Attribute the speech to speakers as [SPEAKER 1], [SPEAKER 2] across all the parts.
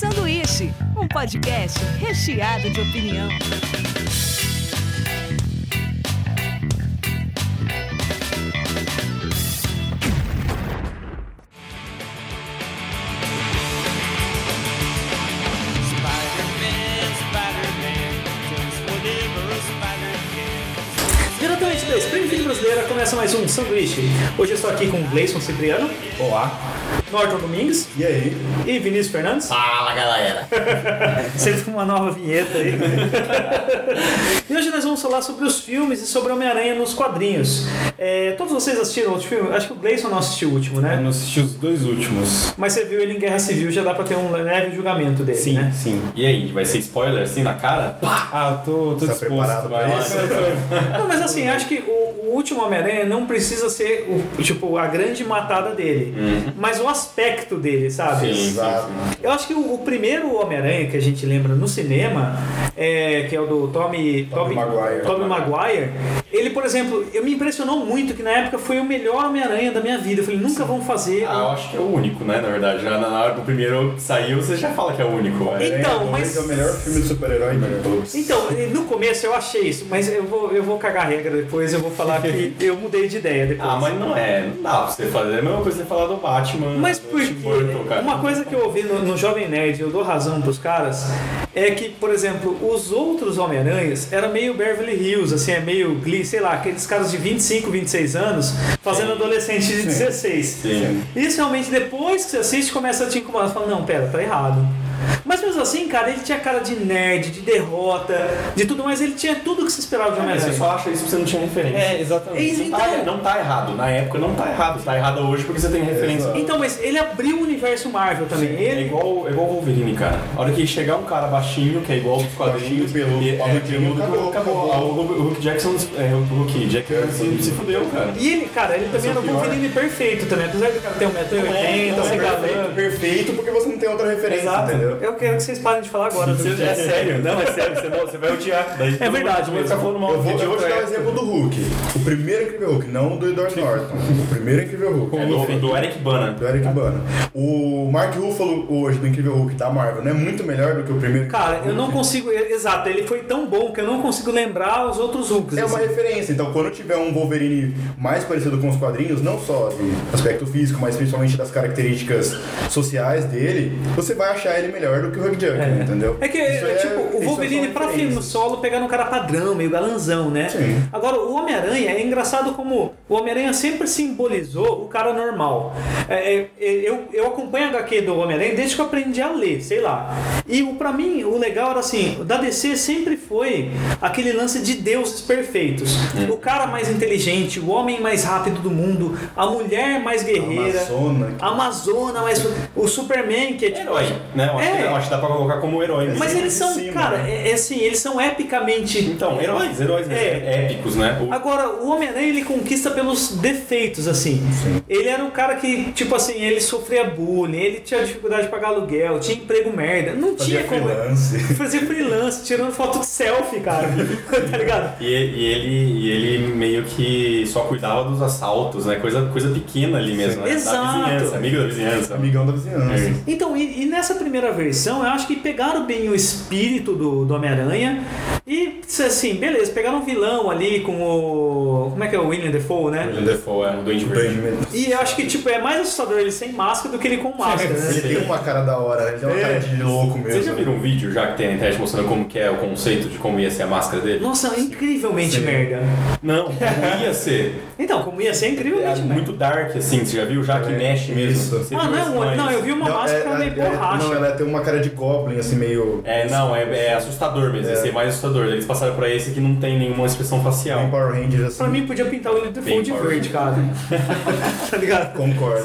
[SPEAKER 1] Cast, um podcast recheado de opinião.
[SPEAKER 2] Spider-Man, Spider-Man, does whatever a spider can.
[SPEAKER 3] Diretamente da Springfield Brasileira, começa mais um Sanduíche. Hoje eu estou aqui com o Gleison Cipriano. Olá. Norton Domingues. E aí? E Vinícius Fernandes.
[SPEAKER 4] Fala galera!
[SPEAKER 3] Sempre com uma nova vinheta aí. e hoje nós vamos falar sobre os filmes e sobre Homem-Aranha nos quadrinhos. É, todos vocês assistiram outro filme? Acho que o Gleison não assistiu o último,
[SPEAKER 5] Eu
[SPEAKER 3] né?
[SPEAKER 5] não assisti os dois últimos.
[SPEAKER 3] Mas você viu ele em Guerra Civil, já dá pra ter um leve julgamento dele,
[SPEAKER 5] Sim,
[SPEAKER 3] né?
[SPEAKER 5] sim. E aí, vai ser spoiler assim na cara? Ah, tô, tô
[SPEAKER 6] Tá
[SPEAKER 5] disposto.
[SPEAKER 6] preparado pra
[SPEAKER 5] mas-
[SPEAKER 6] isso?
[SPEAKER 3] Não, mas assim, acho que o, o último Homem-Aranha não precisa ser o, tipo, a grande matada dele, mas o aspecto dele, sabe?
[SPEAKER 5] Sim.
[SPEAKER 6] Exato.
[SPEAKER 3] Eu acho que o, o primeiro Homem-Aranha que a gente lembra no cinema, é, que é o do Tommy,
[SPEAKER 6] Tobey Maguire.
[SPEAKER 3] Tobey Maguire, ele, por exemplo, eu me impressionou muito que na época foi o melhor Homem-Aranha da minha vida. Eu falei, nunca vão fazer.
[SPEAKER 5] Ah, eu acho que é o único, né? Na verdade, já na na hora do primeiro sair, você já fala que é o único. né?
[SPEAKER 3] Então,
[SPEAKER 6] Homem-Aranha
[SPEAKER 3] mas-
[SPEAKER 6] dois É o melhor filme de super-herói de todos.
[SPEAKER 3] Então, no começo eu achei isso, mas eu vou, eu vou cagar a regra depois, eu vou falar que eu mudei de ideia depois.
[SPEAKER 5] Ah, mas não é. Não dá pra você fazer. É a mesma coisa que você falar do Batman.
[SPEAKER 3] Mas
[SPEAKER 5] do
[SPEAKER 3] por
[SPEAKER 5] Tim
[SPEAKER 3] quê?
[SPEAKER 5] Burton, cara.
[SPEAKER 3] Uma coisa que eu ouvi no, no Jovem Nerd, eu dou razão pros caras, é que, por exemplo, os outros Homem-Aranhas era meio Beverly Hills, assim, é meio Glee, sei lá, aqueles caras de 25, 26 anos fazendo adolescente de 16.
[SPEAKER 5] Sim.
[SPEAKER 3] Isso realmente, depois que você assiste, começa a te incomodar. Você fala, não, pera, tá errado. Mas mesmo assim, cara, ele tinha cara de nerd, de derrota, de tudo mais, ele tinha tudo que se esperava de
[SPEAKER 5] É, Mas você
[SPEAKER 3] Homem-Aranha.
[SPEAKER 5] só acha isso porque você não tinha referência.
[SPEAKER 3] É,
[SPEAKER 5] exatamente. Não, tá,
[SPEAKER 3] Então-
[SPEAKER 5] não tá errado. Na época não tá errado. Tá errado hoje porque você tem referência.
[SPEAKER 3] Então, mas ele abriu o universo Marvel também.
[SPEAKER 5] É
[SPEAKER 3] ele
[SPEAKER 5] igual, é igual o Wolverine, cara. A hora que chegar um cara baixinho, que é igual dos quadrinhos,
[SPEAKER 6] Baixinho, peludo,
[SPEAKER 5] e- é,
[SPEAKER 6] barriguinho,
[SPEAKER 5] peludo,
[SPEAKER 6] acabou,
[SPEAKER 5] acabou. Ah, O Hulk- o Hulk Jackson, é, o Hulk Jackson se, se fudeu, cara.
[SPEAKER 3] E ele, cara, ele também era um
[SPEAKER 6] é o pior.
[SPEAKER 3] Wolverine perfeito também. Apesar do cara ter 1,80m,
[SPEAKER 5] Não é
[SPEAKER 3] ser
[SPEAKER 6] Então, perfeito,
[SPEAKER 3] galã.
[SPEAKER 6] perfeito, porque você não tem outra referência,
[SPEAKER 3] tá Exato.
[SPEAKER 6] entendeu?
[SPEAKER 3] Eu quero que vocês parem de falar agora. do
[SPEAKER 5] Você-
[SPEAKER 3] Jack.
[SPEAKER 5] sério, não, é sério, você, não- você vai odiar. Daí todo mundo-
[SPEAKER 3] verdade,
[SPEAKER 5] vai ficar falando mal
[SPEAKER 6] Eu
[SPEAKER 5] do
[SPEAKER 6] vou,
[SPEAKER 5] Hulk
[SPEAKER 6] eu vou te dar o
[SPEAKER 5] Jackson.
[SPEAKER 6] exemplo do Hulk. O primeiro Incrível Hulk, não o do Edward Norton. O primeiro Incrível Hulk.
[SPEAKER 5] É do, do Eric Bana.
[SPEAKER 6] Do Eric Bana. O Mark Ruffalo hoje do Incrível Hulk da Marvel não é muito melhor do que o primeiro
[SPEAKER 3] Cara,
[SPEAKER 6] Incrível
[SPEAKER 3] eu não consigo. Exato, ele foi tão bom que eu não consigo lembrar os outros Hulks.
[SPEAKER 6] É
[SPEAKER 3] assim.
[SPEAKER 6] uma referência, então quando tiver um Wolverine mais parecido com os quadrinhos, não só de aspecto físico, mas principalmente das características sociais dele, você vai achar ele melhor do que o Hulk Jackman, entendeu?
[SPEAKER 3] É que,
[SPEAKER 6] Isso
[SPEAKER 3] tipo,
[SPEAKER 6] isso
[SPEAKER 3] o
[SPEAKER 6] é
[SPEAKER 3] Wolverine
[SPEAKER 6] só
[SPEAKER 3] pra filme no
[SPEAKER 6] referência.
[SPEAKER 3] solo pegaram um cara padrão, meio galanzão, né?
[SPEAKER 6] Sim.
[SPEAKER 3] Agora, o Homem-Aranha é engraçado como o Homem-Aranha sempre simbolizou o cara normal. É, é, é, eu, eu acompanho a HQ do Homem-Aranha desde que eu aprendi a ler, sei lá. E o, pra mim, o legal era assim, o da DC sempre foi aquele lance de deuses perfeitos.
[SPEAKER 6] É.
[SPEAKER 3] O cara mais inteligente, o homem mais rápido do mundo, a mulher mais
[SPEAKER 6] É
[SPEAKER 3] guerreira,
[SPEAKER 6] Amazona.
[SPEAKER 3] a Amazona mais... O Superman, que é tipo...
[SPEAKER 5] Herói, né? Eu acho, que,
[SPEAKER 3] É.
[SPEAKER 5] eu acho que dá pra colocar como herói. mesmo.
[SPEAKER 3] Mas eles são,
[SPEAKER 6] cima,
[SPEAKER 3] cara,
[SPEAKER 6] né?
[SPEAKER 3] é, é assim, eles são epicamente.
[SPEAKER 5] Então, heróis, heróis né?
[SPEAKER 3] É.
[SPEAKER 5] épicos, né? O-
[SPEAKER 3] Agora, o Homem-Aranha ele conquista pelos defeitos, assim. Ele era um cara que, tipo assim, ele sofria bullying, ele tinha dificuldade de pagar aluguel, tinha emprego merda. Não
[SPEAKER 6] Fazia
[SPEAKER 3] tinha como.
[SPEAKER 6] freelance.
[SPEAKER 3] Fazia freelance, tirando foto de selfie, cara. tá ligado?
[SPEAKER 5] E, e ele, e ele meio que só cuidava dos assaltos, né? Coisa, coisa pequena ali mesmo, né? Da
[SPEAKER 3] Exato.
[SPEAKER 5] vizinhança, amigo da vizinhança.
[SPEAKER 6] Amigão da vizinhança.
[SPEAKER 5] É.
[SPEAKER 3] Então, e, e nessa primeira versão, eu acho que pegaram bem o espírito do, do Homem-Aranha e, assim, beleza, pegaram um vilão ali com o. Como é que é o William Defoe, né?
[SPEAKER 5] William Defoe, é, o Duende Verde.
[SPEAKER 6] Ele
[SPEAKER 3] E eu acho que, tipo, é mais assustador ele sem máscara do que ele com máscara, né? É.
[SPEAKER 6] tem uma cara da hora, né? ele tem uma cara de louco
[SPEAKER 5] Vocês já
[SPEAKER 6] mesmo.
[SPEAKER 5] viram um vídeo já que tem na internet mostrando como que é o conceito de como ia ser a máscara dele?
[SPEAKER 3] Nossa, é incrivelmente
[SPEAKER 6] Sim.
[SPEAKER 3] merda.
[SPEAKER 5] Não, como ia ser.
[SPEAKER 3] Então, como ia ser
[SPEAKER 5] É
[SPEAKER 3] incrivelmente merda.
[SPEAKER 5] muito dark assim, você já viu? Já que
[SPEAKER 6] É,
[SPEAKER 5] mexe mesmo.
[SPEAKER 6] isso.
[SPEAKER 5] Você
[SPEAKER 3] né? Ah,
[SPEAKER 5] viu
[SPEAKER 3] não,
[SPEAKER 5] isso antes?
[SPEAKER 3] não, eu vi uma máscara meio
[SPEAKER 6] é- não,
[SPEAKER 3] borracha.
[SPEAKER 6] ela tem uma cara de goblin, assim, meio.
[SPEAKER 5] É, não, é, é assustador mesmo, ia ser mais assustador. Eles passaram pra esse que não tem nenhuma expressão facial.
[SPEAKER 6] Bem Power Rangers, assim.
[SPEAKER 3] Pra mim, podia pintar o olho do
[SPEAKER 5] Bem
[SPEAKER 3] fundo de
[SPEAKER 5] Power
[SPEAKER 3] verde, cara. tá ligado?
[SPEAKER 6] Concordo.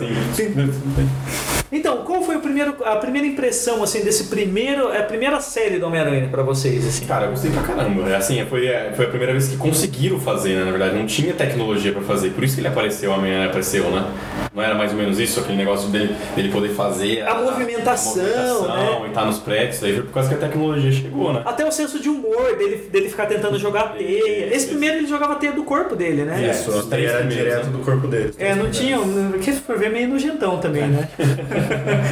[SPEAKER 3] Então, qual foi o primeiro, a primeira impressão, assim, desse primeiro... A primeira série do Homem-Aranha pra vocês, assim?
[SPEAKER 5] Cara, eu gostei pra caramba. É, Assim, foi, é, foi a primeira vez que conseguiram fazer, né? Na verdade, não tinha tecnologia pra fazer. Por isso que ele apareceu, a menina apareceu, né? Não era mais ou menos isso, aquele negócio dele, dele poder fazer...
[SPEAKER 3] A movimentação, né?
[SPEAKER 5] e tá nos prédios, aí foi por causa que a tecnologia chegou, né?
[SPEAKER 3] Até o senso de humor dele, dele ficar tentando jogar teia. Esse primeiro ele jogava teia do corpo dele, né?
[SPEAKER 5] Isso.
[SPEAKER 6] É, Isso,
[SPEAKER 5] Os três
[SPEAKER 6] era
[SPEAKER 5] primeiros,
[SPEAKER 6] direto
[SPEAKER 5] né?
[SPEAKER 6] do corpo deles.
[SPEAKER 3] É, não tinha. Porque se for ver, meio nojentão também, né? Porque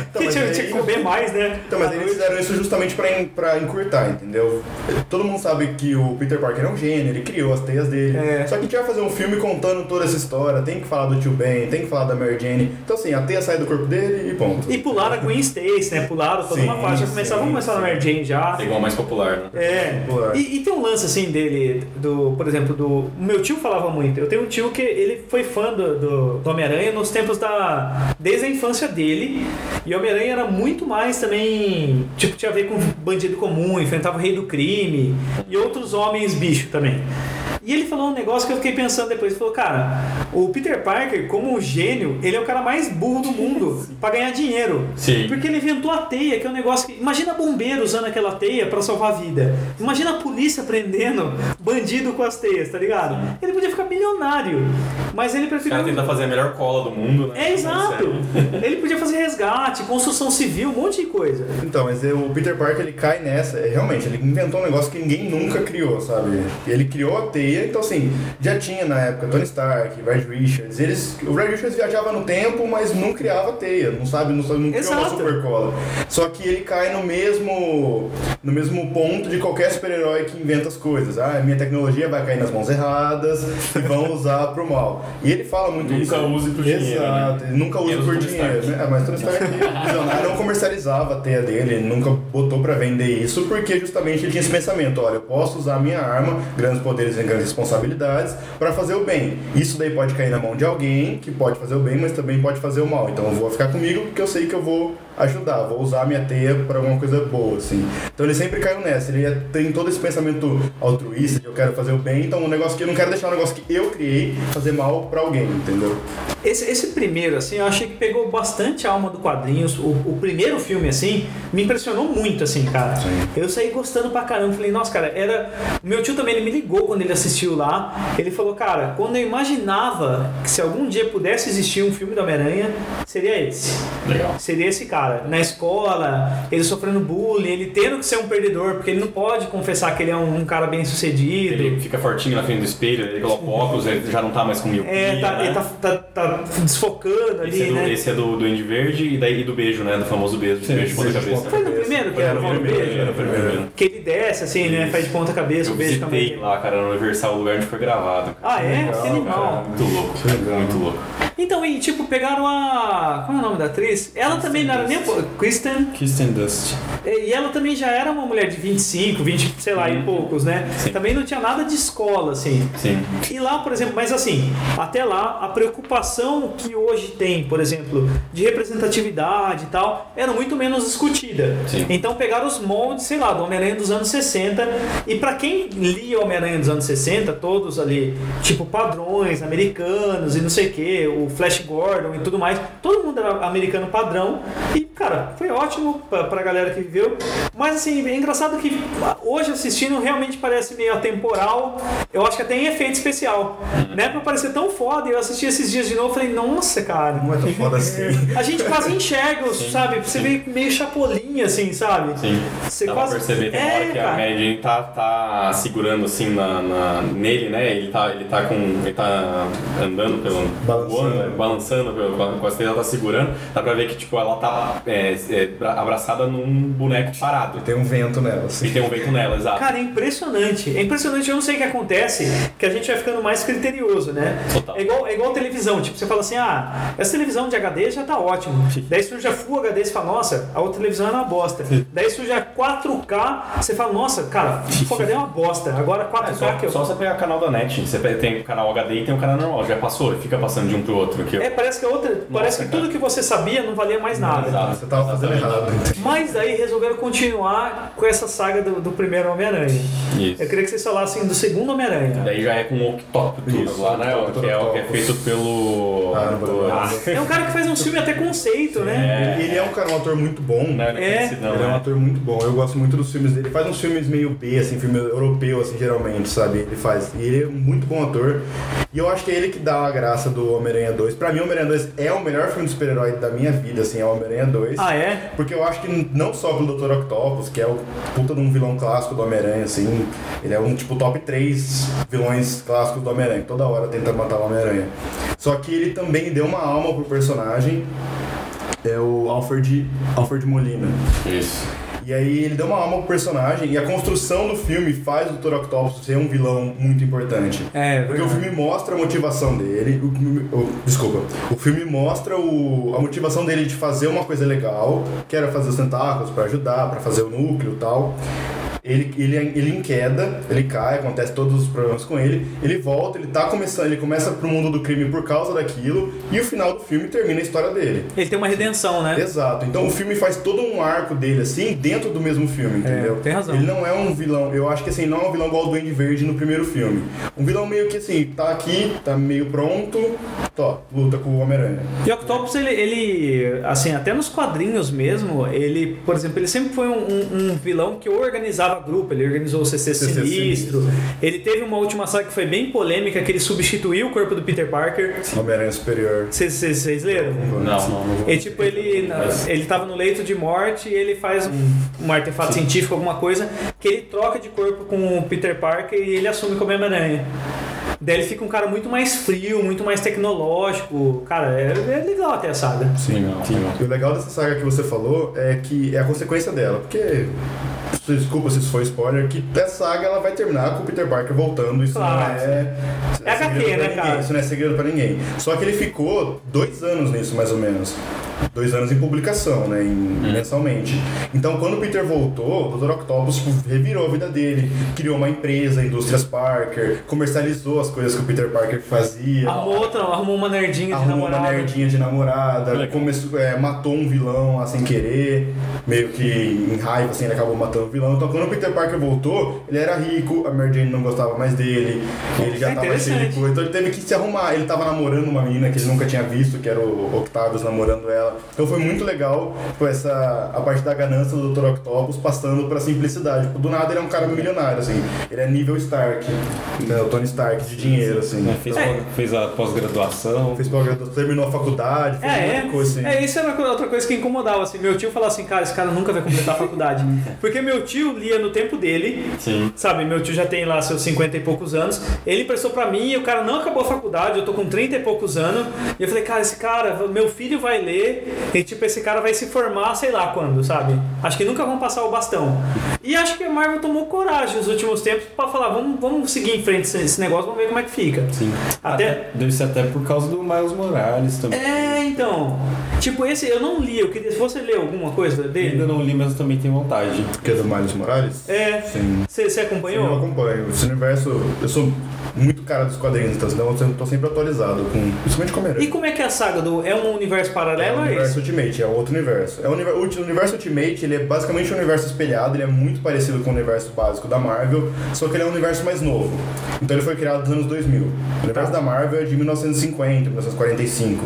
[SPEAKER 6] Então, mas
[SPEAKER 3] tinha, um
[SPEAKER 6] aí-
[SPEAKER 3] tinha que comer mais, né?
[SPEAKER 6] Então, mas eles fizeram isso justamente pra, en- pra encurtar, entendeu? Todo mundo sabe que o Peter Parker é um gênio, ele criou as teias dele.
[SPEAKER 3] É.
[SPEAKER 6] Só que a gente vai fazer um filme contando toda essa história, tem que falar do tio Ben, tem que falar da Mary Jane. Então, assim, a teia sai do corpo dele e ponto.
[SPEAKER 3] E pularam a Gwen Stacy, né? Pularam toda uma
[SPEAKER 6] Sim,
[SPEAKER 3] parte. Já começava,
[SPEAKER 6] sim,
[SPEAKER 3] vamos começar na Mary Jane já.
[SPEAKER 5] Pegou a mais popular, né?
[SPEAKER 3] É,
[SPEAKER 6] Pularam.
[SPEAKER 3] e, e tem um lance assim dele, do, por exemplo, do. Meu tio falava muito. Eu tenho um tio que ele foi fã do, do, do Homem-Aranha nos tempos da. desde a infância dele. E o Homem-Aranha era muito mais também. Tipo, tinha a ver com bandido comum, enfrentava o rei do crime e outros homens bicho também. E ele falou um negócio que eu fiquei pensando depois. Ele falou, cara, o Peter Parker, como um gênio, ele é o cara mais burro do mundo pra ganhar dinheiro.
[SPEAKER 5] Sim.
[SPEAKER 3] Porque ele inventou a teia, que é um negócio que. Imagina bombeiro usando aquela teia pra salvar a vida. Imagina a polícia prendendo bandido com as teias, tá ligado? Ele podia ficar milionário. Mas ele
[SPEAKER 5] O
[SPEAKER 3] preferiu.
[SPEAKER 5] cara tenta fazer a melhor cola do mundo, né?
[SPEAKER 3] É exato!
[SPEAKER 5] Sério.
[SPEAKER 3] Ele podia fazer resgate, construção civil, um monte de coisa.
[SPEAKER 6] Então, mas o Peter Parker ele cai nessa, é, realmente, ele inventou um negócio que ninguém nunca criou, sabe? Ele criou a teia, então assim, já tinha na época Tony Stark, Red Richards, eles, o Red Richards viajava no tempo, mas não criava a teia, não sabe, não, sabe, não criou uma
[SPEAKER 3] Exato.
[SPEAKER 6] super cola. Só que ele cai no mesmo no mesmo ponto de qualquer super-herói que inventa as coisas. Ah, minha tecnologia vai cair nas mãos erradas e vão usar pro mal. E ele fala muito
[SPEAKER 5] Nunca
[SPEAKER 6] isso.
[SPEAKER 5] use pro
[SPEAKER 6] Exato,
[SPEAKER 5] dinheiro, né?
[SPEAKER 6] ele nunca usa
[SPEAKER 5] Menos
[SPEAKER 6] por
[SPEAKER 5] Tony
[SPEAKER 6] dinheiro,
[SPEAKER 5] Stark.
[SPEAKER 6] né? É, mas Tony Stark visionário não comercializava a teia dele, ele nunca botou pra vender isso, porque justamente ele tinha esse pensamento, olha, eu posso usar a minha arma, grandes poderes e grandes responsabilidades, pra fazer o bem. Isso daí pode cair na mão de alguém que pode fazer o bem, mas também pode fazer o mal. Então eu vou ficar comigo porque eu sei que eu vou ajudar, vou usar a minha teia pra alguma coisa boa, assim. Então ele sempre caiu nessa, ele é- tem todo esse pensamento altruísta de eu quero fazer o bem, então um negócio que eu não quero deixar um negócio que eu criei fazer mal pra alguém, entendeu?
[SPEAKER 3] Esse, esse primeiro, assim, eu achei que pegou bastante a alma do quadrinhos. O, o primeiro filme, assim, me impressionou muito, assim, cara. Eu saí gostando pra caramba. Falei, nossa, cara, era. Meu tio também ele me ligou quando ele assistiu lá. Ele falou, cara, quando eu imaginava que se algum dia pudesse existir um filme do Homem-Aranha, seria esse.
[SPEAKER 5] Legal.
[SPEAKER 3] Seria esse cara. Na escola, ele sofrendo bullying, ele tendo que ser um perdedor, porque ele não pode confessar que ele é um, um cara bem sucedido.
[SPEAKER 5] Ele fica fortinho na frente do espelho, ele coloca óculos, ele já não tá mais com miopia,
[SPEAKER 3] É, tá,
[SPEAKER 5] né?
[SPEAKER 3] ele tá, tá- tá desfocando ali,
[SPEAKER 5] Esse é, do,
[SPEAKER 3] né?
[SPEAKER 5] esse é do Duende Verde e daí e do beijo, né? Do famoso beijo,
[SPEAKER 6] Sim,
[SPEAKER 5] beijo de ponta
[SPEAKER 6] beijo de
[SPEAKER 5] cabeça.
[SPEAKER 3] Foi no primeiro que era o
[SPEAKER 5] Foi no
[SPEAKER 3] beijo?
[SPEAKER 5] primeiro, foi no primeiro.
[SPEAKER 3] Que ele desce assim, né? Faz de ponta cabeça,
[SPEAKER 5] Eu
[SPEAKER 3] o beijo com a
[SPEAKER 5] visitei
[SPEAKER 3] mão.
[SPEAKER 5] lá, cara, no Universal, o lugar onde foi gravado. cara.
[SPEAKER 3] Ah, é?
[SPEAKER 6] Legal,
[SPEAKER 3] que
[SPEAKER 5] Cara,
[SPEAKER 3] animal.
[SPEAKER 5] muito louco,
[SPEAKER 6] Que legal.
[SPEAKER 5] muito louco.
[SPEAKER 3] Então, e tipo, pegaram a. Como é o nome da atriz? Ela também não era nem. Kristen.
[SPEAKER 5] Kristen Dust.
[SPEAKER 3] E ela também já era uma mulher de 25, 20, sei lá, e poucos, né?
[SPEAKER 5] Uhum. Sim.
[SPEAKER 3] Também não tinha nada de escola, assim.
[SPEAKER 5] Sim.
[SPEAKER 3] E lá, por exemplo, mas assim, até lá, a preocupação que hoje tem, por exemplo, de representatividade e tal, era muito menos discutida.
[SPEAKER 5] Sim.
[SPEAKER 3] Então pegaram os moldes, sei lá, do Homem-Aranha dos anos 60, e pra quem lia Homem-Aranha dos anos 60, todos ali, tipo padrões americanos e não sei o que, o Flash Gordon e tudo mais, todo mundo era americano padrão, e cara, foi ótimo pra, pra galera que viveu, mas assim, é engraçado que hoje assistindo realmente parece meio atemporal, eu acho que até em efeito especial, né, pra parecer tão foda, e eu assisti esses dias de novo, falei, nossa, cara,
[SPEAKER 6] Não é tão foda assim.
[SPEAKER 3] a gente quase enxerga, os, sabe? Você vê meio chapolinha, assim, sabe?
[SPEAKER 5] Sim.
[SPEAKER 3] Você
[SPEAKER 5] Dá pra
[SPEAKER 3] quase-
[SPEAKER 5] perceber tem uma
[SPEAKER 3] É,
[SPEAKER 5] hora que
[SPEAKER 3] cara.
[SPEAKER 5] a Mary Jane tá, tá segurando assim na, na- nele, né? Ele tá, ele tá com. Ele tá andando pelo.
[SPEAKER 6] Balançando.
[SPEAKER 5] voando, né? balançando pelo, com a- com as telhas, ela tá segurando. Dá pra ver que tipo, ela tá é, é, bra- abraçada num boneco parado.
[SPEAKER 6] Tem um vento nela, assim.
[SPEAKER 5] E tem um vento nela, exato.
[SPEAKER 3] Cara, é impressionante. É impressionante, eu não sei o que acontece, que a gente vai ficando mais criterioso, né?
[SPEAKER 5] Total.
[SPEAKER 3] É igual, é igual televisão, tipo, você fala assim, ah, essa televisão de HD já tá ótimo. Daí surge a Full HD, você fala, nossa, a outra televisão é uma bosta. Daí surge a 4K, você fala, nossa, cara, Full HD é uma bosta. Agora
[SPEAKER 5] É
[SPEAKER 3] 4K
[SPEAKER 5] só,
[SPEAKER 3] que eu...
[SPEAKER 5] só você pegar o canal da NET, você pe- tem o canal HD e tem o canal normal, já passou, fica passando de um pro outro. Que
[SPEAKER 3] É, parece que a outra... parece que
[SPEAKER 5] cara.
[SPEAKER 3] tudo que você sabia não valia mais nada.
[SPEAKER 5] Exato.
[SPEAKER 6] Você tava fazendo errado.
[SPEAKER 3] Mas daí resolveram continuar com essa saga do, do primeiro Homem-Aranha.
[SPEAKER 5] Isso.
[SPEAKER 3] Eu queria que vocês falassem do segundo Homem-Aranha.
[SPEAKER 5] Daí já é com o Octopus
[SPEAKER 6] Isso,
[SPEAKER 5] lá, né?
[SPEAKER 6] Octopus.
[SPEAKER 5] Que é o que é feito pelo.
[SPEAKER 6] Ah,
[SPEAKER 5] pelo-
[SPEAKER 6] não,
[SPEAKER 5] Ah,
[SPEAKER 3] É um cara que faz um filme até conceito, né?
[SPEAKER 5] É.
[SPEAKER 6] Ele é um cara, um ator muito bom.
[SPEAKER 5] não, ele
[SPEAKER 3] É.
[SPEAKER 5] é conhecido, não,
[SPEAKER 6] Ele é um
[SPEAKER 5] né?
[SPEAKER 6] ator muito bom. Eu gosto muito dos filmes dele. Ele faz uns filmes meio B, assim, filme europeu, assim, geralmente, sabe? Ele faz. E ele é um muito bom ator. E eu acho que é ele que dá a graça do Homem-Aranha Homem-Aranha 2. Pra mim, Homem-Aranha 2 é o melhor filme de super-herói da minha vida, assim, é o Homem-Aranha 2.
[SPEAKER 3] Ah, é?
[SPEAKER 6] Porque eu acho que não só pelo Dr. Octopus, que é o puta de um vilão clássico do Homem-Aranha, assim, ele é um tipo top 3 vilões clássicos do Homem-Aranha, que toda hora tenta matar o Homem-Aranha. Só que ele também deu uma alma pro personagem, é o Alfred, Alfred Molina.
[SPEAKER 5] Isso.
[SPEAKER 6] E aí ele deu uma alma pro personagem e a construção do filme faz o Dr. Octopus ser um vilão muito importante.
[SPEAKER 3] É,
[SPEAKER 6] Porque o filme mostra a motivação dele. o filme- o- desculpa. O filme mostra o- a motivação dele de fazer uma coisa legal, que era fazer os tentáculos pra ajudar, pra fazer o núcleo e tal. Ele, ele, ele em queda, ele cai, acontece todos os problemas com ele, ele volta, ele tá começando, ele começa pro mundo do crime por causa daquilo, e o final do filme termina a história dele.
[SPEAKER 3] Ele tem uma redenção, né?
[SPEAKER 6] Exato. Então o filme faz todo um arco dele, assim, dentro do mesmo filme, entendeu?
[SPEAKER 3] tem razão.
[SPEAKER 6] Ele não é um vilão, eu acho que assim, não é um vilão igual o Duende Verde no primeiro filme. Um vilão meio que assim, tá aqui, tá meio pronto, tó, luta com o Homem-Aranha.
[SPEAKER 3] E o Octopus, ele, ele, assim, até nos quadrinhos mesmo, ele, por exemplo, ele sempre foi um, um- um vilão que organizava grupo, ele organizou o CC
[SPEAKER 6] CC
[SPEAKER 3] Sinistro,
[SPEAKER 6] Sinistro.
[SPEAKER 3] ele teve uma última saga que foi bem polêmica, que ele substituiu o corpo do Peter Parker.
[SPEAKER 6] Homem-Aranha Superior.
[SPEAKER 3] Vocês- Vocês vocês leram?
[SPEAKER 5] Não, não, não vou.
[SPEAKER 3] É tipo, ele, na- ele tava no leito de morte e ele faz um, um artefato científico, alguma coisa, que ele troca de corpo com o Peter Parker e ele assume como Homem-Aranha. Daí ele fica um cara muito mais frio, muito mais tecnológico. Cara, é, é legal até a saga.
[SPEAKER 5] Sim, não. Sim, não.
[SPEAKER 6] E o legal dessa saga que você falou é que é a consequência dela, porque. Desculpa se isso foi spoiler, que essa saga ela vai terminar com o Peter Parker voltando. Isso
[SPEAKER 3] Claro.
[SPEAKER 6] não é.
[SPEAKER 3] É HQ,
[SPEAKER 6] segredo pra
[SPEAKER 3] né,
[SPEAKER 6] ninguém,
[SPEAKER 3] cara?
[SPEAKER 6] Isso não é segredo pra ninguém. Só que ele ficou dois anos nisso, mais ou menos. Dois anos em publicação, né? em-
[SPEAKER 5] Hum.
[SPEAKER 6] Mensalmente. Então, quando o Peter voltou, o Dr. Octopus tipo, revirou a vida dele. Criou uma empresa, Indústrias Parker, comercializou as coisas que o Peter Parker fazia
[SPEAKER 3] Arrumou outra, arrumou uma nerdinha de
[SPEAKER 6] arrumou uma
[SPEAKER 3] namorado.
[SPEAKER 6] nerdinha de namorada,
[SPEAKER 5] Legal.
[SPEAKER 6] começou, é, matou um vilão lá sem querer, meio que em raiva, assim, ele acabou matando o vilão. Então quando o Peter Parker voltou, ele era rico, a Mary Jane não gostava mais dele, ele já
[SPEAKER 3] É
[SPEAKER 6] tava esse
[SPEAKER 3] interessante.
[SPEAKER 6] rico, então ele teve que se arrumar. Ele tava namorando uma menina que ele nunca tinha visto, que era o Octavius namorando ela. Então foi muito legal com essa a parte da ganância do Dr. Octopus passando pra simplicidade. Tipo, do nada ele é um cara milionário, assim. Ele é nível Stark, né, o Tony Stark de dinheiro, assim.
[SPEAKER 4] Né, Fez,
[SPEAKER 3] É.
[SPEAKER 4] fez a pós-graduação.
[SPEAKER 6] Fez pós-graduação, terminou a faculdade, fez
[SPEAKER 3] É,
[SPEAKER 6] muita coisa assim.
[SPEAKER 3] é, é, isso era co- outra coisa que incomodava, assim, meu tio falava assim, cara, esse cara nunca vai completar a faculdade, porque meu tio lia no tempo dele,
[SPEAKER 5] Sim.
[SPEAKER 3] sabe, meu tio já tem lá seus 50 e poucos anos, ele prestou pra mim e o cara não acabou a faculdade, eu tô com 30 e poucos anos, e eu falei, cara, esse cara, meu filho vai ler, e tipo, esse cara vai se formar, sei lá quando, sabe, acho que nunca vão passar o bastão. E acho que a Marvel tomou coragem nos últimos tempos pra falar, vamos, vamos seguir em frente esse- esse negócio, vamos ver como é que fica.
[SPEAKER 4] Sim.
[SPEAKER 3] Até-
[SPEAKER 4] Deve ser até por causa do Miles Morales também.
[SPEAKER 3] É, então. Tipo, esse eu não li. Eu queria, se você leu alguma coisa
[SPEAKER 4] Ainda
[SPEAKER 3] dele.
[SPEAKER 4] não li, mas eu também tenho vontade.
[SPEAKER 6] Que é do Miles Morales?
[SPEAKER 3] É.
[SPEAKER 6] Sim.
[SPEAKER 3] Você você
[SPEAKER 6] Eu
[SPEAKER 3] acompanhou?
[SPEAKER 6] acompanho. Esse universo, eu sou muito cara dos quadrinhos, então senão eu tô sempre atualizado, com, principalmente com a
[SPEAKER 3] E
[SPEAKER 6] Homem-Aranha.
[SPEAKER 3] como é que é a saga do. É um universo
[SPEAKER 6] É
[SPEAKER 3] paralelo
[SPEAKER 6] o
[SPEAKER 3] ou é
[SPEAKER 6] universo
[SPEAKER 3] isso?
[SPEAKER 6] Ultimate, é outro universo. É o, univer- o universo Ultimate, ele é basicamente um universo espelhado, ele é muito parecido com o universo básico da Marvel, só que ele é um universo mais novo. Então ele foi criado nos anos 2000. O
[SPEAKER 3] Tá.
[SPEAKER 6] universo da Marvel é de 1950, 1945.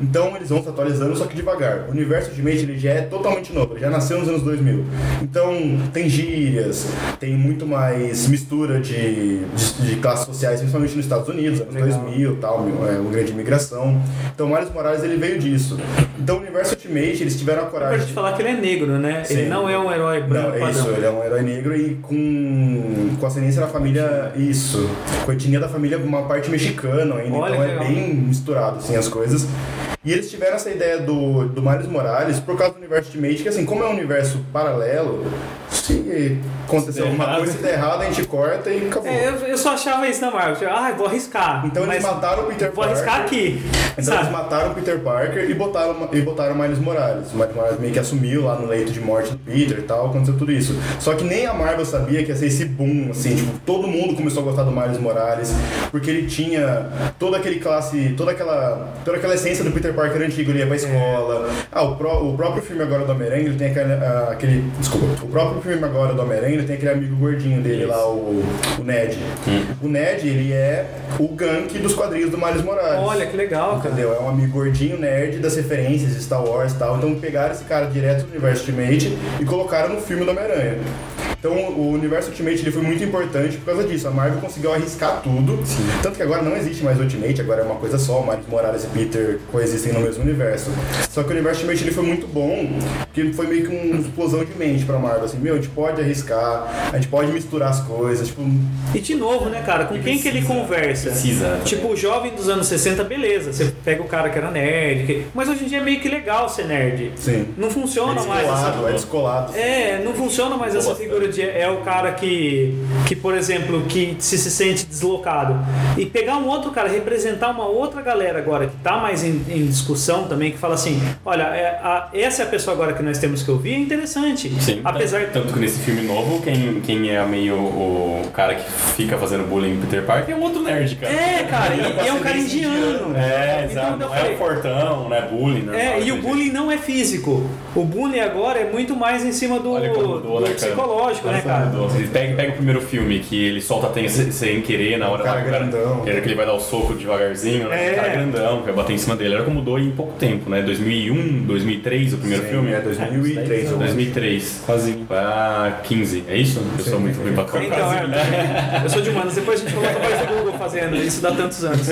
[SPEAKER 6] Então eles vão se atualizando, só que devagar. O universo Ultimate, ele já é totalmente novo, ele já nasceu nos anos 2000. Então tem gírias, tem muito mais mistura de, de, de classes sociais, principalmente nos Estados Unidos, anos
[SPEAKER 3] Legal.
[SPEAKER 6] 2000. 2000 e tal, é, uma grande imigração. Então, Miles Morales ele veio disso. Então, o universo Ultimate, eles tiveram a
[SPEAKER 3] Pra
[SPEAKER 6] coragem.
[SPEAKER 3] gente
[SPEAKER 6] de-
[SPEAKER 3] falar que ele é negro, né?
[SPEAKER 6] Sim.
[SPEAKER 3] Ele não é um herói branco
[SPEAKER 6] Não, é
[SPEAKER 3] padrão.
[SPEAKER 6] isso, ele é um herói negro e com, com ascendência da família. Isso. Com a etnia da família, uma parte mexicana ainda.
[SPEAKER 3] Olha
[SPEAKER 6] então
[SPEAKER 3] que
[SPEAKER 6] é
[SPEAKER 3] legal.
[SPEAKER 6] bem misturado assim, as coisas. E eles tiveram essa ideia do, do Miles Morales por causa do universo Ultimate, que assim, como é um universo paralelo, se acontecer
[SPEAKER 4] der
[SPEAKER 6] alguma
[SPEAKER 4] errado.
[SPEAKER 6] coisa, se der errado, a gente corta e acabou.
[SPEAKER 3] É, eu, eu só achava isso na Marvel. Tipo, ah, vou arriscar.
[SPEAKER 6] um Então
[SPEAKER 3] mas
[SPEAKER 6] eles mataram o Peter
[SPEAKER 3] Vou
[SPEAKER 6] Parker.
[SPEAKER 3] arriscar aqui.
[SPEAKER 6] Então eles
[SPEAKER 3] sabe?
[SPEAKER 6] mataram o Peter Parker e botaram, e botaram o Miles Morales. O Miles Morales meio que assumiu lá no leito de morte do Peter e tal, aconteceu tudo isso. Só que nem a Marvel sabia que ia ser esse boom, assim, tipo, todo mundo começou a gostar do Miles Morales, porque ele tinha toda aquele classe, toda aquela, toda aquela essência do Peter Parker antigo, ele ia pra escola. Ah, o, pró- o próprio filme agora do Homem-Aranha, ele tem aquele, ah, aquele- Desculpa. O próprio filme agora do Homem-Aranha, ele tem aquele amigo gordinho dele lá, o, o Ned.
[SPEAKER 3] Hum.
[SPEAKER 6] O Ned, ele é o gank dos quadrinhos do Miles Morales.
[SPEAKER 3] Olha que legal, cara.
[SPEAKER 6] Entendeu? É um amigo gordinho, nerd das referências de Star Wars e tal. Então pegaram esse cara direto do universo Ultimate e colocaram no filme do Homem-Aranha. Então o universo Ultimate ele foi muito importante por causa disso. A Marvel conseguiu arriscar tudo. Tanto que agora não existe mais Ultimate, agora é uma coisa só. Miles Morales e Peter coexistem no mesmo universo. Só que o universo Ultimate ele foi muito bom, porque foi meio que uma explosão de mente pra Marvel. Assim, meu, a gente pode arriscar, a gente pode misturar as coisas. Tipo,
[SPEAKER 3] E de novo, né, cara, com quem que ele conversa?
[SPEAKER 5] Precisa.
[SPEAKER 3] Tipo, o jovem dos anos 60, beleza. Você pega o cara que era nerd. que- Mas hoje em dia é meio que legal ser nerd.
[SPEAKER 6] Sim.
[SPEAKER 3] Não funciona mais essa
[SPEAKER 6] descolado, é descolado.
[SPEAKER 3] É, não funciona mais essa figura de é o cara que, que por exemplo, que se, se sente deslocado. E pegar um outro cara, representar uma outra galera agora que tá mais em, em discussão também, que fala assim, olha, é, a- essa é a pessoa agora que nós temos que ouvir, é interessante.
[SPEAKER 5] Sim, tá
[SPEAKER 3] Apesar
[SPEAKER 5] tanto, tanto que nesse filme novo, quem, quem é meio o cara que fica fazendo bullying em Peter Parker é um outro nerd, cara.
[SPEAKER 3] É, cara, e, e é um cara
[SPEAKER 5] Ascendência
[SPEAKER 3] indiano.
[SPEAKER 5] É,
[SPEAKER 3] Então,
[SPEAKER 5] exato.
[SPEAKER 3] eu
[SPEAKER 5] Não é
[SPEAKER 3] falei-
[SPEAKER 5] o fortão, não é bullying, normal,
[SPEAKER 3] É, e
[SPEAKER 5] né,
[SPEAKER 3] o
[SPEAKER 5] gente?
[SPEAKER 3] bullying não é físico. O bullying agora é muito mais em cima do,
[SPEAKER 5] Olha como mudou,
[SPEAKER 3] do
[SPEAKER 5] né, cara?
[SPEAKER 3] psicológico, né, cara?
[SPEAKER 5] Ele Pega, pega o primeiro filme que ele solta a teia sem- sem querer na hora
[SPEAKER 6] O cara
[SPEAKER 5] lá,
[SPEAKER 6] grandão.
[SPEAKER 5] Era que ele vai dar o soco devagarzinho, né?
[SPEAKER 3] É.
[SPEAKER 5] O cara grandão, que vai bater em cima dele. Era como mudou em pouco tempo, né? 2001, 2003 o primeiro
[SPEAKER 6] Sim,
[SPEAKER 5] filme?
[SPEAKER 6] é 2003 eu acho.
[SPEAKER 5] 2003.
[SPEAKER 4] Quase
[SPEAKER 5] Pra 15, é isso? Eu sou muito ruim pra contar.
[SPEAKER 3] Então, é, eu sou de humanos, depois a gente coloca mais o Google fazendo, isso dá tantos anos.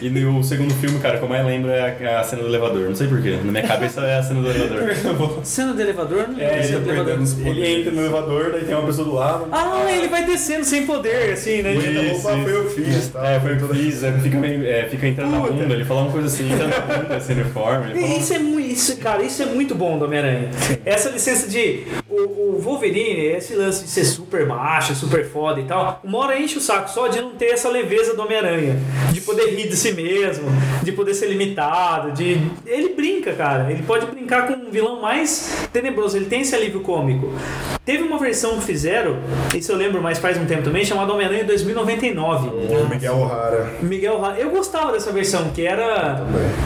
[SPEAKER 5] E no segundo filme, cara, o que eu mais lembro é a, a cena do elevador. Não sei porquê. Na minha cabeça é a cena do elevador.
[SPEAKER 3] Cena do elevador?
[SPEAKER 5] É,
[SPEAKER 3] Não lembro se
[SPEAKER 6] é
[SPEAKER 5] tá
[SPEAKER 3] do elevador.
[SPEAKER 5] ele entra no elevador, daí tem uma pessoa do lado.
[SPEAKER 3] Ah, ele vai descendo sem poder, assim, né?
[SPEAKER 6] Eita, opa, foi eu que fiz, tá?
[SPEAKER 5] É, foi o que eu fiz, é, fica, meio- é, fica entrando na bunda, ele fala uma coisa assim, entra na bunda, esse uniforme. Ele
[SPEAKER 3] E
[SPEAKER 5] fala-
[SPEAKER 3] Isso é muito, isso, cara, isso é muito bom do Homem-Aranha. Essa licença de o, o Wolverine, esse lance de ser super macho, super foda e tal, uma hora enche o saco só de não ter essa leveza do Homem-Aranha, de poder rir de si mesmo, de poder ser limitado, de ele brinca, cara. Ele pode brincar com um vilão mais tenebroso, ele tem esse alívio cômico. Teve uma versão que fizeram, isso eu lembro, mas faz um tempo também, chamada Homem-Aranha 2099.
[SPEAKER 6] O Miguel O'Hara.
[SPEAKER 3] Miguel Ra... Eu gostava dessa versão, que era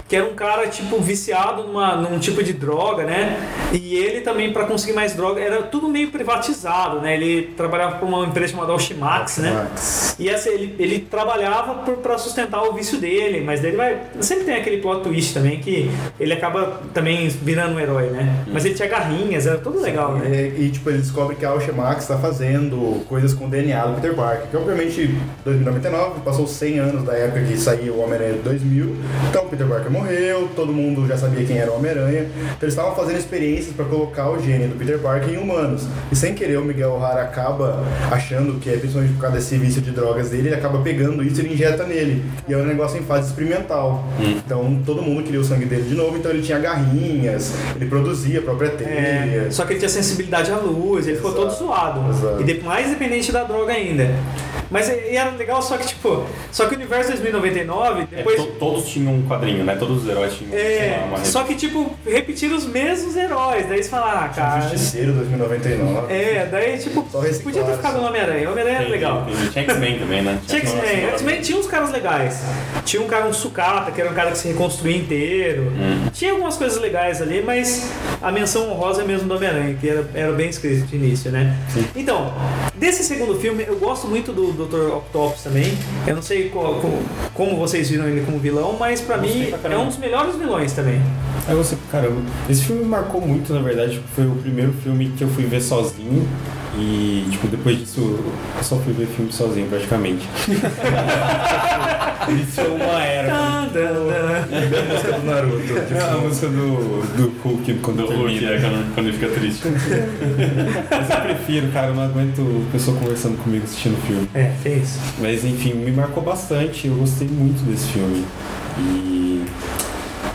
[SPEAKER 3] que era um cara tipo viciado numa, num tipo de droga, né? E ele também para conseguir mais droga, era tudo meio privatizado, né? Ele trabalhava para uma empresa chamada Alchimax, né?
[SPEAKER 6] Max.
[SPEAKER 3] E essa, ele, ele trabalhava para sustentar o vício dele, mas dele vai sempre tem aquele plot twist também que ele acaba também virando um herói, né? Mas ele tinha garrinhas, era tudo legal, né?
[SPEAKER 6] E, e, tipo, ele descobre que a Alchemax tá fazendo coisas com o DNA do Peter Parker. Que obviamente, 2099, passou 100 anos da época que saiu o Homem-Aranha de 2000. Então o Peter Parker morreu, todo mundo já sabia quem era o Homem-Aranha. Então eles estavam fazendo experiências pra colocar o gene do Peter Parker em humanos. E sem querer, o Miguel O'Hara acaba achando que é principalmente por causa desse vício de drogas dele, ele acaba pegando isso e ele injeta nele. E é um negócio em fase experimental. Então todo mundo queria o sangue dele de novo, então ele tinha garrinhas, ele produzia a própria teia.
[SPEAKER 3] É, só que ele tinha sensibilidade à luz, ele ficou
[SPEAKER 6] Exato.
[SPEAKER 3] todo zoado.
[SPEAKER 6] Exato.
[SPEAKER 3] E de- mais dependente da droga ainda. Mas e- e era legal, só que tipo, só que o universo 2099,
[SPEAKER 5] É,
[SPEAKER 3] depois.
[SPEAKER 5] to- todos tinham um quadrinho, né? Todos os heróis tinham sei lá,
[SPEAKER 3] É,
[SPEAKER 5] uma rede.
[SPEAKER 3] só que tipo, repetiram os mesmos heróis. Daí você fala, ah, cara.
[SPEAKER 6] Justiceiro 2099.
[SPEAKER 3] É, daí tipo,
[SPEAKER 6] Só reciclaram,
[SPEAKER 3] podia ter ficado no Homem-Aranha. O Homem-Aranha era
[SPEAKER 5] Tem-
[SPEAKER 3] legal.
[SPEAKER 5] tem- Tinha X-Men também, né?
[SPEAKER 3] Tinha X-Men.
[SPEAKER 5] Nossa,
[SPEAKER 3] X-Men tinha uns caras legais. Tinha um cara, um sucata, que era um cara que se reconstruía inteiro.
[SPEAKER 5] Hum.
[SPEAKER 3] Tinha algumas coisas legais ali, mas a menção honrosa é mesmo do Homem-Aranha, que era, era bem escrito de início, né? Então, desse segundo filme, eu gosto muito do Dr. Octopus também. Eu não sei qual- como, como vocês viram ele como vilão, mas pra
[SPEAKER 5] Gostei
[SPEAKER 3] mim
[SPEAKER 5] pra
[SPEAKER 3] é
[SPEAKER 5] caramba.
[SPEAKER 3] um dos melhores vilões também.
[SPEAKER 4] Aí você, caramba, esse filme me marcou muito, na verdade, porque foi o primeiro filme que eu fui ver sozinho. E, tipo, depois disso, eu só fui ver filme sozinho, praticamente. Isso é uma era.
[SPEAKER 3] Tan, tan, tan.
[SPEAKER 6] Essa é do Naruto.
[SPEAKER 4] É a música do, do Hulk quando
[SPEAKER 5] Do Hulk,
[SPEAKER 4] termina.
[SPEAKER 5] é, quando, quando ele fica triste.
[SPEAKER 4] Mas eu prefiro, cara, eu não aguento pessoa conversando comigo assistindo filme.
[SPEAKER 3] É, é isso.
[SPEAKER 4] Mas enfim, me marcou bastante, eu gostei muito desse filme. E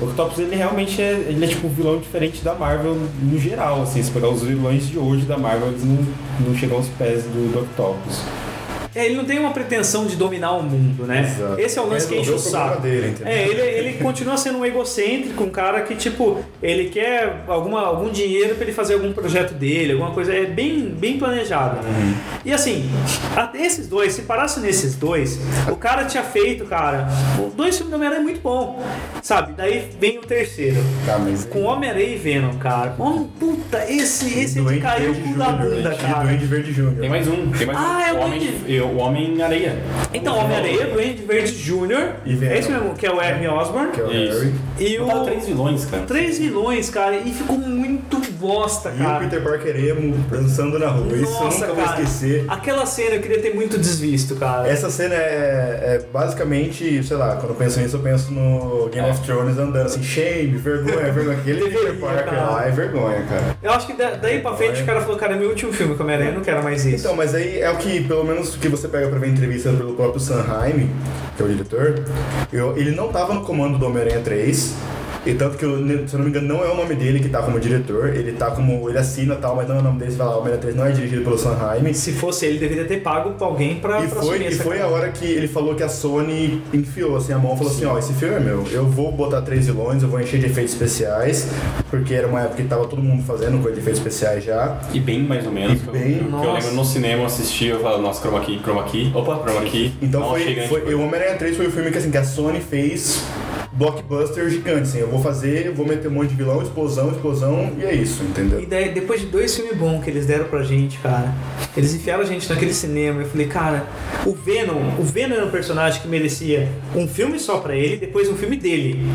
[SPEAKER 4] o Octopus ele realmente é, ele é tipo um vilão diferente da Marvel no geral, assim, se pegar os vilões de hoje da Marvel, eles não, não chegam aos pés do, do Octopus.
[SPEAKER 3] É, ele não tem uma pretensão de dominar o mundo, né?
[SPEAKER 6] Exato.
[SPEAKER 3] Esse é o lance que enche o
[SPEAKER 6] Resolveu o problema
[SPEAKER 3] saco.
[SPEAKER 6] dele, entendeu?
[SPEAKER 3] é, ele, ele continua sendo um egocêntrico, um cara que, tipo, ele quer alguma, algum dinheiro pra ele fazer algum projeto dele, alguma coisa. É bem, bem planejado.
[SPEAKER 6] Uhum.
[SPEAKER 3] E assim, a- esses dois, se parasse nesses dois, o cara tinha feito, cara, os dois filmes do Homem-Aranha é muito bom, sabe? Daí vem o terceiro.
[SPEAKER 6] Tá, mas...
[SPEAKER 3] Com Homem-Aranha e Venom, cara. Homem, puta, esse, esse é de
[SPEAKER 6] Duende
[SPEAKER 3] cair o
[SPEAKER 6] Verde
[SPEAKER 3] cu da
[SPEAKER 6] Júnior,
[SPEAKER 3] bunda,
[SPEAKER 6] gente.
[SPEAKER 3] cara.
[SPEAKER 6] Duende Verde Júnior.
[SPEAKER 5] Tem mais um, tem mais
[SPEAKER 3] Ah, é
[SPEAKER 5] um.
[SPEAKER 3] o
[SPEAKER 5] Homem,
[SPEAKER 3] Duende-
[SPEAKER 5] eu,
[SPEAKER 7] o Homem-Areia.
[SPEAKER 3] Então, Homem-Aranha, Duende Verde Júnior,
[SPEAKER 6] E Venom.
[SPEAKER 3] é esse mesmo, que é o Harry Osborn,
[SPEAKER 6] que é o
[SPEAKER 7] Isso.
[SPEAKER 6] Harry.
[SPEAKER 3] e
[SPEAKER 7] Eu tava
[SPEAKER 3] o...
[SPEAKER 7] três vilões, cara.
[SPEAKER 3] Três vilões, cara, e ficou muito bosta,
[SPEAKER 6] E o
[SPEAKER 3] cara.
[SPEAKER 6] Peter Parker emo dançando na rua. Isso eu
[SPEAKER 3] Nossa,
[SPEAKER 6] nunca
[SPEAKER 3] cara.
[SPEAKER 6] vou esquecer.
[SPEAKER 3] Aquela cena eu queria ter muito desvisto, cara.
[SPEAKER 6] Essa cena é, é basicamente, sei lá, quando eu penso nisso, eu penso no Game of Thrones andando assim, shame, vergonha, vergonha. Aquele Peter Parker
[SPEAKER 3] cara.
[SPEAKER 6] lá é vergonha, cara.
[SPEAKER 3] Eu acho que da- daí pra frente o cara falou, cara, é meu último filme, Homem-Aranha, eu não quero mais isso.
[SPEAKER 6] Então, mas aí é o que, pelo menos, que você pega pra ver entrevista pelo próprio Sanheim, que é o diretor, eu- ele não tava no comando do Homem-Aranha 3. E tanto que, eu, se eu não me engano, não é o nome dele que tá como diretor, ele tá como. ele assina e tal, mas não é o nome dele, você vai lá, o Homem-Aranha 3 não é dirigido pelo Sanheim.
[SPEAKER 3] Se fosse ele, deveria ter pago pra alguém pra,
[SPEAKER 6] E
[SPEAKER 3] pra
[SPEAKER 6] foi,
[SPEAKER 3] assumir
[SPEAKER 6] e
[SPEAKER 3] essa
[SPEAKER 6] foi a
[SPEAKER 3] é cara.
[SPEAKER 6] hora que ele falou que a Sony enfiou assim, a mão e falou assim, ó, esse filme é meu, eu vou botar três vilões, eu vou encher de efeitos especiais, porque era uma época que tava todo mundo fazendo coisa de efeitos especiais já.
[SPEAKER 5] E bem mais ou menos.
[SPEAKER 6] E
[SPEAKER 5] que eu-
[SPEAKER 6] bem-
[SPEAKER 5] que eu,
[SPEAKER 3] Nossa.
[SPEAKER 5] lembro no cinema, eu assisti, eu falava, nossa, chroma key, chroma key. Opa, chroma key.
[SPEAKER 6] Então
[SPEAKER 5] Não, tipo, achei
[SPEAKER 6] foi,
[SPEAKER 5] grande
[SPEAKER 6] foi
[SPEAKER 5] coisa.
[SPEAKER 6] o Homem-Aranha 3 foi o filme que assim, que a Sony fez blockbuster gigante, assim, eu vou fazer, eu vou meter um monte de vilão, explosão, explosão, e é isso,
[SPEAKER 3] E
[SPEAKER 6] entendeu?
[SPEAKER 3] daí, depois de dois filmes bons que eles deram pra gente, cara, eles enfiaram a gente naquele cinema. Eu falei, cara, o Venom, o Venom era um personagem que merecia um filme só pra ele, depois um filme dele.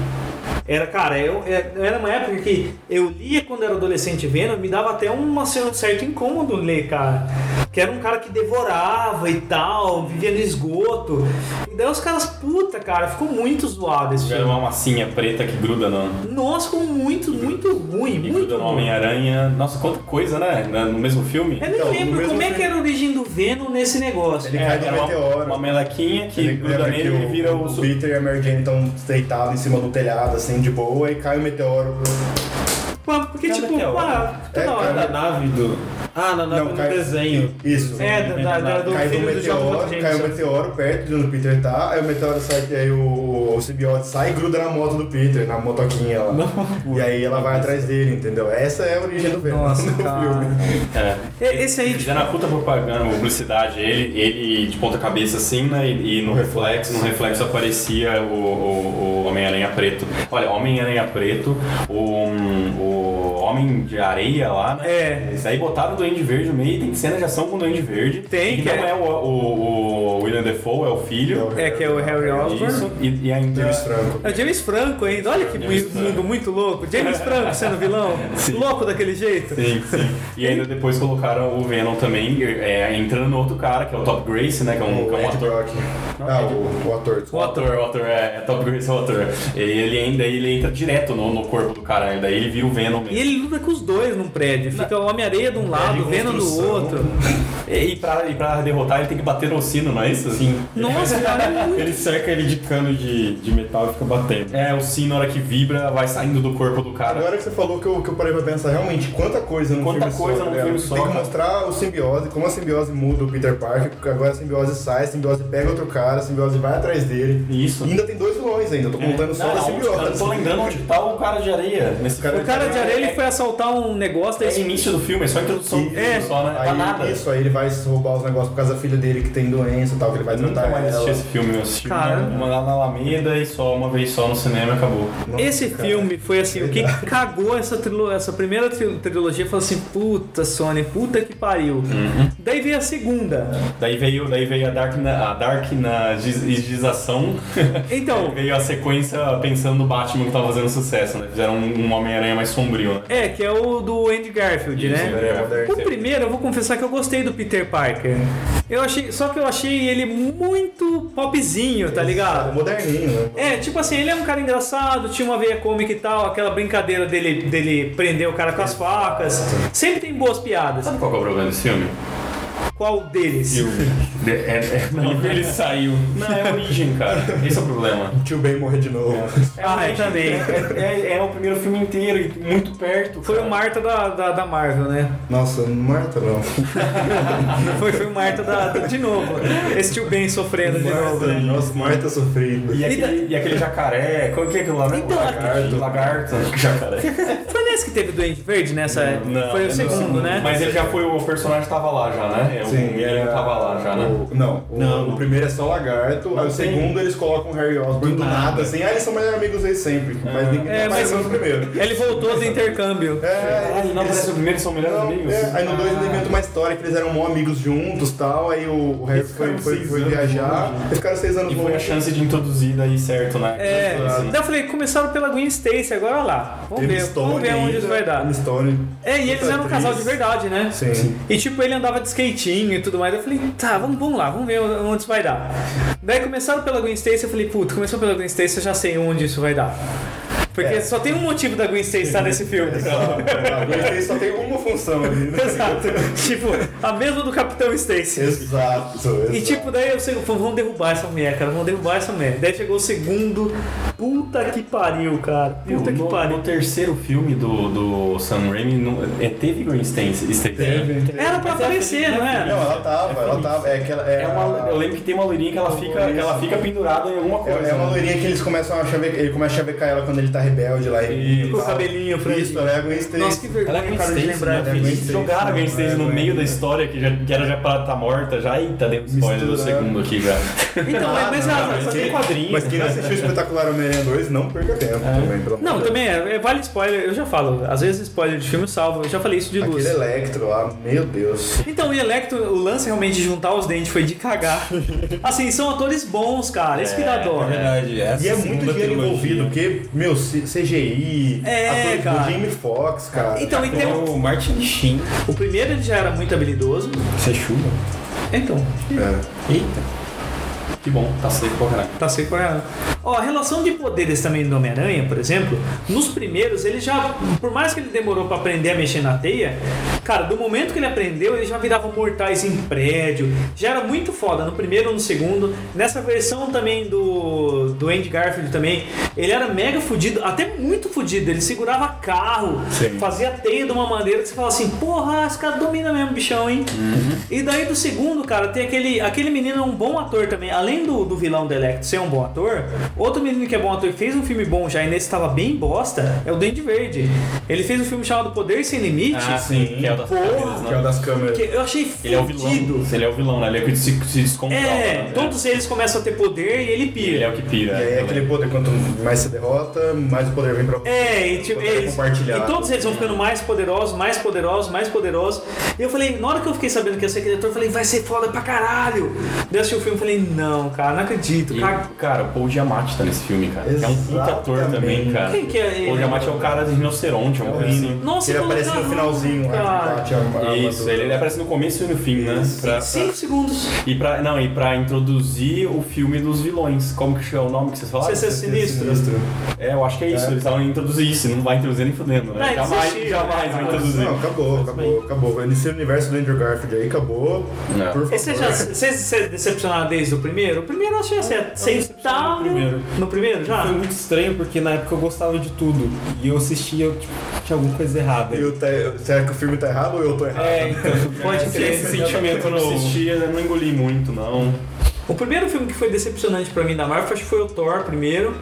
[SPEAKER 3] Era, cara, eu, é- era uma época que eu lia quando era adolescente Venom, me dava até uma, ce- um certo incômodo ler, cara. Que era um cara que devorava e tal, vivia no esgoto. E daí os caras, puta, cara, ficou muito zoado esse
[SPEAKER 5] Tiveram
[SPEAKER 3] filme.
[SPEAKER 5] uma massinha preta que gruda no.
[SPEAKER 3] Nossa, ficou muito, muito ruim,
[SPEAKER 5] E
[SPEAKER 3] muito
[SPEAKER 5] gruda no
[SPEAKER 3] ruim.
[SPEAKER 5] Homem-Aranha. Nossa, quanta coisa, né? Na- No mesmo filme.
[SPEAKER 3] Eu
[SPEAKER 6] Então,
[SPEAKER 3] nem
[SPEAKER 6] no
[SPEAKER 3] lembro
[SPEAKER 6] mesmo
[SPEAKER 3] como é
[SPEAKER 6] filme-
[SPEAKER 3] que era a origem do Venom nesse negócio.
[SPEAKER 6] Ele cai do
[SPEAKER 5] é, era uma-
[SPEAKER 6] meteoro.
[SPEAKER 5] Uma melequinha que
[SPEAKER 6] Ele
[SPEAKER 5] gruda
[SPEAKER 6] lembra que
[SPEAKER 5] nele e
[SPEAKER 6] o-
[SPEAKER 5] vira o.
[SPEAKER 6] o
[SPEAKER 5] su-
[SPEAKER 6] Peter e a Mary Jane estão deitados em cima do telhado, assim, de boa, e cai o meteoro.
[SPEAKER 3] Pô, Porque,
[SPEAKER 7] Cara,
[SPEAKER 3] tipo,
[SPEAKER 7] que é
[SPEAKER 3] pô,
[SPEAKER 7] hora.
[SPEAKER 3] toda
[SPEAKER 6] É,
[SPEAKER 7] Ah,
[SPEAKER 3] hora.
[SPEAKER 7] da nave do. Ah, na nave
[SPEAKER 6] Não,
[SPEAKER 7] do
[SPEAKER 6] cai-
[SPEAKER 7] desenho.
[SPEAKER 6] Isso.
[SPEAKER 3] É, da, da, da- do
[SPEAKER 6] Cai do
[SPEAKER 3] filho do Jordan
[SPEAKER 6] meteoro,
[SPEAKER 3] Jameson.
[SPEAKER 6] cai o meteoro perto de onde o Peter tá, aí o meteoro sai, aí o, o simbionte sai e gruda na moto do Peter, na motoquinha lá. e aí ela vai atrás dele, entendeu? Essa é a origem do Venom.
[SPEAKER 3] Nossa,
[SPEAKER 6] do filme.
[SPEAKER 3] cara.
[SPEAKER 5] É.
[SPEAKER 3] E- Esse aí, tipo,
[SPEAKER 5] Fizeram a puta propaganda, uma publicidade, ele, ele de ponta cabeça assim, né? E, e no reflexo, no reflexo aparecia o, o- o Homem-Aranha Preto. Olha, Homem-Aranha Preto, o, o Homem de Areia lá, né?
[SPEAKER 3] É.
[SPEAKER 5] Isso aí botaram o Duende Verde no meio, tem cena de ação com o Duende Verde.
[SPEAKER 3] Tem,
[SPEAKER 5] que
[SPEAKER 3] que
[SPEAKER 5] não
[SPEAKER 3] é-
[SPEAKER 5] é, o, o, o William Defoe, é o filho.
[SPEAKER 3] é que é o Harry
[SPEAKER 5] Isso,
[SPEAKER 3] Osborn.
[SPEAKER 5] e, e ainda.
[SPEAKER 6] James Franco.
[SPEAKER 3] É o James Franco ainda, olha que
[SPEAKER 5] James
[SPEAKER 3] mu-
[SPEAKER 5] Franco.
[SPEAKER 3] mundo muito louco. James Franco sendo vilão, louco daquele jeito.
[SPEAKER 5] Sim, sim. E ainda depois colocaram o Venom também, é, entrando no outro cara, que é o Top Grace, né? Que é um, que é
[SPEAKER 6] O
[SPEAKER 5] um
[SPEAKER 6] Ed
[SPEAKER 5] ator
[SPEAKER 6] Brock. Ah, o, o ator.
[SPEAKER 5] O ator, o ator, é, é Top Grace é o ator. E ele ainda ele entra direto no, no corpo do cara, né? daí ele vira o Venom mesmo.
[SPEAKER 3] E ele luta com os dois num prédio. Fica o Homem-Areia de um lado, o Venom do
[SPEAKER 6] construção.
[SPEAKER 3] outro.
[SPEAKER 5] E, e, pra, e pra derrotar ele tem que bater no sino, não é isso? Sim.
[SPEAKER 3] Nossa, cara, é muito
[SPEAKER 7] Ele cerca ele de cano de, de metal e fica batendo.
[SPEAKER 5] É, o sino, na hora que vibra, vai saindo do corpo do cara.
[SPEAKER 6] Agora que você falou que eu, que eu parei pra pensar realmente quanta coisa no
[SPEAKER 5] Quanta
[SPEAKER 6] filme
[SPEAKER 5] coisa
[SPEAKER 6] só,
[SPEAKER 5] num
[SPEAKER 6] tá ligado?
[SPEAKER 5] filme
[SPEAKER 6] Você
[SPEAKER 5] só,
[SPEAKER 6] Tem que
[SPEAKER 5] cara.
[SPEAKER 6] mostrar o simbiose, como a simbiose muda o Peter Parker, porque agora a simbiose sai, a simbiose pega outro cara, a simbiose vai atrás dele.
[SPEAKER 5] É Isso.
[SPEAKER 6] E ainda tem dois vilões ainda, eu tô contando só
[SPEAKER 5] É. não,
[SPEAKER 6] da
[SPEAKER 5] não,
[SPEAKER 6] simbiose.
[SPEAKER 5] eu tô lembrando onde tá o cara de areia. Nesse
[SPEAKER 6] Cara tá
[SPEAKER 3] O cara de areia ele foi assaltar um negócio, daí
[SPEAKER 5] É início do filme, é só a introdução do filme,
[SPEAKER 6] É,
[SPEAKER 5] só, né? Pra
[SPEAKER 6] Aí,
[SPEAKER 5] nada.
[SPEAKER 6] Isso, aí ele vai roubar os negócios por causa da filha dele que tem doença e tal, que ele vai
[SPEAKER 5] Eu nunca
[SPEAKER 6] tratar
[SPEAKER 5] mais
[SPEAKER 6] ela.
[SPEAKER 5] assisti esse filme, eu assisti uma,
[SPEAKER 3] Cara.
[SPEAKER 5] uma lá na Alameda e só uma vez só no cinema e acabou.
[SPEAKER 6] Nossa,
[SPEAKER 3] Esse
[SPEAKER 6] cara.
[SPEAKER 3] filme foi assim, o que cagou essa, trilo- essa primeira tri- trilogia falou assim, puta Sony, puta que pariu.
[SPEAKER 5] Uhum.
[SPEAKER 3] Daí veio a segunda.
[SPEAKER 5] Daí veio, daí veio a Dark na, a Dark na giz- gização.
[SPEAKER 3] Então,
[SPEAKER 5] Veio a sequência pensando no Batman que tava fazendo sucesso, né? Fizeram um, um Homem-Aranha mais sombrio, né?
[SPEAKER 3] é, que é o do Andy Garfield, né?
[SPEAKER 5] Isso, né?
[SPEAKER 3] O primeiro, eu vou confessar que eu gostei do Peter Parker. Eu achei, só que eu achei ele muito popzinho, tá ligado?
[SPEAKER 6] Moderninho, né?
[SPEAKER 3] É, tipo assim, ele é um cara engraçado, tinha uma veia cômica e tal, aquela brincadeira dele, dele prender o cara com as facas. Sempre tem boas piadas.
[SPEAKER 5] Sabe qual que é o problema desse filme?
[SPEAKER 3] Qual deles?
[SPEAKER 5] De- é- é- não, ele saiu. Não, é a origem, cara. Esse é o problema.
[SPEAKER 6] Tio Ben morrer de novo.
[SPEAKER 3] Ah, é também.
[SPEAKER 5] É, é, é o primeiro filme inteiro e muito perto.
[SPEAKER 3] Foi
[SPEAKER 5] cara.
[SPEAKER 3] o Marta da, da, da Marvel, né?
[SPEAKER 6] Nossa, não mata não.
[SPEAKER 3] Foi, foi o Marta da, da- de novo. Esse tio Ben sofrendo de novo.
[SPEAKER 6] Marta,
[SPEAKER 3] Né?
[SPEAKER 6] nossa, Marta sofrida.
[SPEAKER 5] E aquele, e aquele jacaré, como que é aquilo lá, né?
[SPEAKER 3] Então,
[SPEAKER 5] o lagarto. Lagarto. Jacaré.
[SPEAKER 3] Foi nesse vez que teve Duende Verde nessa época.
[SPEAKER 5] Não,
[SPEAKER 3] Foi
[SPEAKER 5] é
[SPEAKER 3] o segundo,
[SPEAKER 5] não.
[SPEAKER 3] né?
[SPEAKER 5] Mas ele já foi, o personagem tava lá já, né?
[SPEAKER 6] Sim,
[SPEAKER 5] o Miriam
[SPEAKER 6] era-
[SPEAKER 5] tava lá já, né?
[SPEAKER 6] O- Não, o,
[SPEAKER 4] Não,
[SPEAKER 6] o
[SPEAKER 4] não.
[SPEAKER 6] primeiro é só lagarto, aí o segundo eles colocam o Harry Osborn do nada, assim, ah, eles são melhores amigos aí sempre, mas ninguém
[SPEAKER 3] É, mas-
[SPEAKER 6] apareceu no primeiro.
[SPEAKER 3] Ele voltou do intercâmbio.
[SPEAKER 6] É,
[SPEAKER 5] Caralho, Ah, não,
[SPEAKER 6] eles-
[SPEAKER 5] parece o primeiro são melhores
[SPEAKER 6] Não,
[SPEAKER 5] amigos.
[SPEAKER 6] é, aí no 2 ele inventa uma história que eles eram mó amigos juntos tal, aí o, o Harry foi,
[SPEAKER 4] ficaram
[SPEAKER 6] foi,
[SPEAKER 4] seis
[SPEAKER 6] foi
[SPEAKER 4] anos
[SPEAKER 6] viajar,
[SPEAKER 4] juntos.
[SPEAKER 6] eles ficaram seis anos
[SPEAKER 5] E foi a
[SPEAKER 6] longe.
[SPEAKER 5] chance de introduzir daí certo, né?
[SPEAKER 3] É,
[SPEAKER 5] Assim.
[SPEAKER 3] daí eu falei, começaram pela Gwen Stacy, agora lá. Vamos
[SPEAKER 6] Emma
[SPEAKER 3] ver, vamos ver onde
[SPEAKER 6] ainda,
[SPEAKER 3] isso vai dar.
[SPEAKER 6] Emma Stone.
[SPEAKER 3] É, e eles
[SPEAKER 6] Outra
[SPEAKER 3] eram um casal de
[SPEAKER 6] atriz.
[SPEAKER 3] verdade, né?
[SPEAKER 6] Sim.
[SPEAKER 3] E tipo, ele andava de skatinho e tudo mais. Eu falei, tá, vamos, vamos lá, vamos ver onde isso vai dar. Daí começaram pela Gwen Stacy, eu falei, puta, começou pela Gwen Stacy, eu já sei onde isso vai dar. Porque
[SPEAKER 6] É.
[SPEAKER 3] só tem um motivo da Gwen Stacy estar nesse filme.
[SPEAKER 6] Ah, Ele é, só tem uma função ali. né?
[SPEAKER 3] Exato. tipo, a mesma do Capitão Stacy.
[SPEAKER 6] Exato, exato.
[SPEAKER 3] E tipo, daí eu sei, vamos derrubar essa mulher, cara, vamos derrubar essa mulher. Daí chegou o segundo, puta que pariu, cara, puta que
[SPEAKER 5] no,
[SPEAKER 3] pariu.
[SPEAKER 5] no terceiro filme do, do Sam Raimi, não, é, teve Gwen Stacy. Stacy. né?
[SPEAKER 3] Era pra aparecer, não
[SPEAKER 6] Não,
[SPEAKER 3] era?
[SPEAKER 6] ela tava, ela tava. É, aquela, é, assim.
[SPEAKER 5] É uma, eu lembro que tem uma loirinha que ela fica, que ela fica pendurada em alguma coisa.
[SPEAKER 6] É, é uma
[SPEAKER 5] né?
[SPEAKER 6] loirinha que eles começam a chavecar, ele começa a chavecar ela quando ele tá rebelde lá e.
[SPEAKER 3] Com o cabelinho, franjinho.
[SPEAKER 6] Isso, ela é a Gwen Stacy.
[SPEAKER 3] Nossa, que
[SPEAKER 5] Ela
[SPEAKER 3] vergonha,
[SPEAKER 5] é Gwen
[SPEAKER 3] cara, de
[SPEAKER 5] Stacy,
[SPEAKER 3] lembrar.
[SPEAKER 5] né?
[SPEAKER 6] é Gwen
[SPEAKER 5] Eles
[SPEAKER 6] Stacy,
[SPEAKER 5] jogaram a Gwen
[SPEAKER 6] né?
[SPEAKER 5] Stacy no
[SPEAKER 6] É,
[SPEAKER 5] meio
[SPEAKER 6] é.
[SPEAKER 5] da história, que, já, que era já pra estar morta já. Eita, deu spoiler do
[SPEAKER 6] Misturado.
[SPEAKER 5] segundo aqui já.
[SPEAKER 3] Então, mas, mas,
[SPEAKER 5] Ah,
[SPEAKER 3] ah,
[SPEAKER 5] mas
[SPEAKER 3] só tem
[SPEAKER 5] tem
[SPEAKER 3] quadrinho.
[SPEAKER 5] quadrinho.
[SPEAKER 6] Mas quem não assistiu o espetacular Homem-Aranha 2, não perca tempo também, pelo amor
[SPEAKER 3] Não,
[SPEAKER 6] de
[SPEAKER 3] também é, é- vale spoiler, eu já falo. Às vezes spoiler de filme salva, eu já falei isso de
[SPEAKER 6] Deus.
[SPEAKER 3] luz.
[SPEAKER 6] Aquele Electro lá, meu Deus.
[SPEAKER 3] Então, o Electro, o lance realmente de juntar os dentes foi de cagar. Assim, são atores bons, cara, esse que né? dá dó.
[SPEAKER 4] verdade. Essa
[SPEAKER 6] E é
[SPEAKER 4] segunda
[SPEAKER 6] muito dinheiro
[SPEAKER 4] trilogia-
[SPEAKER 6] envolvido, porque, meu, C- CGI,
[SPEAKER 3] É,
[SPEAKER 6] atores
[SPEAKER 3] cara.
[SPEAKER 6] do Jamie Foxx, cara.
[SPEAKER 3] Então, e tem
[SPEAKER 4] Tem
[SPEAKER 6] é um
[SPEAKER 3] o-
[SPEAKER 4] o Martin Sheen.
[SPEAKER 3] o primeiro ele já era muito habilidoso.
[SPEAKER 4] Você chuva?
[SPEAKER 3] Então,
[SPEAKER 6] É.
[SPEAKER 4] Eita.
[SPEAKER 5] Que bom, tá seco pra caralho.
[SPEAKER 3] tá seco pra ela. Ó, a relação de poderes também do Homem-Aranha, por exemplo, nos primeiros ele já, por mais que ele demorou pra aprender a mexer na teia, cara, do momento que ele aprendeu, ele já virava mortais em prédio, já era muito foda no primeiro ou no segundo. Nessa versão também do, do Andy Garfield também, ele era mega fudido, até muito fudido, ele segurava carro,
[SPEAKER 6] Sim.
[SPEAKER 3] fazia teia de uma maneira que você fala assim, porra, esse cara domina mesmo, bichão, hein? E daí do segundo, cara, tem aquele, aquele menino é um bom ator também. Além do, do vilão do Electro ser um bom ator, outro menino que é bom ator e fez um filme bom já e nesse tava bem bosta, é o Dente Verde. Ele fez um filme chamado Poder Sem Limites.
[SPEAKER 5] sim, que é o das
[SPEAKER 3] Porra.
[SPEAKER 5] câmeras,
[SPEAKER 6] Que é o
[SPEAKER 5] né?
[SPEAKER 6] das câmeras.
[SPEAKER 3] Que eu achei
[SPEAKER 5] Ele é o vilão.
[SPEAKER 3] fudido.
[SPEAKER 5] Ele é o vilão, né? Ele é que se, se descontrola.
[SPEAKER 3] É,
[SPEAKER 5] né?
[SPEAKER 3] todos eles começam a ter poder e ele
[SPEAKER 5] Ele é
[SPEAKER 3] pira.
[SPEAKER 5] o que pira.
[SPEAKER 6] E aí é aquele poder, quanto mais você derrota, mais o poder vem pra você.
[SPEAKER 3] É, e, tipo,
[SPEAKER 6] Poder
[SPEAKER 3] eles,
[SPEAKER 6] compartilhado.
[SPEAKER 3] e todos eles vão ficando mais poderosos, mais poderosos, mais poderosos. E eu falei, na hora que eu fiquei sabendo que ia ser aquele ator, eu falei, vai ser foda pra caralho. Daí eu assisti o filme e falei, não, cara, não acredito.
[SPEAKER 5] E,
[SPEAKER 3] Cara,
[SPEAKER 5] cara, o Paul Giamatti tá nesse filme, cara. Que é um puta ator
[SPEAKER 6] Exatamente.
[SPEAKER 5] também, cara.
[SPEAKER 3] Quem que é ele?
[SPEAKER 5] O Paul Giamatti é o cara de rinoceronte, é um assim.
[SPEAKER 3] Nossa,
[SPEAKER 6] ele
[SPEAKER 3] eu falei,
[SPEAKER 6] aparece no
[SPEAKER 3] caralho,
[SPEAKER 6] finalzinho lá.
[SPEAKER 3] cara. é
[SPEAKER 6] de combate, a- a-
[SPEAKER 5] Isso, ele, ele aparece no começo e no fim, né? Pra- pra-
[SPEAKER 3] Cinco segundos.
[SPEAKER 5] e pra, não, e pra introduzir o filme dos vilões. Como que chama o nome que vocês falaram?
[SPEAKER 3] CC Sinistro.
[SPEAKER 5] É, eu acho que é isso. Eles estavam introduzir isso. Não vai introduzir nem fudendo, né?
[SPEAKER 3] Não,
[SPEAKER 5] jamais,
[SPEAKER 3] desistir,
[SPEAKER 5] jamais
[SPEAKER 3] né?
[SPEAKER 5] vai
[SPEAKER 3] Não,
[SPEAKER 5] introduzir.
[SPEAKER 6] Não, acabou, acabou, acabou. Nesse universo do Andrew Garfield aí, acabou.
[SPEAKER 5] Não.
[SPEAKER 6] Por
[SPEAKER 3] E
[SPEAKER 6] favor.
[SPEAKER 3] Vocês já vocês se decepcionaram desde o primeiro? O primeiro eu achei assim, aceitável.
[SPEAKER 4] no primeiro.
[SPEAKER 3] No primeiro já?
[SPEAKER 4] Foi muito estranho porque na época eu gostava de tudo. E eu assistia, eu, tipo, tinha alguma coisa errada.
[SPEAKER 6] E o te- Será que o filme tá errado ou eu tô errado?
[SPEAKER 4] É, então,
[SPEAKER 3] Pode crer.
[SPEAKER 4] pode ser.
[SPEAKER 5] Esse sentimento eu não assistia, eu não engoli muito, não.
[SPEAKER 3] O primeiro filme que foi decepcionante pra mim da Marvel acho que foi o Thor primeiro.